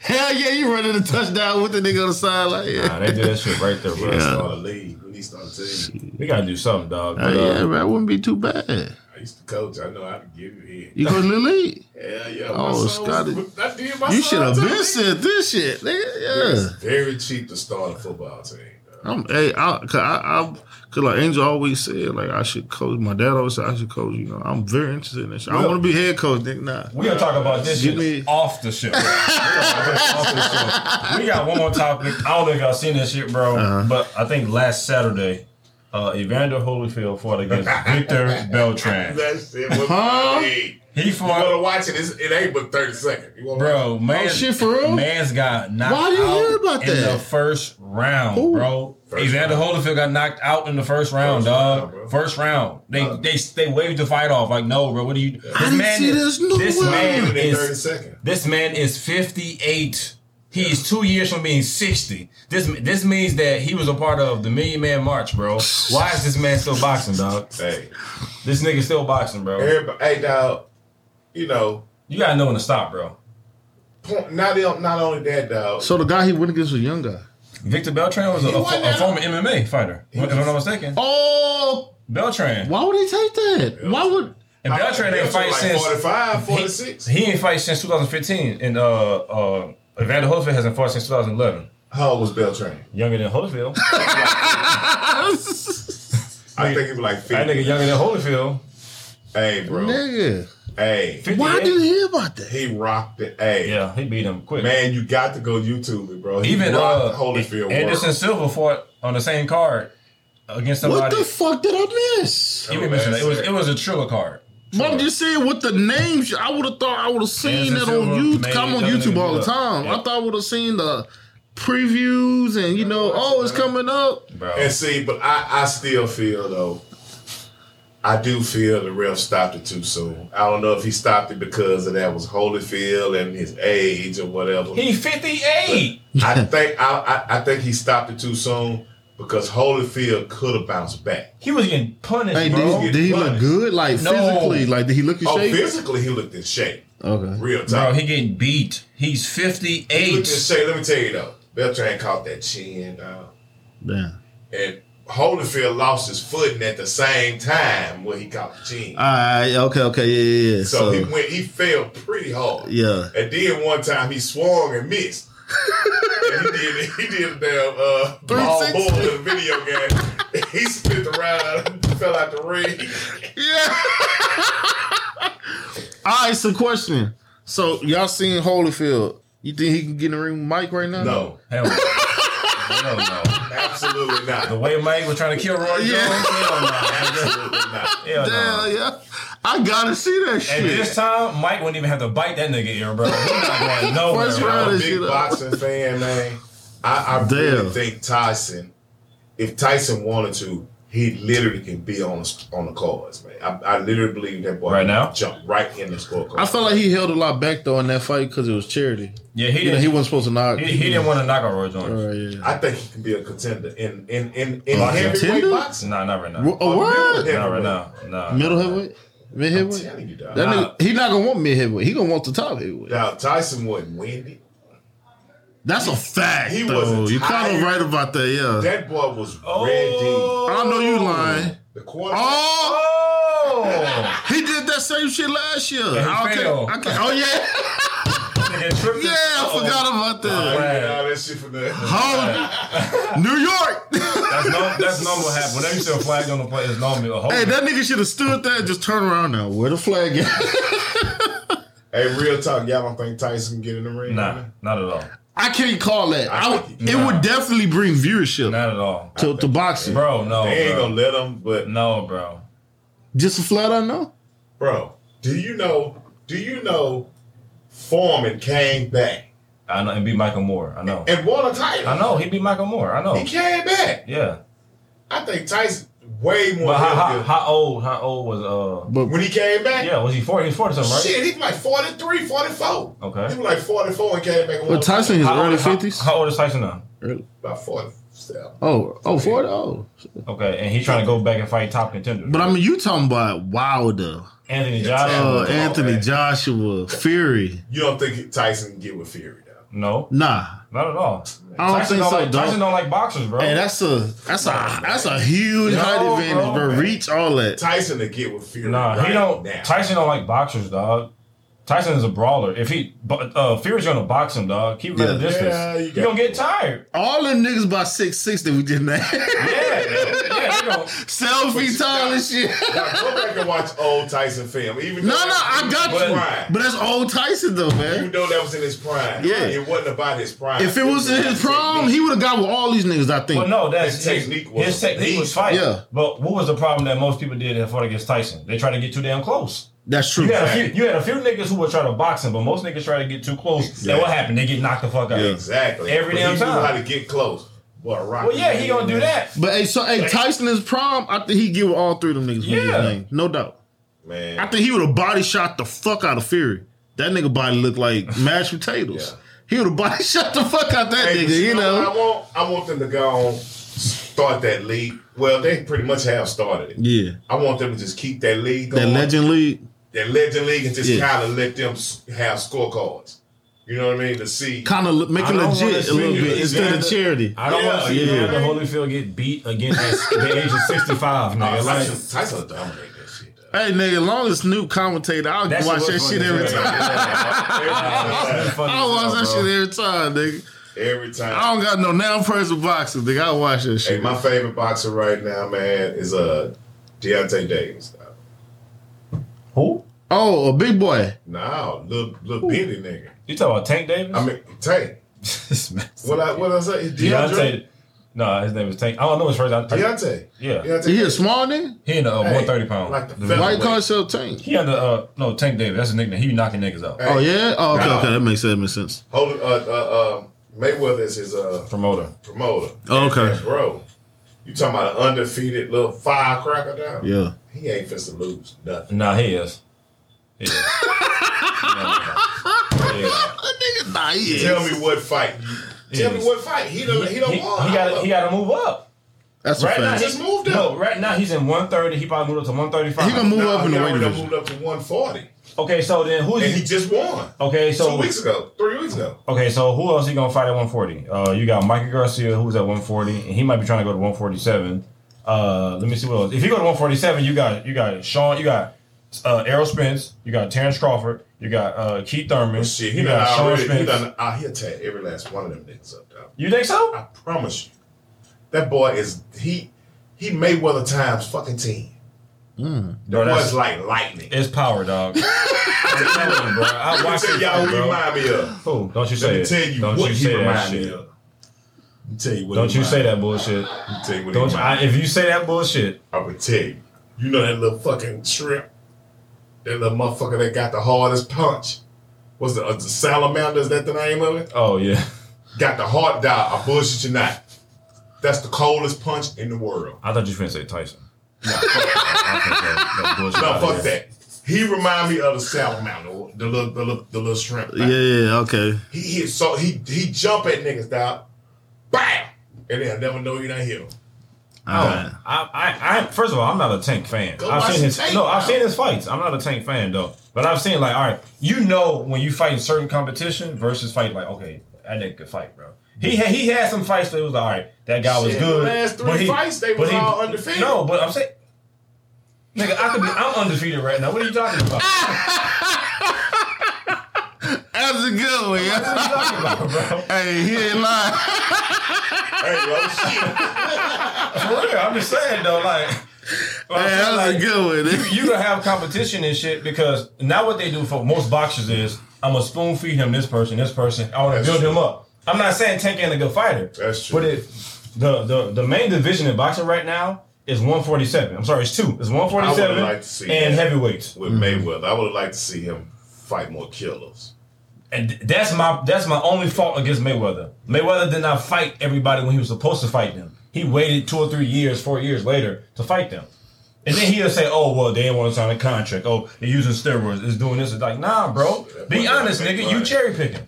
Speaker 2: Hell yeah, you running a touchdown with the nigga on the sideline. Yeah,
Speaker 1: Nah, they do that shit right there, bro.
Speaker 3: Start a league. We need to start a team.
Speaker 1: We gotta do something, dog.
Speaker 2: Uh,
Speaker 1: But, uh,
Speaker 2: yeah, bro, it wouldn't be too bad.
Speaker 3: I used to coach. I know I could give you head.
Speaker 2: You go to the league.
Speaker 3: Hell yeah.
Speaker 2: Oh,
Speaker 3: my son
Speaker 2: Scotty.
Speaker 3: Was, I did my
Speaker 2: You
Speaker 3: son
Speaker 2: should have
Speaker 3: too,
Speaker 2: been
Speaker 3: nigga.
Speaker 2: said this shit, nigga.
Speaker 3: It's
Speaker 2: Yeah.
Speaker 3: very cheap to start a football team.
Speaker 2: *laughs*
Speaker 3: though.
Speaker 2: I'm, hey, I, cause I, I, cause like Angel always said, like I should coach. My dad always said I should coach. You know, I'm very interested in this. Shit. I want to be head coach, nigga. Nah.
Speaker 1: We gonna talk about this
Speaker 2: Give me-
Speaker 1: shit
Speaker 4: Off the ship.
Speaker 1: off this show. We got one more topic. I don't know if y'all seen this shit, bro,
Speaker 2: Uh-huh.
Speaker 1: but I think last Saturday, uh, Evander Holyfield fought against
Speaker 2: *laughs*
Speaker 1: Victor Beltran.
Speaker 3: That shit was
Speaker 2: Huh?
Speaker 3: big.
Speaker 4: He
Speaker 3: You want to
Speaker 4: fought,
Speaker 3: watch it? It's, it ain't but 30 seconds. You wanna watch
Speaker 4: bro. Man,
Speaker 2: Oh, shit, for real?
Speaker 4: Man's got knocked
Speaker 2: Why didn't
Speaker 4: out
Speaker 2: hear about
Speaker 4: in
Speaker 2: that?
Speaker 4: the first round,
Speaker 2: Who?
Speaker 4: bro.
Speaker 3: First
Speaker 4: Evander Holyfield got knocked out in the first round,
Speaker 3: First round,
Speaker 4: dog.
Speaker 3: bro. Uh.
Speaker 4: first round, they they they waved the fight off. Like, no, bro. What do you? This
Speaker 2: didn't see this. No
Speaker 4: this
Speaker 2: way.
Speaker 3: it?
Speaker 4: man
Speaker 3: It ain't
Speaker 4: is
Speaker 3: 30 seconds.
Speaker 4: This man is 58. He is two years from being 60. This this means that he was a part of the Million Man March, bro. Why is this man still boxing, dog?
Speaker 3: Hey,
Speaker 4: This nigga still boxing, bro.
Speaker 3: everybody, hey, dog, you know,
Speaker 4: You gotta know when to stop, bro.
Speaker 3: point, not, not only that, dog,
Speaker 2: So the guy he went against was a young guy.
Speaker 4: Victor Beltran was a, a,
Speaker 3: won
Speaker 4: a
Speaker 3: that.
Speaker 4: former MMA fighter, if I'm not mistaken.
Speaker 2: Oh,
Speaker 4: Beltran.
Speaker 2: why would he take that? Why *laughs* would?
Speaker 4: And Beltran ain't fight
Speaker 3: like
Speaker 4: since
Speaker 3: 45,
Speaker 4: he-
Speaker 3: 46.
Speaker 4: He, ain't fight since 2015, and uh uh Evander Holyfield hasn't fought since 2011.
Speaker 3: How old was Beltran?
Speaker 1: Younger than Holyfield.
Speaker 3: I think he was like 50.
Speaker 1: That nigga younger than Holyfield.
Speaker 3: hey, bro.
Speaker 2: Nigga,
Speaker 3: Hey,
Speaker 1: 58.
Speaker 2: why did he hear about that?
Speaker 3: he rocked it. Hey,
Speaker 1: Yeah, he beat him quick.
Speaker 3: man, you got to go YouTube it, bro. He
Speaker 4: Even
Speaker 3: rocked
Speaker 4: uh
Speaker 3: Holyfield.
Speaker 4: Anderson
Speaker 3: work.
Speaker 4: Silva fought on the same card against somebody.
Speaker 2: What the fuck did I miss?
Speaker 4: You didn't mention that. It was it was a Triller card.
Speaker 2: But I'm just saying with the names, I would have thought I would have seen
Speaker 1: Anderson
Speaker 2: that on
Speaker 1: Silva,
Speaker 2: YouTube.
Speaker 1: man,
Speaker 2: I'm on
Speaker 1: that
Speaker 2: YouTube
Speaker 1: nigga
Speaker 2: all the
Speaker 1: good.
Speaker 2: time. I thought I would have seen the previews and you know, oh, it's coming up.
Speaker 1: bro.
Speaker 3: And see, but I, I still feel though, I do feel the ref stopped it too soon. I don't know if he stopped it because of that was Holyfield and his age or whatever.
Speaker 1: He 58.
Speaker 3: *laughs* I think I, I, I think he stopped it too soon because Holyfield could have bounced back.
Speaker 1: He was getting punished,
Speaker 2: Hey, did,
Speaker 1: bro.
Speaker 3: you
Speaker 2: did he look
Speaker 3: running.
Speaker 2: good? Like
Speaker 1: No.
Speaker 2: physically? Like did he look in
Speaker 3: Oh,
Speaker 2: shape?
Speaker 3: physically he looked in shape,
Speaker 2: Okay.
Speaker 1: Bro,
Speaker 3: real time.
Speaker 1: he getting beat. He's
Speaker 3: he looked in
Speaker 1: 58.
Speaker 3: shape. Let me tell you though, Beltran caught that chin down,
Speaker 2: Damn.
Speaker 3: and Holyfield lost his footing at the same time when he caught the chin.
Speaker 2: All right. Okay. Okay. Yeah. Yeah. yeah.
Speaker 3: so,
Speaker 2: So,
Speaker 3: he went. He fell pretty hard.
Speaker 2: yeah.
Speaker 3: And then one time he swung and missed. and he did he did a damn uh ball ball
Speaker 2: 360.
Speaker 3: in a video game. *laughs* he spit the round, fell out the ring.
Speaker 2: *laughs* All right. So question. So y'all seen Holyfield? You think he can get in the ring with Mike right now?
Speaker 3: No,
Speaker 1: Hell no. Hell no.
Speaker 3: absolutely
Speaker 1: The
Speaker 3: not.
Speaker 1: way Mike was trying to kill Roy Jones,
Speaker 2: Yeah.
Speaker 1: hell no.
Speaker 3: Absolutely not.
Speaker 1: Hell no.
Speaker 2: Damn. Yeah. I gotta see that
Speaker 1: And
Speaker 2: shit.
Speaker 1: this time, Mike wouldn't even have to bite that nigga ear, bro. He's
Speaker 2: *laughs*
Speaker 1: not going nowhere.
Speaker 2: First
Speaker 1: bro.
Speaker 2: round.
Speaker 3: I'm a
Speaker 2: Shut
Speaker 3: big
Speaker 2: up.
Speaker 3: boxing fan, man. I, I
Speaker 2: Damn.
Speaker 3: really think Tyson, if Tyson wanted to, he literally can be on on the cards, man. I, I literally believe that boy
Speaker 1: Right
Speaker 3: can
Speaker 1: now?
Speaker 3: jump right in the scorecard.
Speaker 2: I felt like he held a lot back though in that fight because it was charity.
Speaker 1: Yeah, he
Speaker 2: You know,
Speaker 1: didn't.
Speaker 2: he wasn't supposed to knock.
Speaker 1: He, he didn't want to knock out Roy Jones.
Speaker 2: All right, yeah.
Speaker 3: I think he can be a contender in in in, in
Speaker 2: A
Speaker 3: heavyweight
Speaker 2: contender?
Speaker 3: boxing.
Speaker 1: Nah, not right now.
Speaker 2: Wha-
Speaker 1: Not
Speaker 2: oh, what?
Speaker 3: Middle
Speaker 1: right now. Nah.
Speaker 2: Middle heavyweight, mid
Speaker 3: I'm
Speaker 2: heavyweight.
Speaker 3: telling you, dog.
Speaker 2: That
Speaker 1: Nah.
Speaker 2: nigga, he not gonna want mid heavyweight. He gonna want the top heavyweight.
Speaker 3: Now Tyson wasn't windy.
Speaker 2: That's a fact.
Speaker 3: He
Speaker 2: though.
Speaker 3: wasn't
Speaker 2: You kind of
Speaker 3: tired.
Speaker 2: right about that, yeah.
Speaker 3: That boy was
Speaker 1: Oh.
Speaker 3: ready.
Speaker 2: I know you lying.
Speaker 3: The quarter.
Speaker 2: Oh,
Speaker 1: Oh!
Speaker 2: he did that same shit last year.
Speaker 1: he
Speaker 2: I can't-
Speaker 1: failed.
Speaker 2: I can't- oh yeah,
Speaker 1: Nigga tripped his-
Speaker 2: yeah. I
Speaker 1: Uh-oh.
Speaker 2: forgot about
Speaker 3: I
Speaker 2: that.
Speaker 3: get all that shit from the.
Speaker 2: Oh, New York.
Speaker 1: That's, no, that's normal happen. Whenever you see a flag on the play, it's normally a hold.
Speaker 2: hey, that nigga should have stood there and just turned around now. Where the flag at?
Speaker 3: Hey, real talk, y'all don't think Tyson can get in the ring?
Speaker 1: nah, not at all.
Speaker 2: I can't call that. I would- it
Speaker 1: Nah.
Speaker 2: would definitely bring viewership
Speaker 1: Not at all.
Speaker 2: to, to boxing.
Speaker 1: Bro, no.
Speaker 3: They ain't
Speaker 1: Oh, Bro.
Speaker 3: gonna let him. But
Speaker 1: No, bro.
Speaker 2: Just a flat out no.
Speaker 3: bro, do you know? Do you know? Foreman came back
Speaker 1: I know. And beat Michael Moore. I know.
Speaker 3: and won a title.
Speaker 1: I know. He beat Michael Moore. I
Speaker 3: He
Speaker 1: know.
Speaker 3: came back.
Speaker 1: Yeah.
Speaker 3: I think Tyson way more.
Speaker 1: But how, how,
Speaker 3: healthy.
Speaker 1: how old? How old was
Speaker 2: But
Speaker 3: when he came
Speaker 1: uh?
Speaker 3: back,
Speaker 1: Yeah, was he forty? He was forty something, right?
Speaker 3: shit, he was like 43, 44.
Speaker 1: Okay.
Speaker 3: He was like 44 and came back. and won
Speaker 2: but
Speaker 3: a
Speaker 2: Tyson is
Speaker 1: How
Speaker 2: early
Speaker 1: old- how-
Speaker 2: fifties.
Speaker 1: How, old is Tyson now?
Speaker 2: Early-
Speaker 3: about 47.
Speaker 2: Oh, oh, 40? Oh.
Speaker 1: Okay, and he's trying to go back and fight top contenders.
Speaker 2: But I mean, you talking about Wilder,
Speaker 1: Anthony
Speaker 2: uh,
Speaker 1: Joshua.
Speaker 3: Yeah.
Speaker 2: Anthony
Speaker 3: man.
Speaker 2: Joshua, Fury.
Speaker 3: You don't think Tyson can get with Fury though?
Speaker 1: no,
Speaker 2: Nah,
Speaker 1: not at all.
Speaker 2: I don't
Speaker 1: Tyson
Speaker 2: think
Speaker 1: don't
Speaker 2: so.
Speaker 1: like,
Speaker 2: dog.
Speaker 1: Tyson don't like boxers, bro.
Speaker 2: Hey, that's a that's a that's a huge
Speaker 1: No,
Speaker 2: height advantage,
Speaker 1: bro,
Speaker 2: bro.
Speaker 1: man.
Speaker 2: Reach all that.
Speaker 3: Tyson to get with Fury.
Speaker 1: nah,
Speaker 3: right
Speaker 1: he don't.
Speaker 3: Now.
Speaker 1: Tyson don't like boxers, dog. Tyson is a brawler. If he, but uh, Fury's gonna box him, dog. Keep him at a
Speaker 2: Yeah.
Speaker 1: distance.
Speaker 3: Yeah, you
Speaker 1: you
Speaker 3: got-
Speaker 1: gonna
Speaker 2: *laughs*
Speaker 1: get tired.
Speaker 2: All them niggas by six six that we just named.
Speaker 1: Yeah, yeah. You gonna,
Speaker 2: *laughs* Selfie tall and shit.
Speaker 3: Now, go back and watch old Tyson film. Even
Speaker 2: No, no,
Speaker 3: though that
Speaker 2: I
Speaker 3: was
Speaker 2: got
Speaker 3: in his
Speaker 2: you.
Speaker 3: prime.
Speaker 2: But that's old Tyson though,
Speaker 3: even
Speaker 2: man.
Speaker 3: though that was in his prime,
Speaker 2: Yeah.
Speaker 3: it wasn't about his prime.
Speaker 2: If it was in his prime, he would have got with all these niggas. I think.
Speaker 1: well, no, that's
Speaker 3: His
Speaker 1: his
Speaker 3: technique
Speaker 1: technique.
Speaker 3: was
Speaker 1: Was, his technique was fighting.
Speaker 2: Yeah.
Speaker 1: But what was the problem that most people did in fought against Tyson? They tried to get too damn close.
Speaker 2: that's true.
Speaker 1: You had, a few, you had a few niggas who were trying to box him, but most niggas try to get too close. And what happened? They get knocked the fuck out.
Speaker 3: exactly
Speaker 1: Every
Speaker 3: But
Speaker 1: damn
Speaker 3: he
Speaker 1: time.
Speaker 3: knew how to get close. But Rocky
Speaker 1: Well, yeah, he gonna do that.
Speaker 2: But hey, so hey, Tyson is prime. I think he get with all three of them niggas. when he was
Speaker 1: Yeah.
Speaker 2: young. no doubt.
Speaker 3: man.
Speaker 2: I think he would have body shot the fuck out of Fury. That nigga body looked like
Speaker 1: *laughs*
Speaker 2: mashed potatoes. He would have body *laughs* shot the fuck out that
Speaker 3: Hey, but
Speaker 2: nigga. You
Speaker 3: what
Speaker 2: know.
Speaker 3: I want I want them to go on start that league. Well, they pretty much have started it.
Speaker 2: Yeah,
Speaker 3: I want them to just keep that league.
Speaker 2: that
Speaker 3: going.
Speaker 2: legend league.
Speaker 3: that legend league and just
Speaker 2: Yeah.
Speaker 3: kind of let them s- have scorecards. You know what I mean? To see,
Speaker 2: kind of make
Speaker 1: I
Speaker 2: it
Speaker 1: don't wanna
Speaker 2: legit
Speaker 1: see
Speaker 2: a little
Speaker 1: you
Speaker 2: bit instead of
Speaker 1: together.
Speaker 2: charity.
Speaker 1: I don't
Speaker 3: Yeah,
Speaker 1: want to see
Speaker 2: yeah.
Speaker 1: yeah. the Holyfield get beat again at the age of 65,
Speaker 3: uh,
Speaker 1: nigga. Like, *laughs*
Speaker 3: Tyson, Tyson dominate that shit.
Speaker 2: *laughs*
Speaker 3: though.
Speaker 2: Hey nigga, as long as Snoop commentator, I'll
Speaker 1: That shit
Speaker 2: watch
Speaker 1: was
Speaker 2: that
Speaker 1: funny
Speaker 2: shit
Speaker 1: as
Speaker 2: every
Speaker 1: hell.
Speaker 2: time.
Speaker 3: Every time.
Speaker 2: I'll watch that shit every time, nigga.
Speaker 3: Every
Speaker 2: I
Speaker 3: time.
Speaker 2: don't got no noun person boxing, nigga. I'll watch that
Speaker 3: Hey,
Speaker 2: shit.
Speaker 3: my favorite boxer right now, man, is uh Deontay Davis.
Speaker 1: Who?
Speaker 2: oh, a big boy.
Speaker 3: No, little little bitty nigga.
Speaker 1: You talking about Tank Davis? *laughs*
Speaker 3: I mean, Tank.
Speaker 1: This man-
Speaker 3: What I what I say? It's Deontay.
Speaker 1: Deontay. No, his name is Tank. I don't know his first. I, I,
Speaker 3: Deontay.
Speaker 1: Yeah.
Speaker 3: Deontay.
Speaker 2: He a small nigga?
Speaker 1: He in the uh,
Speaker 3: Hey,
Speaker 1: 130 pound.
Speaker 3: like the
Speaker 1: division.
Speaker 2: Why you
Speaker 3: Wait.
Speaker 2: call yourself Tank?
Speaker 1: he under uh no Tank Davis. That's his nickname. He knocking niggas out.
Speaker 3: Hey,
Speaker 2: Oh yeah? Oh okay,
Speaker 3: Nah.
Speaker 2: okay, that makes sense. That makes
Speaker 1: *laughs*
Speaker 2: sense.
Speaker 3: Hold, uh, uh, uh, Mayweather is his uh,
Speaker 1: Promoter.
Speaker 3: promoter.
Speaker 2: Oh, Okay.
Speaker 3: Bro, You talking about an undefeated little firecracker down?
Speaker 2: Yeah.
Speaker 3: He ain't finna lose nothing.
Speaker 1: Nah, he is. He is.
Speaker 2: Nigga, nah, he is.
Speaker 3: Tell me what fight. You, tell me what fight. He don't. He, don't
Speaker 1: He,
Speaker 3: want.
Speaker 1: got he got to move up.
Speaker 2: That's a
Speaker 1: Right now,
Speaker 2: fact.
Speaker 1: he's
Speaker 3: Just moved
Speaker 1: No,
Speaker 3: up.
Speaker 1: right now he's in 130. He probably moved up to 135.
Speaker 2: He gonna move up in the weight
Speaker 3: He
Speaker 2: division.
Speaker 3: moved up to 140,
Speaker 1: Okay, so then who
Speaker 3: and
Speaker 1: is
Speaker 3: he
Speaker 1: he?
Speaker 3: just won
Speaker 1: Okay,
Speaker 3: two
Speaker 1: so
Speaker 3: weeks ago, three weeks ago.
Speaker 1: Okay, so who else he gonna fight at 140? Uh, you got Mikey Garcia, who's at 140, and he might be trying to go to 147. Uh, let me see what else. If you go to 147, you got you got Sean, you got uh, Errol Spence, you got Terrence Crawford, you got uh, Keith Thurman,
Speaker 3: Shit, he
Speaker 1: you
Speaker 3: done
Speaker 1: got Sean
Speaker 3: already. He
Speaker 1: Spence.
Speaker 3: done. Uh, he'll tear every last one of them niggas up, dog.
Speaker 1: you think so?
Speaker 3: I promise you, that boy is he. He Mayweather times fucking ten.
Speaker 2: Hmm.
Speaker 1: Bro,
Speaker 3: Boy,
Speaker 1: that's,
Speaker 3: it's like lightning.
Speaker 1: it's power,
Speaker 3: *laughs*
Speaker 1: dog. I'm telling you, bro. I
Speaker 3: I
Speaker 1: watch
Speaker 3: tell
Speaker 1: it,
Speaker 3: y'all who he
Speaker 1: bro.
Speaker 3: remind me of.
Speaker 1: Who? Don't you
Speaker 3: Let
Speaker 1: say
Speaker 3: me
Speaker 1: it.
Speaker 3: tell you
Speaker 1: Don't
Speaker 3: what
Speaker 1: you
Speaker 3: he
Speaker 1: say that
Speaker 3: remind me
Speaker 1: shit.
Speaker 3: of. Let me tell you what.
Speaker 1: Don't
Speaker 3: he
Speaker 1: you say
Speaker 3: remind
Speaker 1: that bullshit.
Speaker 3: me- Let me tell you what. he
Speaker 1: Don't you,
Speaker 3: remind
Speaker 1: I, if you say that bullshit,
Speaker 3: I would tell you. You know that little fucking shrimp, that little motherfucker that got the hardest punch. What's the, uh, the salamander? Is that the name of it?
Speaker 1: oh yeah,
Speaker 3: Got the hard die. I bullshit you not. That's the coldest punch in the world.
Speaker 1: I thought you were gonna say Tyson. *laughs* I think that, that bullshit
Speaker 3: No,
Speaker 1: out
Speaker 3: fuck
Speaker 1: here.
Speaker 3: that. He remind me of the salamander, the little, the little, the little shrimp.
Speaker 2: Yeah, yeah, okay.
Speaker 3: He hit so he he jump at niggas down, bam, and they'll never know you done hit him.
Speaker 2: All right.
Speaker 1: I, I, I, first of all, I'm not a Tank fan.
Speaker 3: Oh. Go
Speaker 1: I've
Speaker 3: watch
Speaker 1: seen
Speaker 3: the
Speaker 1: his
Speaker 3: Tank,
Speaker 1: no, I've
Speaker 3: bro.
Speaker 1: seen his fights. I'm not a Tank fan though, but I've seen like, all right, you know when you fight in certain competition versus fight like, okay, that nigga could fight, bro. He had he had some fights that was like, all right, that guy was
Speaker 3: Shit,
Speaker 1: good.
Speaker 3: the last three
Speaker 1: but he-
Speaker 3: fights, they
Speaker 1: but
Speaker 3: was
Speaker 1: he-
Speaker 3: all undefeated.
Speaker 1: No, but I'm saying, nigga, I could be, I'm undefeated right now. What are you talking about? What
Speaker 2: That's a good one. *laughs* yeah.
Speaker 1: are you talking about, bro?
Speaker 2: Hey, he ain't lying.
Speaker 3: Hey, yo, shit.
Speaker 1: For real, I'm just saying though, like, like,
Speaker 2: Hey, that was a
Speaker 1: like,
Speaker 2: good one. *laughs*
Speaker 1: you gonna have competition and shit because now what they do for most boxers is I'm gonna spoon feed him this person, this person. I want to
Speaker 3: That's
Speaker 1: build
Speaker 3: true.
Speaker 1: him up. I'm not saying Tank ain't a good fighter.
Speaker 3: That's true.
Speaker 1: But it, the the the main division in boxing right now is 147. I'm sorry, it's two. It's 147
Speaker 3: I would've liked to see
Speaker 1: and
Speaker 3: that.
Speaker 1: heavyweights.
Speaker 3: With
Speaker 2: Mm-hmm.
Speaker 3: Mayweather, I would have liked to see him fight more killers.
Speaker 1: And th- that's my that's my only fault against Mayweather. Mayweather did not fight everybody when he was supposed to fight them. He waited two or three years, four years later to fight them. And then he'll say, "Oh well, they didn't want to sign a contract. Oh, they're using steroids. It's doing this. It's like, nah, bro. Be honest, nigga. You cherry picking.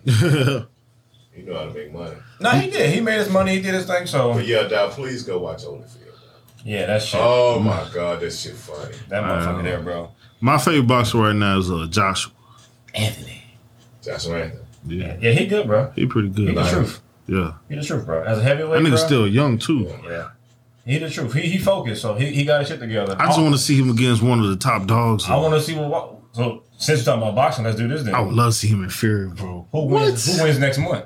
Speaker 3: You know how to make money.
Speaker 1: nah, he did. He made his money. He did his thing. So
Speaker 3: But yeah, dog, please go watch Holyfield.
Speaker 1: yeah, that shit.
Speaker 3: Oh my god, that shit funny.
Speaker 1: that motherfucker there, bro.
Speaker 2: My favorite boxer right now is uh, Joshua.
Speaker 1: Anthony.
Speaker 3: Josh Randall.
Speaker 2: Yeah,
Speaker 1: Yeah, he good, bro.
Speaker 2: he pretty
Speaker 1: He
Speaker 2: good.
Speaker 1: the
Speaker 2: Like,
Speaker 1: truth.
Speaker 2: Yeah,
Speaker 1: He the truth, bro. As a heavyweight,
Speaker 2: that
Speaker 1: bro,
Speaker 2: nigga's still young too.
Speaker 1: yeah. He the truth. He he focused, so he, he got his shit together.
Speaker 2: I just want to see him against one of the top dogs.
Speaker 1: I
Speaker 2: though.
Speaker 1: want to see what, what. So since you're talking about boxing, let's do this then.
Speaker 2: I would love to see him in Fury, bro.
Speaker 1: Who wins? Who wins next month?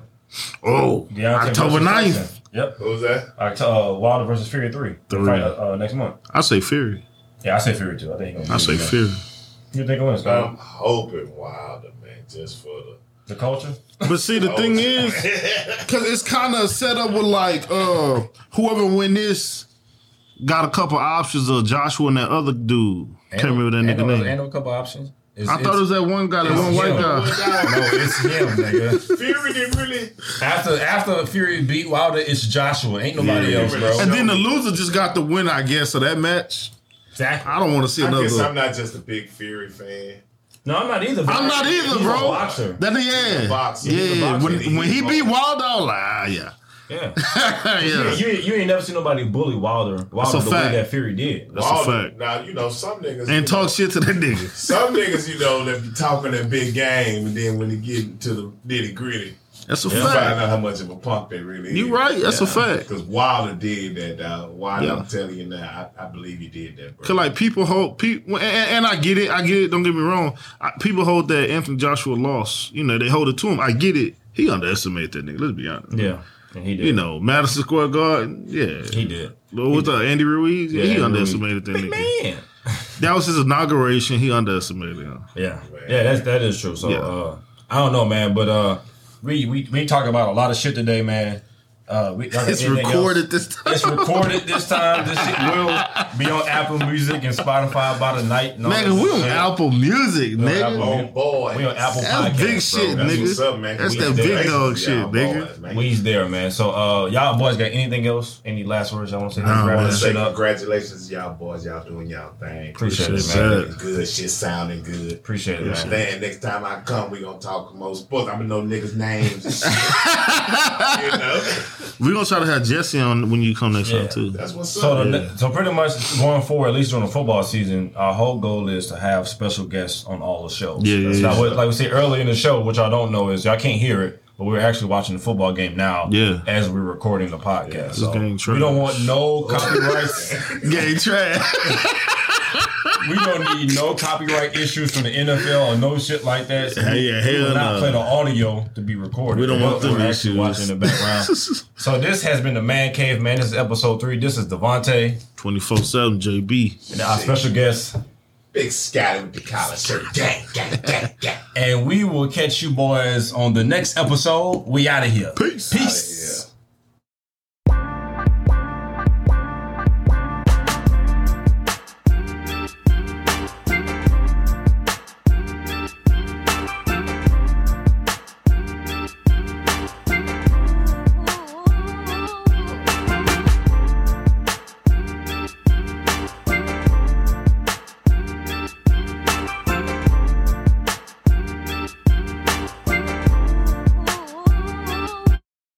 Speaker 2: Oh,
Speaker 1: Deontay
Speaker 2: October
Speaker 1: versus
Speaker 2: 9th.
Speaker 1: Tyson. Yep.
Speaker 3: Who was that?
Speaker 1: October, uh, Wilder versus Fury three. The
Speaker 2: Three.
Speaker 1: Fight, uh, uh, next month.
Speaker 2: I say Fury.
Speaker 1: Yeah, I say Fury too. I think. he gonna
Speaker 2: I say
Speaker 1: win.
Speaker 2: Fury.
Speaker 1: You think he wins?
Speaker 2: Um,
Speaker 1: Scott?
Speaker 5: Um,
Speaker 3: I'm hoping Wilder, man, just for the
Speaker 1: The culture.
Speaker 2: But see, the
Speaker 1: *laughs* Oh.
Speaker 2: thing is, because it's kind of set up with like uh whoever win this got a couple options of Joshua and that other dude. Can't remember that
Speaker 5: And
Speaker 2: nigga
Speaker 5: a-
Speaker 2: name.
Speaker 5: and a couple options. It's,
Speaker 2: I thought it was that one guy, that one white
Speaker 1: him.
Speaker 2: guy.
Speaker 5: no, it's him,
Speaker 2: *laughs*
Speaker 5: nigga.
Speaker 3: *laughs* Fury didn't really
Speaker 5: After after Fury beat Wilder, it's Joshua. Ain't nobody
Speaker 3: Yeah,
Speaker 5: else,
Speaker 3: yeah.
Speaker 5: bro.
Speaker 2: And then the loser just got the win, I guess, of that match.
Speaker 1: Exactly.
Speaker 2: I don't want to see
Speaker 3: I
Speaker 2: another.
Speaker 3: guess I'm
Speaker 2: I'm,
Speaker 3: not just a big Fury fan.
Speaker 1: No, I'm not either. Bro.
Speaker 2: not either,
Speaker 1: He's
Speaker 2: bro.
Speaker 1: A boxer.
Speaker 2: That nigga, yeah,
Speaker 3: boxer. He's a
Speaker 2: yeah.
Speaker 3: boxer.
Speaker 2: When,
Speaker 3: He's a
Speaker 2: when he
Speaker 3: boxer.
Speaker 2: beat Wilder, I was like, ah, yeah,
Speaker 1: Yeah.
Speaker 2: yeah. *laughs*
Speaker 1: You, you ain't never seen nobody bully Wilder. Wilder
Speaker 2: a
Speaker 1: the
Speaker 2: fact.
Speaker 1: way that Fury did.
Speaker 2: That's a fact.
Speaker 3: Now you know some niggas you
Speaker 2: And
Speaker 3: know,
Speaker 2: talk shit to that nigga.
Speaker 3: some niggas you know that be talking that big game, and then when they get to the nitty gritty,
Speaker 2: That's a
Speaker 3: you find
Speaker 2: fact.
Speaker 3: out how much of a punk they really.
Speaker 2: You right? That's a fact.
Speaker 3: Because Wilder did that, dog. Wilder,
Speaker 2: Yeah.
Speaker 3: I'm telling you now, I, I believe he did that, bro.
Speaker 2: Cause like people hold people, and, and I get it. I get it. Don't get me wrong. I, people hold that Anthony Joshua lost. You know they hold it to him. I get it. He underestimated that nigga. Let's be honest.
Speaker 1: Yeah. And he did.
Speaker 2: You know Madison Square Garden. Yeah.
Speaker 1: He did.
Speaker 2: What was that? Andy Ruiz. Yeah,
Speaker 1: Yeah,
Speaker 2: he
Speaker 1: Andy
Speaker 2: underestimated that nigga.
Speaker 1: Man.
Speaker 2: That was his inauguration. He underestimated him.
Speaker 1: Yeah, yeah, that's that is true. So
Speaker 2: Oh, Yeah.
Speaker 1: uh, I don't know, man, but uh, we we we talk about a lot of shit today, man.
Speaker 4: Uh, we, like
Speaker 2: It's
Speaker 4: anything else.
Speaker 2: recorded this time.
Speaker 4: It's recorded this time. This shit will be on Apple Music and Spotify by the night. and all
Speaker 2: Nigga,
Speaker 4: that
Speaker 2: we on
Speaker 4: shit.
Speaker 2: Apple Music,
Speaker 4: on
Speaker 2: nigga.
Speaker 4: Apple
Speaker 3: Oh boy.
Speaker 4: We on Apple
Speaker 2: That's
Speaker 4: Podcast,
Speaker 2: big
Speaker 4: bro.
Speaker 2: shit,
Speaker 3: That's
Speaker 2: nigga.
Speaker 3: what's up, man.
Speaker 2: That's
Speaker 3: We
Speaker 2: that
Speaker 3: there.
Speaker 2: big dog
Speaker 3: Y'all
Speaker 2: shit, nigga.
Speaker 3: ballers, man.
Speaker 4: We
Speaker 1: He's there, man. So, uh, y'all boys got anything else? Any last words y'all want to say? Let's wrap
Speaker 3: I wanna
Speaker 1: this
Speaker 3: say
Speaker 1: shit up.
Speaker 3: congratulations, y'all boys. Y'all doing y'all thing.
Speaker 1: Appreciate
Speaker 2: Yes,
Speaker 1: it, man.
Speaker 2: sir.
Speaker 3: Good shit sounding good.
Speaker 1: Appreciate it,
Speaker 3: You
Speaker 1: man.
Speaker 3: understand? Next time I come, we gonna talk more sports. I'm gonna know niggas' names.
Speaker 2: *laughs*
Speaker 3: and shit. you know,
Speaker 2: We're gonna try to have Jesse on when you come next
Speaker 1: Yeah.
Speaker 2: time too.
Speaker 3: that's what's
Speaker 1: So,
Speaker 3: up.
Speaker 1: the, so pretty much going forward, at least during the football season, our whole goal is to have special guests on all the shows.
Speaker 2: Yeah, yeah,
Speaker 1: That's
Speaker 2: yeah.
Speaker 1: not what- like we said earlier in the show, which I don't know is y'all can't hear it, but we're actually watching the football game now.
Speaker 2: Yeah.
Speaker 1: as we're recording the podcast. so
Speaker 2: game
Speaker 1: we
Speaker 2: trash.
Speaker 1: don't want no copyrights.
Speaker 2: Gay trash.
Speaker 4: We don't need no copyright issues from the NFL or no shit like that. So
Speaker 2: Hell
Speaker 4: we-
Speaker 2: yeah,
Speaker 4: we
Speaker 2: hell
Speaker 4: will
Speaker 2: no.
Speaker 4: not play the audio to be recorded.
Speaker 2: We don't want
Speaker 4: We're
Speaker 2: them
Speaker 4: actually
Speaker 2: issues.
Speaker 4: watching in the
Speaker 2: *laughs*
Speaker 4: background. so this has been the Man Cave, man. This is episode three. This is Devontae
Speaker 2: 24 7 JB.
Speaker 4: and our special guest,
Speaker 3: Big Scotty with the collar shirt. Gang, gang, gang, gang.
Speaker 4: and we will catch you boys on the next episode. We out of here.
Speaker 2: Peace.
Speaker 4: Peace.